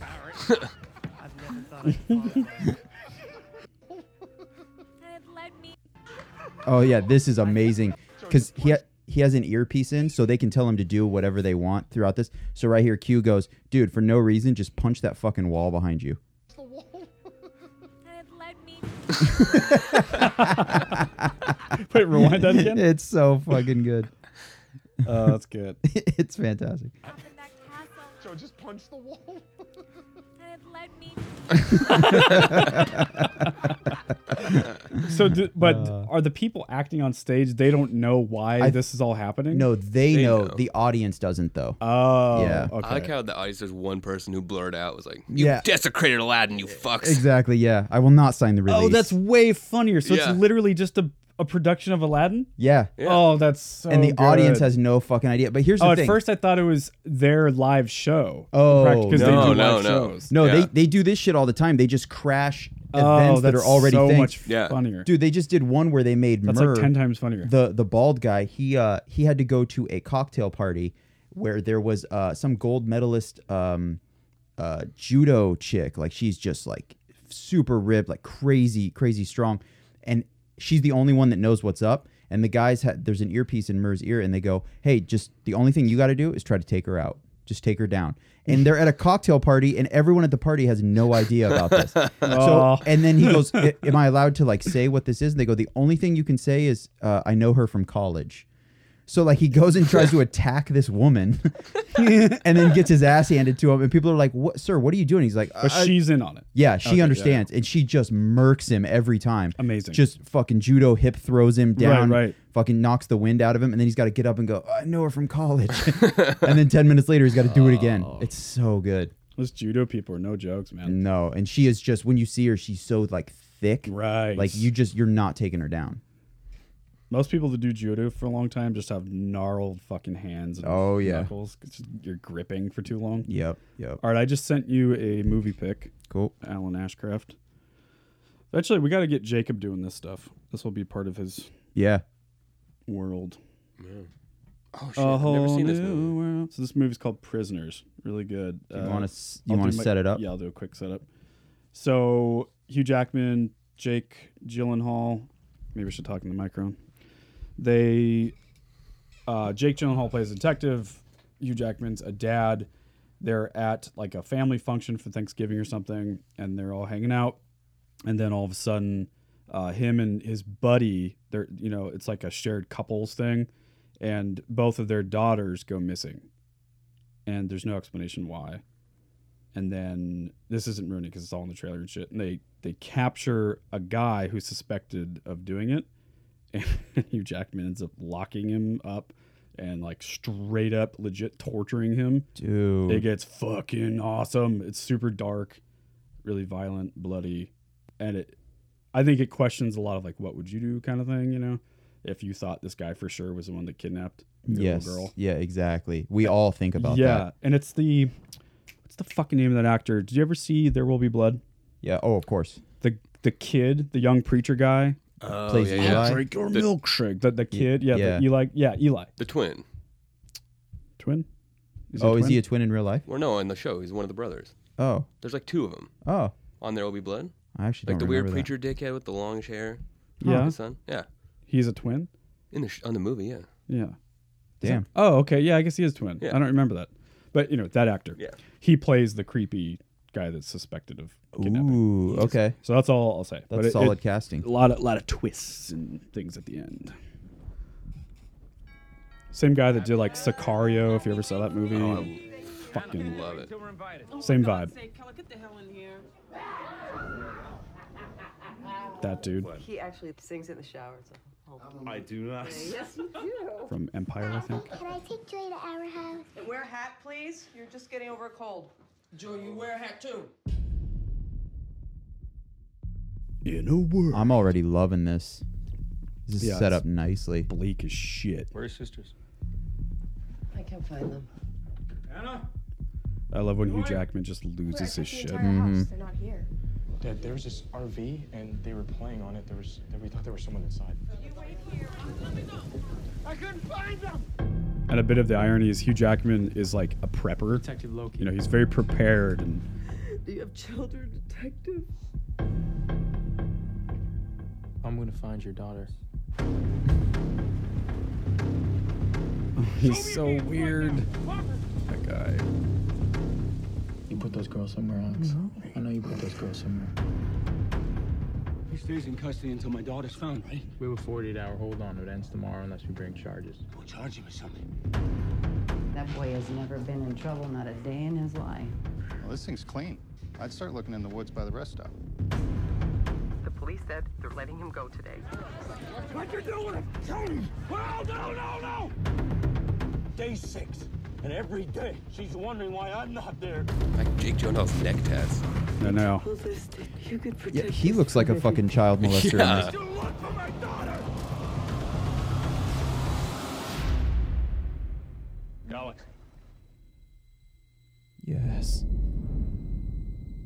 S7: I've never thought I'd fall for it.
S2: Oh yeah, this is amazing because he ha- he has an earpiece in, so they can tell him to do whatever they want throughout this. So right here, Q goes, dude, for no reason, just punch that fucking wall behind you.
S1: Wait, rewind that again?
S2: It's so fucking good.
S1: Uh, that's good.
S2: it's fantastic.
S12: show just punch the wall.
S10: It led me.
S1: so, d but
S2: Uh,
S1: are the people acting on stage? They don't know why this is all happening.
S2: No, they, know. The audience doesn't though.
S1: Oh,
S2: yeah.
S3: I like how the audience. There's one person who blurred out was like, "You
S2: Yeah.
S3: desecrated Aladdin, you fucks."
S2: Exactly. Yeah. I will not sign the release.
S1: Oh, that's way funnier. So
S3: Yeah.
S1: it's literally just a, a production of Aladdin.
S2: Yeah.
S1: Oh, that's so.
S2: and the audience
S1: good.
S2: has no fucking idea. But here's
S1: oh,
S2: the
S1: at
S2: thing.
S1: first I thought it was their live show.
S2: oh,
S1: because they do
S2: no.
S1: live shows.
S2: No, they they do this shit all the time. They just crash
S1: Oh,
S2: events that are
S1: that's
S2: already
S1: so
S2: things.
S1: much Yeah. funnier.
S2: Dude, they just did one where they made
S1: That's like
S2: Murr,
S1: 10 times funnier.
S2: The the bald guy, he uh he had to go to a cocktail party where there was uh some gold medalist um uh judo chick. Like she's just like super ripped, like crazy, crazy strong. And she's the only one that knows what's up. And the guys had there's an earpiece in Murr's ear, and they go, "Hey, just the only thing you got to do is try to take her out. Just take her down." And they're at a cocktail party, and everyone at the party has no idea about this.
S1: Oh.
S2: So, and then he goes, "I- "Am I allowed to like say what this is?" And they go, "The only thing you can say is uh, I know her from college." So like he goes and tries to attack this woman, and then gets his ass handed to him, and people are like, "What, sir? What are you doing?" He's like,
S1: But
S2: "I-
S1: she's in on it.
S2: Yeah, she
S1: Okay, yeah.
S2: understands, and she just murks him every time.
S1: Amazing.
S2: Just fucking judo hip throws him
S1: Right,
S2: down,
S1: right.
S2: Fucking knocks the wind out of him, and then he's got to get up and go. I know her from college, and then ten minutes later he's got to do it again.
S1: Oh.
S2: It's so good.
S1: Those judo people are no jokes, man.
S2: No, and she is just when you see her, she's so like thick,
S1: Right.
S2: Like you just you're not taking her down.
S1: Most people that do judo for a long time just have gnarled fucking hands and
S2: Oh, yeah.
S1: knuckles. 'cause You're gripping for too long.
S2: Yep, yep.
S1: All right, I just sent you a movie pick.
S2: Cool.
S1: Alan Ashcraft. Actually, we got to get Jacob doing this stuff. This will be part of his
S2: Yeah.
S1: world.
S3: Oh
S1: A
S3: I've never seen this
S1: whole new
S3: movie.
S1: world. So this movie's called Prisoners. Really good. Uh,
S2: Do you wanna s- you
S1: I'll
S2: wanna
S1: do my-
S2: set it up?
S1: Yeah, I'll do a quick setup. So Hugh Jackman, Jake Gyllenhaal. Maybe I should talk in the microphone. They, uh, Jake Gyllenhaal plays a detective. Hugh Jackman's a dad. They're at like a family function for Thanksgiving or something, and they're all hanging out. And then all of a sudden, uh, him and his buddy, they're you know, it's like a shared couples thing, and both of their daughters go missing and there's no explanation why. And then this isn't ruining because it's all in the trailer and shit. And they they capture a guy who's suspected of doing it, and Hugh Jackman ends up locking him up and like straight up legit torturing him.
S2: Dude.
S1: it gets fucking awesome. It's super dark, really violent, bloody, and it. I think it questions a lot of like what would you do kind of thing. You know, if you thought this guy for sure was the one that kidnapped the little
S2: yes.
S1: girl
S2: Yeah. Exactly. We all think about
S1: yeah,
S2: that.
S1: and it's the what's the fucking name of that actor? Did you ever see There Will Be Blood?
S2: Yeah. Oh, of course.
S1: The the kid, the young preacher guy.
S3: Oh, Plays yeah, yeah.
S1: I'll
S3: Eli?
S1: drink your
S3: The-
S1: milkshake. The, the kid, yeah,
S2: yeah.
S1: The Eli. Yeah, Eli.
S3: The twin.
S1: Twin.
S3: Is he a
S2: oh, is
S3: twin?
S2: he a twin in real life?
S3: Well, no, on the show, he's one of the brothers.
S2: Oh.
S3: There's like two of them.
S2: Oh.
S3: On There Will Be Blood.
S2: I actually
S3: like
S2: don't
S3: the weird
S2: remember
S3: preacher dickhead with the longish hair.
S1: Yeah.
S3: His son. Yeah.
S1: He's a twin.
S3: In the sh- on the movie, yeah.
S1: Yeah. Is
S3: Damn.
S1: that- oh, okay. Yeah, I guess he is twin.
S3: Yeah.
S1: I don't remember that, but you know that actor.
S3: Yeah.
S1: He plays the creepy guy that's suspected of kidnapping.
S2: Ooh, okay.
S1: So that's all I'll say.
S2: That's solid casting.
S1: A lot of lot of twists and things at the end. Same guy that did like Sicario, if you ever saw that movie. Fucking
S3: Oh, love it.
S1: Same vibe.
S22: get the hell in here.
S1: That dude
S22: He actually sings in the shower. It's a whole
S1: I do not.
S22: Yes, you do.
S1: from Empire, I think.
S22: Can I take Joy to our house? Wear a hat, please. You're just getting over a cold. Joy, you wear a hat too.
S1: In a world.
S2: I'm already loving this. This is
S1: Yeah,
S2: set
S1: it's
S2: up nicely.
S1: Bleak as shit.
S3: Where are his sisters?
S22: I can't find them.
S5: Anna?
S1: I love when Hugh Jackman just loses his shit.
S5: not here. Dad, there was this RV and they were playing on it. There was, we thought there was someone inside.
S7: I couldn't find them.
S1: And a bit of the irony is Hugh Jackman is like a prepper.
S5: Detective Loki.
S1: You know, he's very prepared and
S22: Do you have children, detective?
S5: I'm gonna find your daughter.
S1: he's so weird. That guy.
S5: You put those girls somewhere, Alex. I know you put those girls somewhere.
S23: He stays in custody until my daughter's found, right?
S5: We have a 48 hour hold on. It ends tomorrow unless we bring charges.
S23: We'll charge him with something.
S8: That boy has never been in trouble, not a day in his life.
S9: Well, this thing's clean. I'd start looking in the woods by the rest stop.
S11: The police said they're letting him go today.
S23: What you doing? Tony! Oh, no, no, no! Day six, and every day she's wondering why I'm not there.
S3: Like Jake Gyllenhaal's neck tats.
S1: I know.
S8: You could
S2: Yeah, he looks like a fucking child molester. in
S3: Yeah.
S2: this.
S23: Alex,
S2: Yes.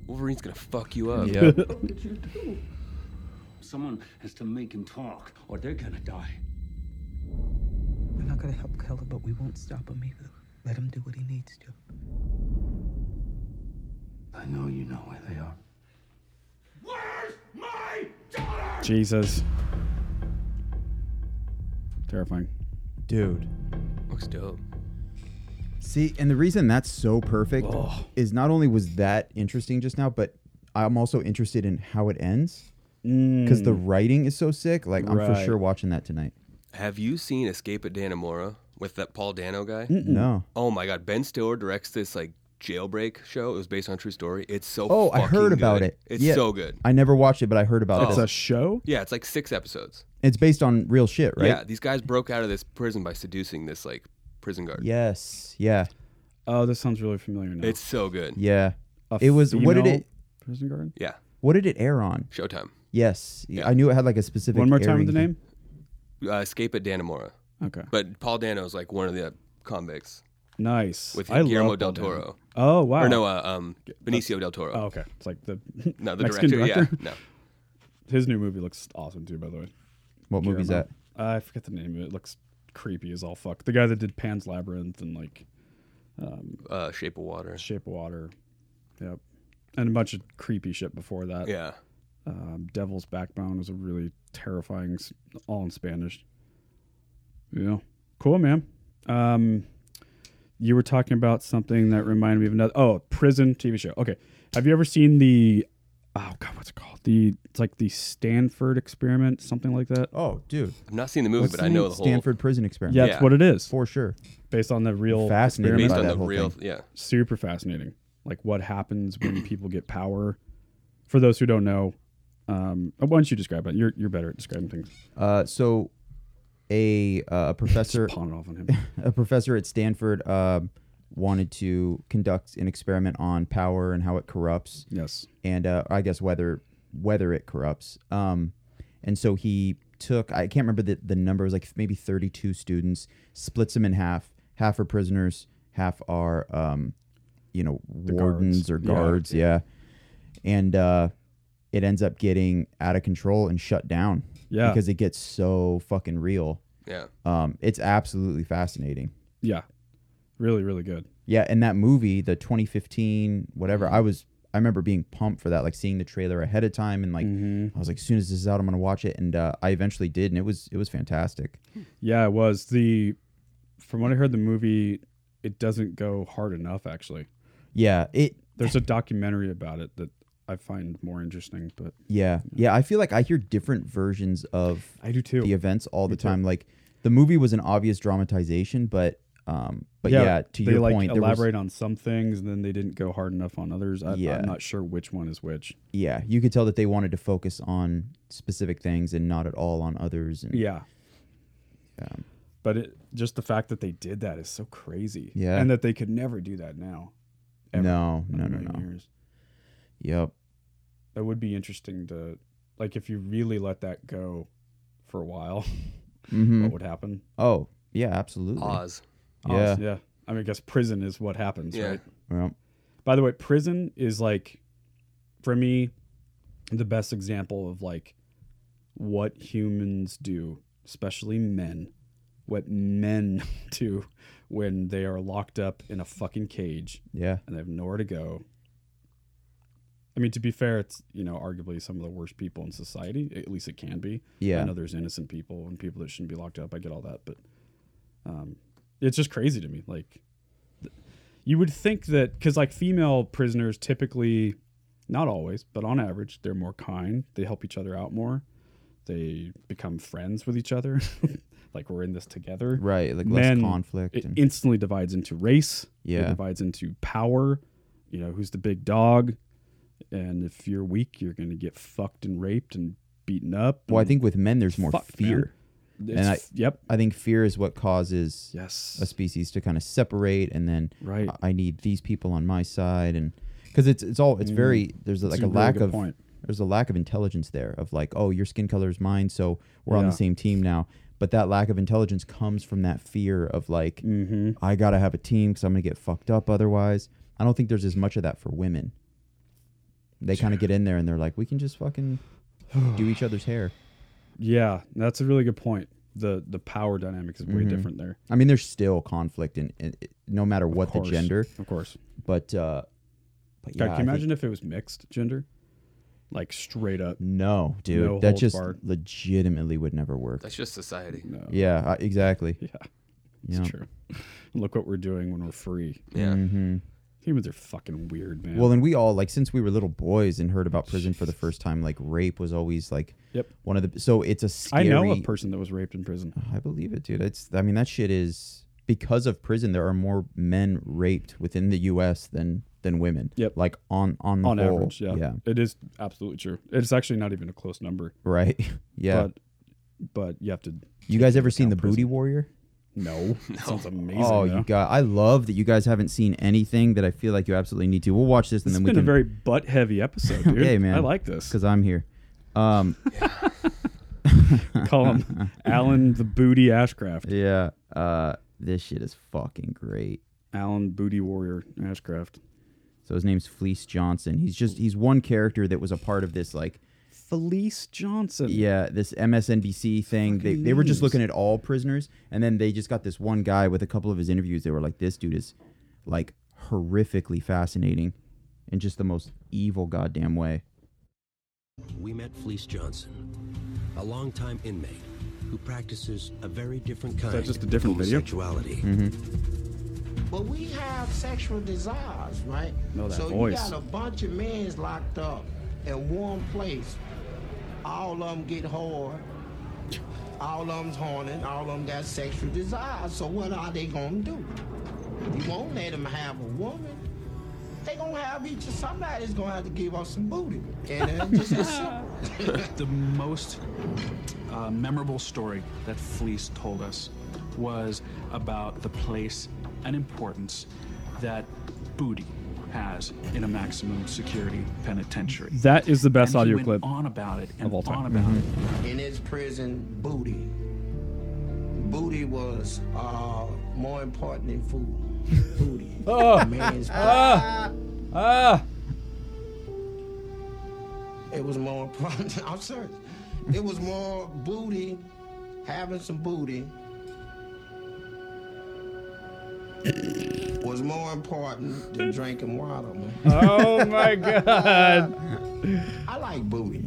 S3: Wolverine's gonna fuck you up.
S2: Yeah.
S23: what did you do? Someone has to make him talk, or they're gonna die.
S24: We're not gonna help Keller, but we won't stop him either. Let him do what he needs to.
S23: I know you know where they are.
S1: Jesus. Terrifying.
S2: Dude.
S3: Looks dope.
S2: See, and the reason that's so perfect is not only was that interesting just now, but I'm also interested in how it ends because the
S3: Mm.
S2: writing is so sick. Like I'm for
S3: Right.
S2: sure watching that tonight.
S3: Have you seen Escape at Dannemora with that Paul Dano guy?
S2: Mm-mm. No.
S3: Oh my god, Ben Stiller directs this like jailbreak show. It was based on a true story. It's so.
S2: Oh, I
S3: fucking
S2: heard about
S3: good.
S2: it.
S3: It's
S2: Yeah.
S3: so good.
S2: I never watched it, but I heard about
S3: It's
S2: it.
S3: a
S1: show.
S3: Yeah, it's like six episodes.
S2: It's based on real shit, right?
S3: Yeah, these guys broke out of this prison by seducing this like prison guard.
S2: Yes. Yeah.
S1: Oh, this sounds really familiar now.
S3: It's so good.
S2: Yeah.
S1: A
S2: it was. What did
S1: female
S2: it?
S1: Prison guard.
S3: Yeah.
S2: What did it air on?
S3: Showtime.
S2: Yes. I knew it had like a specific.
S1: One more time
S2: airing
S1: with the
S2: thing.
S1: name.
S3: Uh, Escape at Dannemora.
S1: Okay.
S3: But Paul Dano is like one of the uh, convicts.
S1: Nice.
S3: With
S1: I love
S3: Guillermo
S1: Paul
S3: del
S1: Dano.
S3: Toro.
S1: Oh, wow.
S3: Or no, uh, um, Benicio del Toro.
S1: Oh, okay. It's like the
S3: no the
S1: Mexican
S3: director.
S1: director.
S3: Yeah, no.
S1: His new movie looks awesome too, by the way.
S2: What movie's
S1: Guillermo. I forget the name of it. It looks creepy as all fuck. The guy that did Pan's Labyrinth and like um,
S3: uh, Shape of Water.
S1: Shape of Water. Yep. And a bunch of creepy shit before that.
S3: Yeah.
S1: Um, Devil's Backbone was a really terrifying, s- all in Spanish. Yeah. Cool, man. Um, you were talking about something that reminded me of another. Oh, prison TV show. Okay. Have you ever seen the? Oh God, what's it called? The it's like the Stanford experiment, something like that.
S2: Oh, dude.
S3: I've not seen the movie,
S2: What's
S3: but
S2: the
S3: I know
S2: name?
S3: the whole
S2: Stanford Prison Experiment.
S1: Yeah, that's what it is
S2: for sure.
S1: Based on the real
S2: Fascinated
S1: experiment.
S2: by Based on that the whole real- thing.
S3: yeah.
S1: super fascinating. Like what happens when people get power. For those who don't know, um, why don't you describe it? You're you're better at describing things.
S2: Uh, so a uh, a professor
S1: pawn it off on him.
S2: a professor at Stanford um wanted to conduct an experiment on power and how it corrupts.
S1: Yes,
S2: and uh, I guess whether whether it corrupts. Um, and so he took I can't remember the the number it was like maybe thirty two students, splits them in half. Half are prisoners, half are um, you know wardens
S1: guards.
S2: or
S1: Yeah.
S2: guards. Yeah, and uh, it ends up getting out of control and shut down.
S1: Yeah.
S2: because it gets so fucking real.
S3: Yeah.
S2: um, it's absolutely fascinating.
S1: Yeah, really, really good.
S2: Yeah, and that movie, the 2015 whatever,
S1: Mm-hmm.
S2: I was I remember being pumped for that, like seeing the trailer ahead of time, and like
S1: Mm-hmm.
S2: I was like, as soon as this is out, I'm gonna watch it, and uh, I eventually did, and it was it was fantastic.
S1: Yeah, it was the. From what I heard, the movie it doesn't go hard enough. Actually,
S2: Yeah, it
S1: there's a documentary about it that I find more interesting. But
S2: yeah yeah I feel like I hear different versions of
S1: I do too
S2: the events all the time. Like the movie was an obvious dramatization, but um but yeah, to
S1: they
S2: your
S1: like
S2: point, there was-
S1: elaborate on some things and then they didn't go hard enough on others. I,
S2: Yeah.
S1: I'm not sure which one is which.
S2: yeah you could tell that they wanted to focus on specific things and not at all on others. And
S1: Yeah.
S2: Um,
S1: But it, just the fact that they did that is so crazy.
S2: Yeah.
S1: And that they could never do that now.
S2: no
S1: in
S2: no no
S1: a million
S2: no.
S1: Years.
S2: Yep.
S1: It would be interesting to, like, if you really let that go for a while,
S2: Mhm.
S1: what would happen?
S2: Oh, yeah, absolutely.
S1: Uh,
S3: Oz.
S2: Yeah.
S1: Oz, yeah. I mean, I guess prison is what happens,
S3: Yeah.
S1: right?
S2: Yep.
S1: By the way, prison is like, for me, the best example of like what humans do, especially men, what men do when they are locked up in a fucking cage.
S2: Yeah.
S1: And they have nowhere to go. I mean, to be fair, it's, you know, arguably some of the worst people in society. At least it can be.
S2: Yeah.
S1: I know there's innocent people and people that shouldn't be locked up. I get all that. But um, it's just crazy to me. Like, th- you would think that, because like female prisoners typically, not always, but on average, they're more kind. They help each other out more. They become friends with each other. like we're in this together.
S2: Right, like less
S1: Men,
S2: conflict
S1: It
S2: and-
S1: instantly divides into race. It
S2: Yeah.
S1: divides into power. You know, who's the big dog? And if you're weak, you're going to get fucked and raped and beaten up.
S2: Well, I
S1: and
S2: think with men, there's more
S1: Mm. fuck, man.
S2: fear.
S1: It's
S2: and I,
S1: f- yep.
S2: I think fear is what causes
S1: yes.
S2: a species to kind of separate, and then
S1: right.
S2: I need these people on my side, and because it's it's all it's
S1: Mm.
S2: very there's
S1: That's
S2: like
S1: a
S2: a
S1: really
S2: lack
S1: good
S2: of
S1: point.
S2: there's a lack of intelligence there of like oh your skin color is mine, so we're on
S1: Yeah.
S2: the same team now. But that lack of intelligence comes from that fear of like
S1: Mm-hmm.
S2: I gotta have a team because I'm gonna get fucked up otherwise. I don't think there's as much of that for women. They kind of get in there and they're like, we can just fucking do each other's hair.
S1: Yeah, that's a really good point. The the power dynamic is way
S2: Mhm.
S1: different there.
S2: I mean, there's still conflict, and no matter what the
S1: course,
S2: gender,
S1: of course.
S2: But uh, but
S1: God,
S2: yeah,
S1: can you
S2: I
S1: imagine
S2: think-
S1: if it was mixed gender? Like straight up.
S2: Mm, no, dude,
S1: no
S2: that
S1: holds
S2: just
S1: barred.
S2: legitimately would never work.
S3: That's just society. No.
S2: Yeah, I, exactly.
S1: Yeah,
S2: yeah.
S1: It's true. Look what we're doing when we're free.
S3: Yeah.
S2: Mhm.
S1: Humans are fucking weird, man.
S2: Well, and we all like since we were little boys and heard about prison for the first time, like rape was always like
S1: Yep.
S2: one of the. So it's a
S1: I
S2: scary.
S1: know a person that was raped in prison.
S2: I believe it, dude. It's I mean that shit is because of prison. There are more men raped within the U.S. than than women.
S1: Yep.
S2: Like on on the
S1: on
S2: whole.
S1: average, yeah.
S2: Yeah.
S1: It is absolutely true. It's actually not even a close number.
S2: Right. Yeah.
S1: But, but you have to.
S2: You guys ever seen the Booty Warrior?
S1: No. Sounds amazing.
S2: oh,
S1: though.
S2: you got! I love that you guys haven't seen anything that I feel like you absolutely need to. We'll watch this, and
S1: It's
S2: then
S1: been
S2: we
S1: a
S2: can.
S1: very butt heavy episode, dude.
S2: hey man,
S1: I like this.
S2: because I'm here. Um,
S1: Call him Alan the Booty Ashcraft.
S2: Yeah. Uh, this shit is fucking great.
S1: Alan Booty Warrior Ashcraft.
S2: So his name's Fleece Johnson. He's just he's one character that was a part of this like
S1: Felice Johnson.
S2: Yeah, this MSNBC thing. They, they were just
S1: names.
S2: looking at all prisoners, and then they just got this one guy with a couple of his interviews. They were like, "This dude is like horrifically fascinating, in just the most evil goddamn way."
S6: we met Fleece Johnson, a longtime inmate who practices a very different
S1: that
S6: kind
S1: just a different
S6: of
S1: video?
S6: homosexuality.
S13: But we have sexual desires, right?
S1: Know that
S13: so
S1: voice.
S13: you got a bunch of men's locked up in one place. All of them get hard. All of them's horny. All of them got sexual desires. So what are they gonna do? You won't let them have a woman. They gonna have each. Somebody's gonna have to give up some booty, and it's just as simple.
S15: the most uh, memorable story that Fleece told us was about the place and importance that booty has in a maximum security penitentiary.
S1: That is the best
S15: And he
S1: audio
S15: went
S1: clip
S15: on about it and
S1: of all
S15: on
S1: time. Mm-hmm.
S15: about it.
S13: in his prison booty. Booty was uh, more important than food. Booty.
S1: Oh.
S13: Man's
S1: Ah.
S13: booty.
S1: Ah.
S13: It was more important. I'm serious. It was more booty, having some booty was more important than drinking water, man.
S1: Oh my god.
S13: I like booty.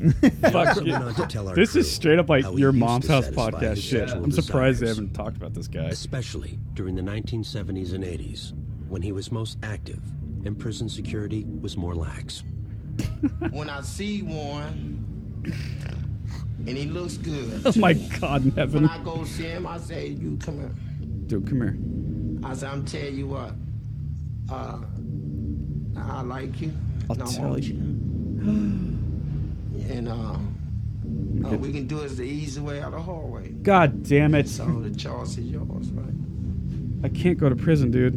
S1: Fuck
S13: Something
S1: yeah.
S13: not to tell our
S1: This
S13: crew
S1: is straight up like
S13: how he
S1: your
S13: used
S1: mom's
S13: to
S1: house
S13: satisfy
S1: podcast
S13: his
S1: shit.
S13: sexual
S1: I'm surprised they
S13: desires.
S1: haven't talked about this guy.
S6: Especially during the 1970s and 80s, when he was most active and prison security was more lax.
S13: When I see one and he looks good.
S1: Oh my god in heaven.
S13: When I go see him, I say, you come here.
S1: Dude, come here.
S13: I said, I'm telling you what, uh, I like you.
S1: I'll
S13: and I
S1: tell
S13: want you. and uh, uh, we can do it the easy way out of the hallway.
S1: God damn it.
S13: So the choice is yours, right?
S1: I can't go to prison, dude.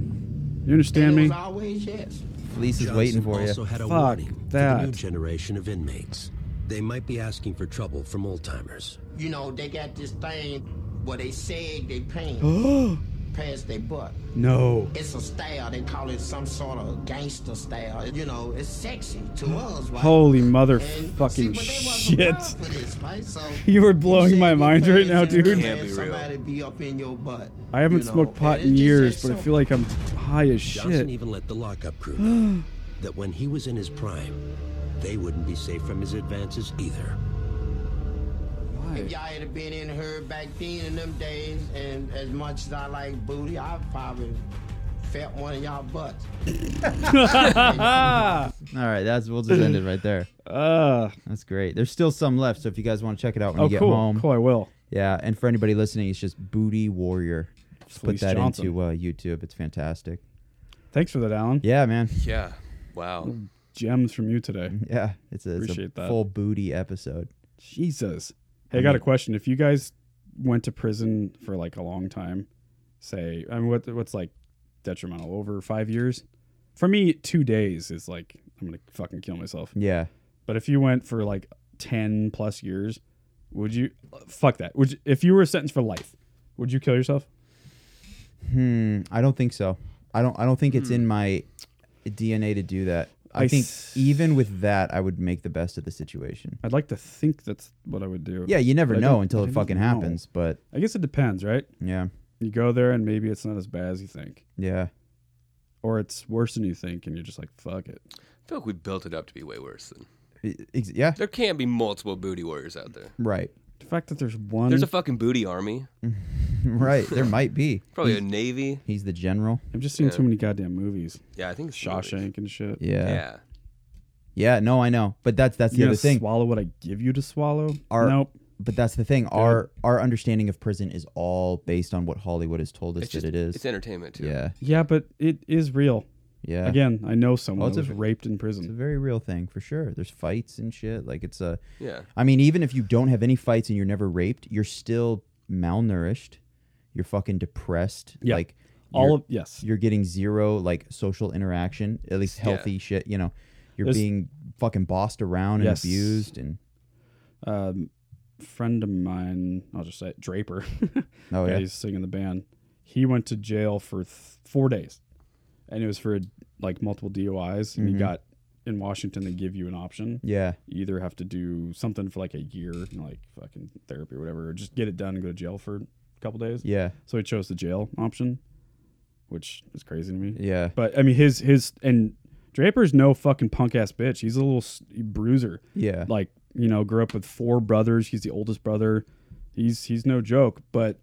S1: You understand
S13: And it
S1: me?
S13: was always yes.
S2: Fleece
S6: Johnson also had a
S1: Fuck
S6: warning for the new
S1: that.
S6: generation of inmates. They might be asking for trouble from old timers.
S13: You know, they got this thing where they sag their pants past their butt.
S1: No.
S13: It's a style. They call it some sort of gangster style. You know, it's sexy to us. Right?
S1: Holy mother
S13: And see,
S1: fucking
S13: but they
S1: shit.
S13: wasn't proud for this, right? So
S1: You were blowing my mind right now, dude.
S13: Can't be real. Somebody be up in your butt.
S1: I haven't
S13: you know,
S1: smoked pot
S13: and
S1: in
S13: it just
S1: years,
S13: says
S1: but I
S13: something.
S1: feel like I'm high as
S6: Johnson
S1: shit.
S6: even let the lockup crew know that when he was in his prime, they wouldn't be safe from his advances either.
S13: If y'all had been in her back then in them days, and as much as I like booty, I probably felt one of y'all butts.
S2: All right, that's we'll just end it right there.
S1: Uh,
S2: that's great. There's still some left, so if you guys want to check it out when
S1: Oh,
S2: you get
S1: cool.
S2: home,
S1: Cool, I will.
S2: Yeah, and for anybody listening, it's just Booty Warrior. Just put
S1: Felice
S2: that
S1: Johnson.
S2: into uh, YouTube. It's fantastic.
S1: Thanks for that, Alan.
S2: Yeah, man.
S3: Yeah. Wow.
S1: Little Gems from you today.
S2: Yeah, it's a, it's a
S1: Appreciate that.
S2: full booty episode.
S1: Jesus. Hey, I got a question. If you guys went to prison for like a long time, say, I mean, what what's like detrimental over five years? For me, two days is like I'm gonna fucking kill myself.
S2: Yeah.
S1: But if you went for like ten plus years, would you fuck that? Would you, if you were sentenced for life, would you kill yourself?
S2: Hmm. I don't think so. I don't. I don't think it's
S1: Hmm.
S2: in my DNA to do that. I,
S1: I
S2: think
S1: s-
S2: even with that, I would make the best of the situation.
S1: I'd like to think that's what I would do.
S2: Yeah, you never
S1: But I
S2: know
S1: don't-
S2: until
S1: I
S2: it
S1: don't
S2: fucking
S1: know.
S2: happens. But
S1: I guess it depends, right?
S2: Yeah.
S1: You go there and maybe it's not as bad as you think.
S2: Yeah.
S1: Or it's worse than you think and you're just like, fuck it.
S3: I feel like we built it up to be way worse than.
S2: E, Ex- yeah.
S3: There can't be multiple booty warriors out there.
S2: Right.
S1: The fact that there's one
S3: There's a fucking booty army.
S2: right. There might be.
S3: Probably a
S2: He's-
S3: navy.
S2: He's the general.
S1: I've just seen
S3: Yeah.
S1: too many goddamn movies.
S3: Yeah, I think it's
S1: Shawshank and shit.
S2: Yeah. Yeah. No, I know. But that's that's the
S1: You
S2: other
S1: gonna
S2: thing.
S1: Swallow what I give you to swallow.
S2: Our,
S1: nope.
S2: But that's the thing. Our our understanding of prison is all based on what Hollywood has told us
S3: It's
S2: that
S3: just-
S2: it is.
S3: it's entertainment, too.
S2: Yeah.
S1: Yeah, but it is real.
S2: Yeah.
S1: Again, I know someone
S2: Well,
S1: that
S2: it's
S1: was
S2: a-
S1: raped in prison.
S2: It's a very real thing for sure. There's fights and shit. Like it's a.
S1: Yeah.
S2: I mean, even if you don't have any fights and you're never raped, you're still malnourished. You're fucking depressed.
S1: Yeah.
S2: Like
S1: All
S2: you're-
S1: of- yes.
S2: You're getting zero like social interaction, at least
S1: Yeah.
S2: healthy shit. You know, you're
S1: There's-
S2: being fucking bossed around
S1: Yes.
S2: and abused and
S1: um, friend of mine, I'll just say it, Draper.
S2: Oh,
S1: guy
S2: yeah?
S1: he's singing the band. He went to jail for th- four days, and it was for like multiple DUIs. And
S2: Mhm.
S1: he got in Washington. They give you an option.
S2: Yeah.
S1: you either have to do something for like a year, you know, like fucking therapy or whatever, or just get it done and go to jail for a couple days.
S2: Yeah.
S1: So he chose the jail option, which is crazy to me.
S2: Yeah.
S1: But I mean, his his and Draper's no fucking punk ass bitch. He's a little s- bruiser.
S2: Yeah.
S1: Like you know, grew up with four brothers. He's the oldest brother. He's he's no joke. But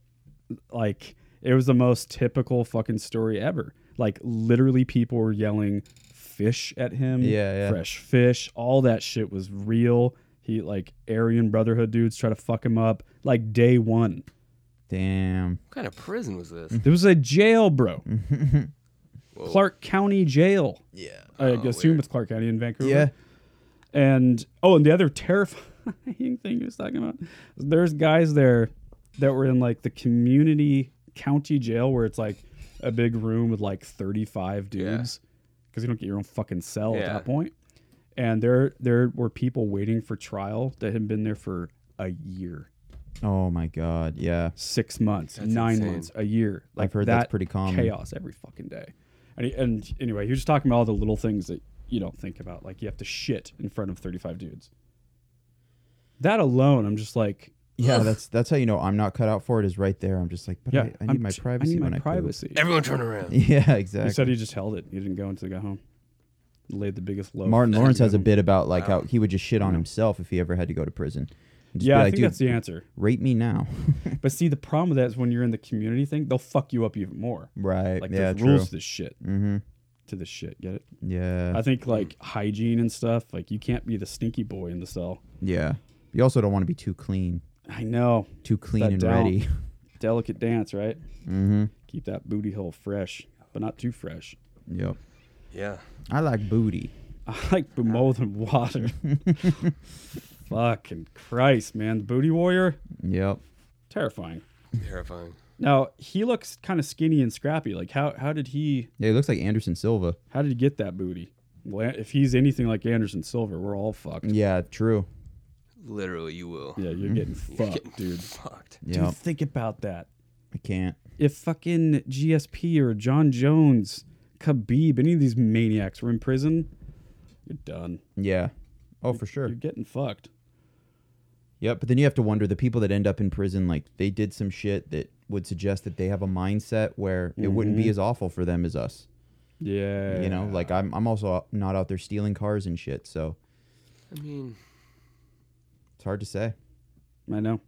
S1: like, it was the most typical fucking story ever. Like literally, people were yelling fish at him.
S2: Yeah, yeah.
S1: Fresh fish. All that shit was real. He like Aryan Brotherhood dudes try to fuck him up like day one.
S2: Damn.
S3: What kind of prison was this?
S1: There was a jail, bro.
S3: Whoa.
S1: Clark County Jail.
S3: Yeah.
S1: I
S3: Oh,
S1: assume
S3: weird.
S1: it's Clark County in Vancouver.
S2: Yeah.
S1: And oh, and the other terrifying thing he was talking about is there's guys there that were in like the community county jail where it's like a big room with like 35 dudes because you don't get your own fucking cell at
S3: Yeah.
S1: that point. And there there were people waiting for trial that had been there for a year,
S2: Oh my god. Yeah.
S1: six months,
S2: That's
S1: nine
S2: insane.
S1: months, a year.
S2: I've heard that's pretty common.
S1: calm. Chaos every fucking day. And, he, and anyway, he was just talking about all the little things that you don't think about. Like you have to shit in front of 35 dudes. That alone, I'm just like,
S2: Yeah.
S1: ugh.
S2: That's that's how you know I'm not cut out for it. Is right there. I'm just like, but
S1: Yeah,
S2: I, I need
S1: I'm
S2: my
S1: t- I
S2: privacy
S1: need my
S2: when I poop.
S1: privacy.
S3: Everyone turn around.
S2: Yeah.
S1: He
S2: Exactly.
S1: said he just held it. He didn't go until he got home. Laid the biggest load.
S2: Martin Lawrence has a bit about like how he would just shit on himself if he ever had to go to prison. And just
S1: Yeah,
S2: be
S1: I
S2: like,
S1: think
S2: "Dude,
S1: that's the answer."
S2: Rape me now.
S1: But see, the problem with that is when you're in the community thing, they'll fuck you up even more.
S2: Right,
S1: Like
S2: yeah,
S1: there's rules to
S2: true.
S1: this shit.
S2: Mhm.
S1: To this shit. Get it?
S2: Yeah.
S1: I think like hygiene and stuff. Like you can't be the stinky boy in the cell.
S2: yeah. You also don't want to be too clean.
S1: I know.
S2: Too clean
S1: That
S2: and
S1: down-
S2: ready.
S1: Delicate dance, right?
S2: Mm-hmm.
S1: Keep that booty hole fresh, but not too fresh.
S2: Yep.
S3: Yeah.
S2: I like booty.
S1: I like bo- more than water. Fucking Christ, man. The booty warrior?
S2: Yep.
S1: Terrifying.
S3: Terrifying.
S1: Now, he looks kind of skinny and scrappy. Like, how, how did he
S2: Yeah, he looks like Anderson Silva.
S1: how did he get that booty? Well, if he's anything like Anderson Silver, we're all fucked.
S2: Yeah, true.
S3: Literally, you will.
S1: Yeah, you're getting
S3: You're
S1: fucked,
S3: getting
S1: dude.
S3: Fucked.
S2: Yep.
S1: Dude, think about that.
S2: I can't.
S1: If fucking GSP or John Jones, Khabib, any of these maniacs were in prison, you're done.
S2: Yeah. Oh, for sure.
S1: You're getting fucked.
S2: Yep. But then you have to wonder the people that end up in prison, like they did some shit that would suggest that they have a mindset where it wouldn't be
S1: Mhm.
S2: as awful for them as us.
S1: Yeah.
S2: You know, like I'm, I'm also not out there stealing cars and shit, so
S3: I mean,
S2: it's hard to say.
S1: I know.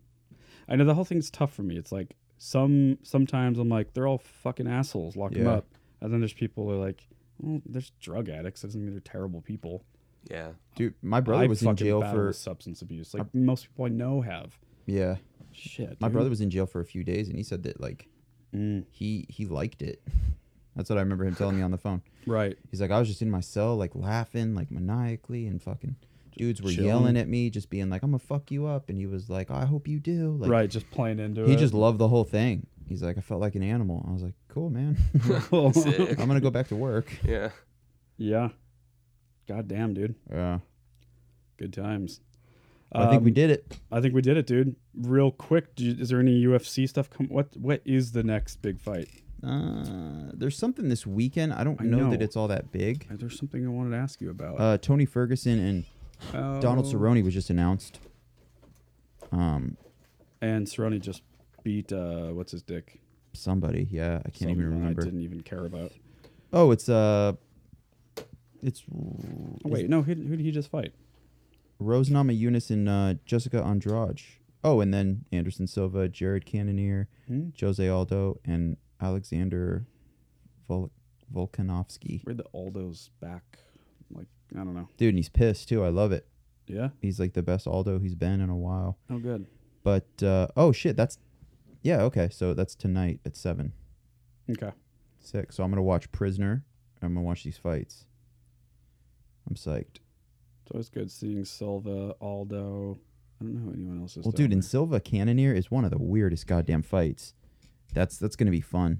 S1: I know the whole thing's tough for me. It's like some sometimes I'm like they're all fucking assholes, lock them
S2: Yeah.
S1: up, and then there's people who are like, well, there's drug addicts. That doesn't mean they're terrible people.
S3: yeah.
S2: Dude, my brother
S1: I
S2: was in
S1: fucking
S2: jail
S1: battle
S2: for
S1: with substance abuse. Like most people I know have.
S2: yeah.
S1: Shit.
S2: My
S1: dude. Mm.
S2: brother was in jail for a few days, and he said that like he he liked it. That's what I remember him telling me on the phone.
S1: Right.
S2: He's like, I was just in my cell, like laughing, like maniacally, and fucking dudes were
S1: chilling.
S2: yelling at me, just being like, "I'm gonna fuck you up," and he was like, "I hope you do." Like,
S1: Right, just playing into
S2: He
S1: it.
S2: just loved the whole thing. He's like, I felt like an animal. I was like, cool, man.
S1: Sick.
S2: I'm gonna go back to work.
S3: Yeah.
S1: Yeah. God damn, dude.
S2: Yeah.
S1: Good times.
S2: I think
S1: Um,
S2: we did
S1: it. I think we did it, dude. Real quick, do you, is there any UFC stuff? Come, what what is the next big fight?
S2: Uh, there's something this weekend. I don't
S1: I
S2: know, that
S1: know.
S2: it's all that big.
S1: There's something I wanted to ask you about.
S2: Uh, Tony Ferguson and Uh, Donald
S1: Oh.
S2: Cerrone was just announced. Um,
S1: and Cerrone just beat uh, what's his dick?
S2: somebody. Yeah, I can't even
S1: Someone
S2: remember.
S1: I didn't even care about.
S2: Oh, it's uh, it's
S1: Oh, wait, no. Who, who did he just fight?
S2: Rose Namajunas and uh, Jessica Andrade. Oh, and then Anderson Silva, Jared Cannonier,
S1: Hmm.
S2: Jose Aldo, and Alexander Vol- Volkanovski.
S1: Where'd the Aldo's back? Like I don't know.
S2: Dude, and he's pissed too. I love it.
S1: Yeah?
S2: He's like the best Aldo he's been in a while.
S1: Oh, good.
S2: But uh, oh shit, that's yeah okay. So that's tonight at seven.
S1: Okay.
S2: Sick. So I'm gonna watch Prisoner. I'm gonna watch these fights. I'm psyched.
S1: It's always good seeing Silva, Aldo. I don't know who anyone else is.
S2: Well,
S1: down
S2: dude, and Silva Cannoneer is one of the weirdest goddamn fights. That's that's gonna be fun.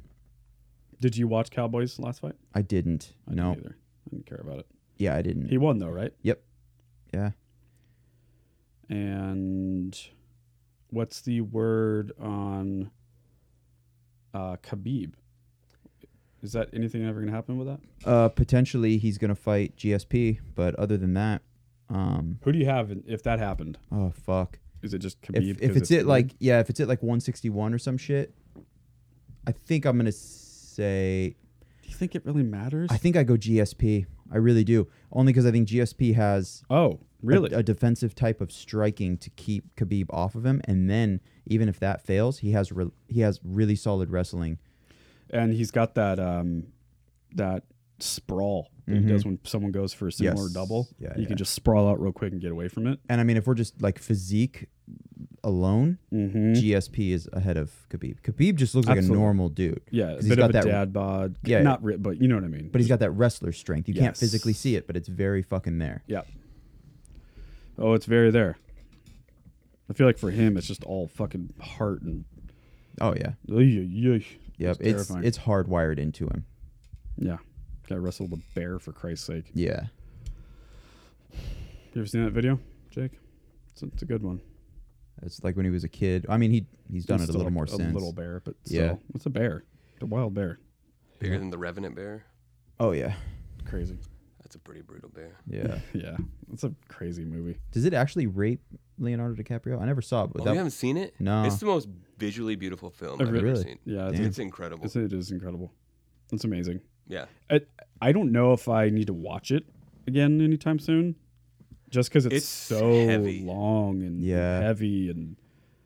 S1: there. did you watch Cowboys last fight?
S2: I didn't.
S1: I
S2: no.
S1: didn't either. I didn't care about it.
S2: Yeah, I didn't.
S1: He won though, right?
S2: Yep. Yeah.
S1: And what's the word on uh, Khabib? Is that anything ever going to happen with that?
S2: Uh, potentially he's gonna fight GSP, but other than that, um,
S1: Who do you have in- if that happened?
S2: oh fuck.
S1: Is it just Khabib?
S2: If, if
S1: 'cause
S2: it's
S1: it's
S2: it like yeah, if it's at like 161 or some shit, I think I'm gonna say.
S1: Do you think it really matters?
S2: I think I go GSP. I really do. Only because I think GSP has
S1: oh really?
S2: a, defensive type of striking to keep Khabib off of him, and then even if that fails, he has re- he has really solid wrestling.
S1: and he's got that um that sprawl that
S2: Mhm.
S1: he does when someone goes for a similar
S2: Yes.
S1: double.
S2: Yeah,
S1: you
S2: yeah.
S1: can just sprawl out real quick and get away from it.
S2: And I mean, if we're just like physique alone,
S1: Mhm.
S2: GSP is ahead of Khabib. Khabib just looks like a
S1: Absolutely.
S2: normal dude.
S1: Yeah, a
S2: 'Cause he's
S1: bit
S2: got
S1: of a
S2: that
S1: dad bod.
S2: Yeah,
S1: not ri- but you know what I mean.
S2: But he's got that wrestler strength. You can't
S1: Yes.
S2: physically see it, but it's very fucking there.
S1: Yeah. Oh, it's very there. I feel like for him, it's just all fucking heart and.
S2: Oh yeah.
S1: Oy, oy, oy.
S2: Yep. It's
S1: It's terrifying.
S2: it's hardwired into him.
S1: Yeah. Guy wrestled a bear for Christ's sake.
S2: Yeah.
S1: You ever seen that video, Jake? It's a, it's a good one.
S2: It's like when he was a kid. I mean, he he's done it
S1: It's
S2: a
S1: still
S2: little
S1: like
S2: more since.
S1: A little bear, but
S2: yeah.
S1: still, it's a bear. It's a wild bear.
S3: Bigger than the Revenant bear.
S2: Oh yeah.
S1: Crazy.
S3: That's a pretty brutal bear.
S2: Yeah.
S1: yeah. It's a crazy movie.
S2: Does it actually rape Leonardo DiCaprio? I never saw it. But
S3: Oh,
S2: that-
S3: you haven't seen it?
S2: No.
S3: It's the most visually beautiful film
S1: Oh,
S3: I've ever
S1: really?
S3: seen.
S1: Yeah,
S3: it's,
S1: it's-
S3: incredible.
S1: It's, it is incredible. It's amazing.
S3: Yeah.
S1: I, I don't know if I need to watch it again anytime soon, just because it's,
S3: It's
S1: so
S3: heavy.
S1: long and
S2: Yeah.
S1: heavy and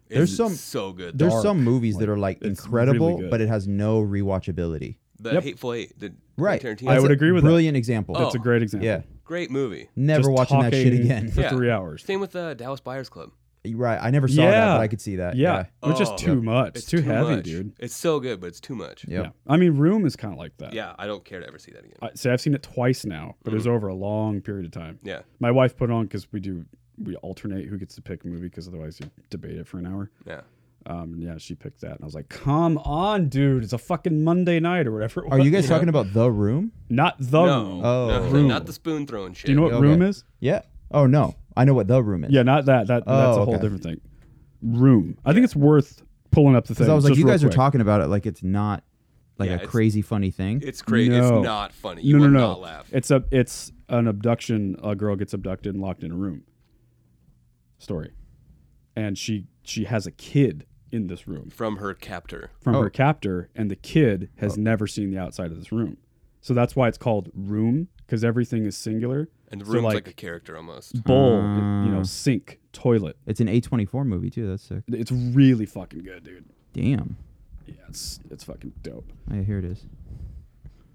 S2: there's
S3: It's
S2: some
S3: so good.
S2: There's
S1: Dark.
S2: some movies that
S1: Like,
S2: are like
S1: it's
S2: incredible,
S1: really good.
S2: but it has no rewatchability.
S3: the
S1: Yep.
S3: Hateful Eight. The
S2: Right.
S3: Tarantino.
S1: I
S2: That's
S1: would
S2: a
S1: agree with that. Oh.
S2: brilliant example.
S3: Oh.
S1: That's a great example.
S2: Yeah,
S3: Great movie.
S2: never
S1: Just
S2: watching that shit
S1: talking
S2: again.
S1: for three hours.
S3: Same with uh, Dallas Buyers Club.
S2: You're right. I never saw that, but I could see that.
S1: Yeah, it's just
S3: Oh.
S1: too much.
S3: It's
S1: too, heavy,
S3: much.
S1: dude.
S3: It's so good, but it's too much.
S2: Yep.
S1: Yeah, I mean, Room is kind of like that.
S3: Yeah, I don't care to ever see that again.
S1: I, so I've seen it twice now, but it was over a long period of time.
S3: Yeah.
S1: my wife put it on because we do we alternate who gets to pick a movie because otherwise you debate it for an hour.
S3: Yeah.
S1: Um, yeah, she picked that, and I was like, "Come on, dude! It's a fucking Monday night or whatever." it
S2: Are you
S1: was,
S2: guys
S1: know?
S2: talking about The Room?
S1: Not the
S3: No,
S1: room.
S2: Oh.
S3: no,
S1: Room.
S3: not the spoon throwing shit.
S1: Do you know what
S2: Okay.
S1: room is?
S2: Yeah. Oh no, I know what The Room is.
S1: Yeah, not that. That that's a
S2: Oh,
S1: whole
S2: okay.
S1: different thing. Room. I think it's worth pulling up the thing.
S2: Because I was like,
S1: just
S2: you
S1: real
S2: guys are
S1: quick.
S2: talking about it like it's not like
S3: Yeah,
S2: a
S3: it's-
S2: crazy funny thing.
S3: It's crazy.
S1: No.
S3: It's not funny. You
S1: no,
S3: will
S1: no, no.
S3: not laugh.
S1: It's a it's an abduction. A girl gets abducted and locked in a room. Story, and she she has a kid in this room
S3: From her captor.
S1: from
S2: Oh.
S1: her captor, and the kid has never seen the outside of this room. So that's why it's called room because everything is singular.
S3: And the
S1: So,
S3: room's like, a character almost.
S1: bowl, you know,
S2: Ah.
S1: sink, toilet.
S2: It's an A24 movie too. That's sick.
S1: It's really fucking good, dude.
S2: Damn.
S1: Yeah, it's it's fucking dope.
S2: I here it is.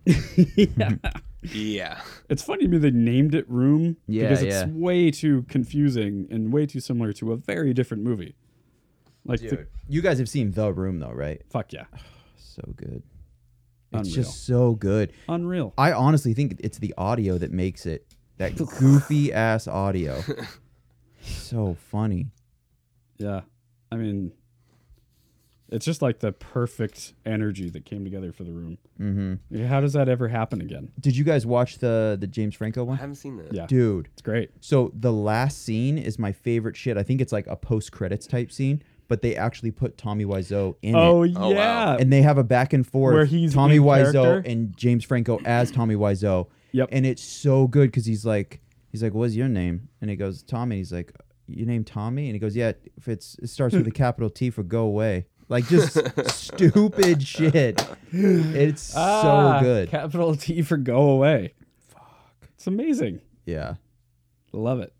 S1: yeah.
S2: Mm-hmm.
S3: Yeah.
S1: It's funny to me they named it Room
S2: Yeah,
S1: because it's
S2: yeah.
S1: way too confusing and way too similar to a very different movie. Like the-
S2: Dude, you guys have seen The Room though, right?
S1: Fuck yeah,
S2: so good. It's
S1: Unreal.
S2: just so good.
S1: Unreal.
S2: I honestly think it's the audio that makes it that goofy ass audio. so funny.
S1: Yeah. I mean, it's just like the perfect energy that came together for the room.
S2: Mhm.
S1: Yeah, How does that ever happen again?
S2: Did you guys watch the the James Franco one? I
S3: haven't seen that.
S1: Yeah.
S2: Uh, Dude,
S1: it's great.
S2: So the last scene is my favorite shit. I think it's like a post credits type scene, but they actually put Tommy Wiseau in
S1: Oh,
S2: it.
S1: Oh, wow. yeah.
S2: And they have a back and forth
S1: Where he's
S2: Tommy
S1: in
S2: Wiseau
S1: character?
S2: and James Franco as Tommy Wiseau.
S1: Yep.
S2: And it's so good because he's like he's like, "What's your name?" And he goes, "Tommy." He's like, "Your name Tommy?" And he goes, "Yeah. If it's it starts with a capital T for go away." Like just stupid shit. It's
S1: Ah,
S2: so good.
S1: Capital T for go away. Fuck. It's amazing.
S2: Yeah.
S1: Love it.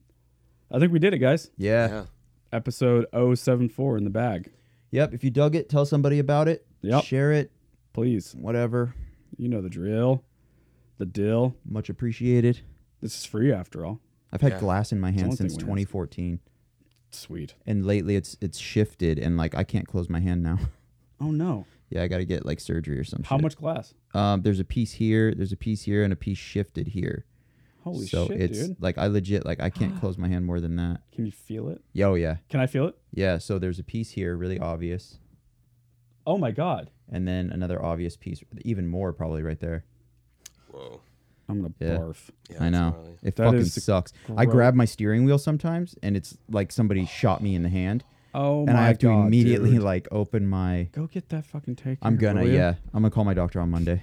S1: I think we did it, guys.
S2: Yeah.
S1: Episode 074 in the bag.
S2: Yep. If you dug it, tell somebody about it.
S1: Yep.
S2: Share it.
S1: Please.
S2: Whatever.
S1: You know the drill. The dill.
S2: Much appreciated.
S1: This is free after all.
S2: I've had
S1: Yeah.
S2: glass in my
S1: It's the
S2: hand
S1: only
S2: since
S1: thing we have.
S2: 2014.
S1: Sweet.
S2: And lately it's it's shifted and like I can't close my hand now.
S1: Oh no.
S2: yeah, I got to get like surgery or something.
S1: How much glass?
S2: Um there's a piece here, there's a piece here and a piece shifted here.
S1: Holy
S2: so
S1: shit,
S2: it's
S1: dude.
S2: like I legit like I can't close my hand more than that.
S1: Can you feel it?
S2: Yeah, oh yeah.
S1: Can I feel it?
S2: Yeah, so there's a piece here really obvious
S1: Oh my god.
S2: and then another obvious piece even more probably right there.
S3: Whoa.
S1: I'm gonna
S2: Yeah.
S1: barf.
S2: I know. It
S1: That
S2: fucking
S1: is the
S2: sucks. I
S1: gross-
S2: grab my steering wheel sometimes and it's like somebody shot me in the hand.
S1: Oh
S2: And
S1: my
S2: I have to
S1: God,
S2: immediately
S1: dude.
S2: like open my
S1: Go get that fucking taken.
S2: I'm gonna,
S1: will ya?
S2: yeah. I'm gonna call my doctor on Monday.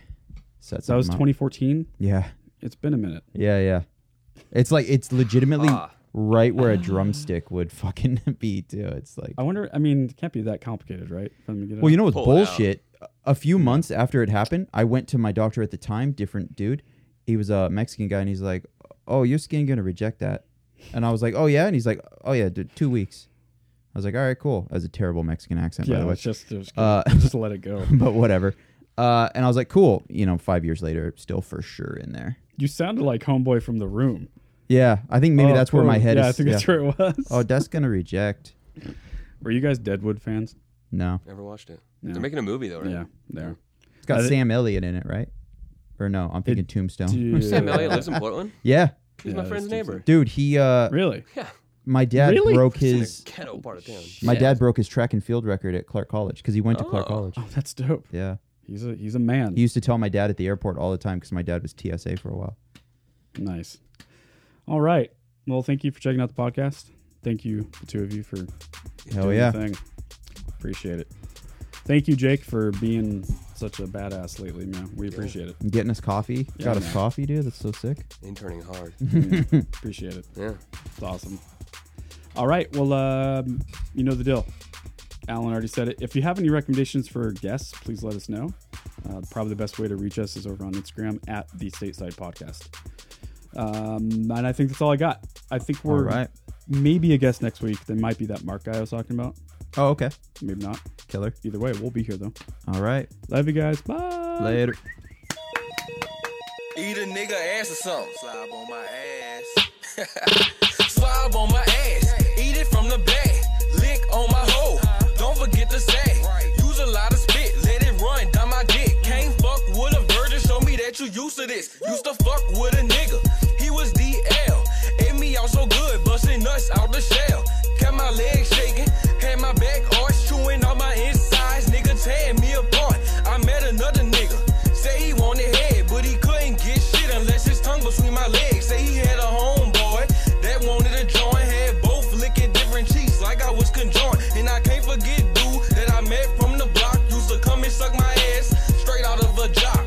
S2: Set
S1: That was
S2: something up.
S1: 2014.
S2: Yeah.
S1: It's been a minute.
S2: Yeah, yeah. It's like it's legitimately right where a drumstick would fucking be too. It's like
S1: I wonder. I mean, it can't be that complicated, right? If I'm gonna get it
S2: Well, you know
S1: out.
S2: what's bullshit? A few months after it happened, I went to my doctor at the time, different dude. He was a Mexican guy, and he's like, "Oh, your skin gonna reject that," and I was like, "Oh yeah," and he's like, "Oh yeah, d- two weeks." I was like, "All right, cool." That was a terrible Mexican accent, by
S1: Yeah,
S2: the way.
S1: it's just- it's good.
S2: uh,
S1: Just let it go.
S2: but whatever. Uh, and I was like, "Cool." You know, five years later, still for sure in there.
S1: You sounded like homeboy from the room.
S2: Yeah, I think maybe
S1: Oh,
S2: that's where my
S1: cool.
S2: head
S1: Yeah,
S2: is.
S1: I think that's where it was.
S2: Oh, that's gonna reject.
S1: Were you guys Deadwood fans?
S2: No,
S3: Never watched it.
S1: No.
S3: They're making a movie though, right?
S1: Yeah, they are.
S2: it's got
S1: I thi-
S2: Sam Elliott in it, right? Or no, I'm thinking Tombstone.
S1: dude.
S3: Sam Elliott lives in Portland?
S2: Yeah,
S3: He's my friend's neighbor.
S2: Dude, he uh
S1: really.
S3: Yeah.
S2: My dad
S3: Really?
S2: broke
S3: It's in a
S2: his
S3: ghetto part of town.
S2: My
S3: Shit.
S2: dad broke his track and field record at Clark College because he went to Clark
S3: Oh.
S2: College.
S1: Oh, that's dope.
S2: Yeah,
S1: He's a he's a man.
S2: he used to tell my dad at the airport all the time because my dad was TSA for a while.
S1: Nice. All right. Well, thank you for checking out the podcast. Thank you, the two of you, for
S2: Hell
S1: doing
S2: yeah.
S1: the thing. Appreciate it. Thank you, Jake, for being such a badass lately, man. We appreciate it.
S2: Getting us coffee,
S1: Yeah,
S2: got us
S1: man.
S2: coffee, dude. That's so sick.
S3: Interning hard.
S1: Yeah, appreciate it.
S3: Yeah.
S1: It's awesome. All right. Well, um, you know the deal. Alan already said it. If you have any recommendations for guests, please let us know. Uh, probably the best way to reach us is over on Instagram at the Stateside Podcast. Um, and I think that's all I got. I think we're
S2: right.
S1: maybe a guest next week. There might be that Mark guy I was talking about.
S2: Oh, okay.
S1: Maybe not.
S2: Killer.
S1: Either way, we'll be here though.
S2: All right.
S1: Love you guys. Bye.
S2: Later.
S14: Eat a nigga ass or something. Slob on my ass. Slob on my ass. Eat it from the back. Lick on my hoe. Don't forget to say. Use a lot of spit. Let it run down my dick. Can't fuck with a virgin. Show me that you used to this. Used to fuck with a nigga. He was DL. And me out so good. Busting nuts out the shell. Got my legs shaking. Had my back arched. Chewing on my insides. Nigga tearing me apart. I met another nigga. Say he wanted head, but he couldn't get shit unless his tongue between my legs. Say he had a homeboy that wanted to join, had both licking different cheeks like I was conjoined. And I can't forget dude that I met from the block used to come and suck my ass straight out of a jock.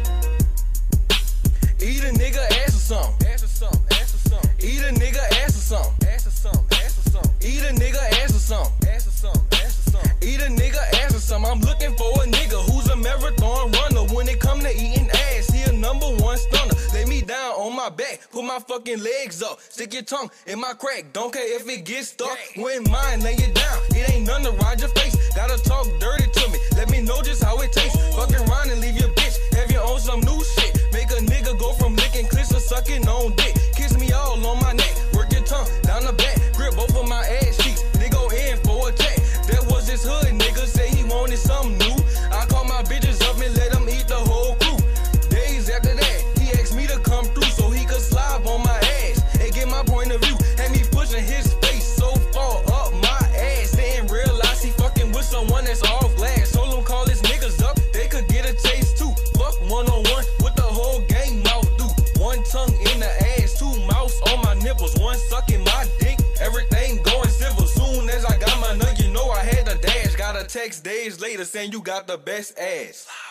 S14: Eat a nigga ass or something. Ass or something. Ass or something. Eat a nigga ass or something. Ass or something. Ass or something. Eat a nigga ass or something. Ass or something. Ass or something. Eat a nigga ass or something. I'm looking for a nigga who's a marathon runner. When it come to eating ass, he a number one stunner. Lay me down on my back, put my fucking legs up, stick your tongue in my crack. Don't care if it gets stuck. When mine lay it down, it ain't none to ride your face. Gotta talk dirty to me. Let me know just how it tastes. Fucking around and leave your bitch. Have you on some new shit? Make a nigga go from licking clits to sucking on dick. Kiss me all on my neck. Work your tongue down the back. Grip both of my ass cheeks. Nigga in for a check. That was his hood later saying you got the best ass.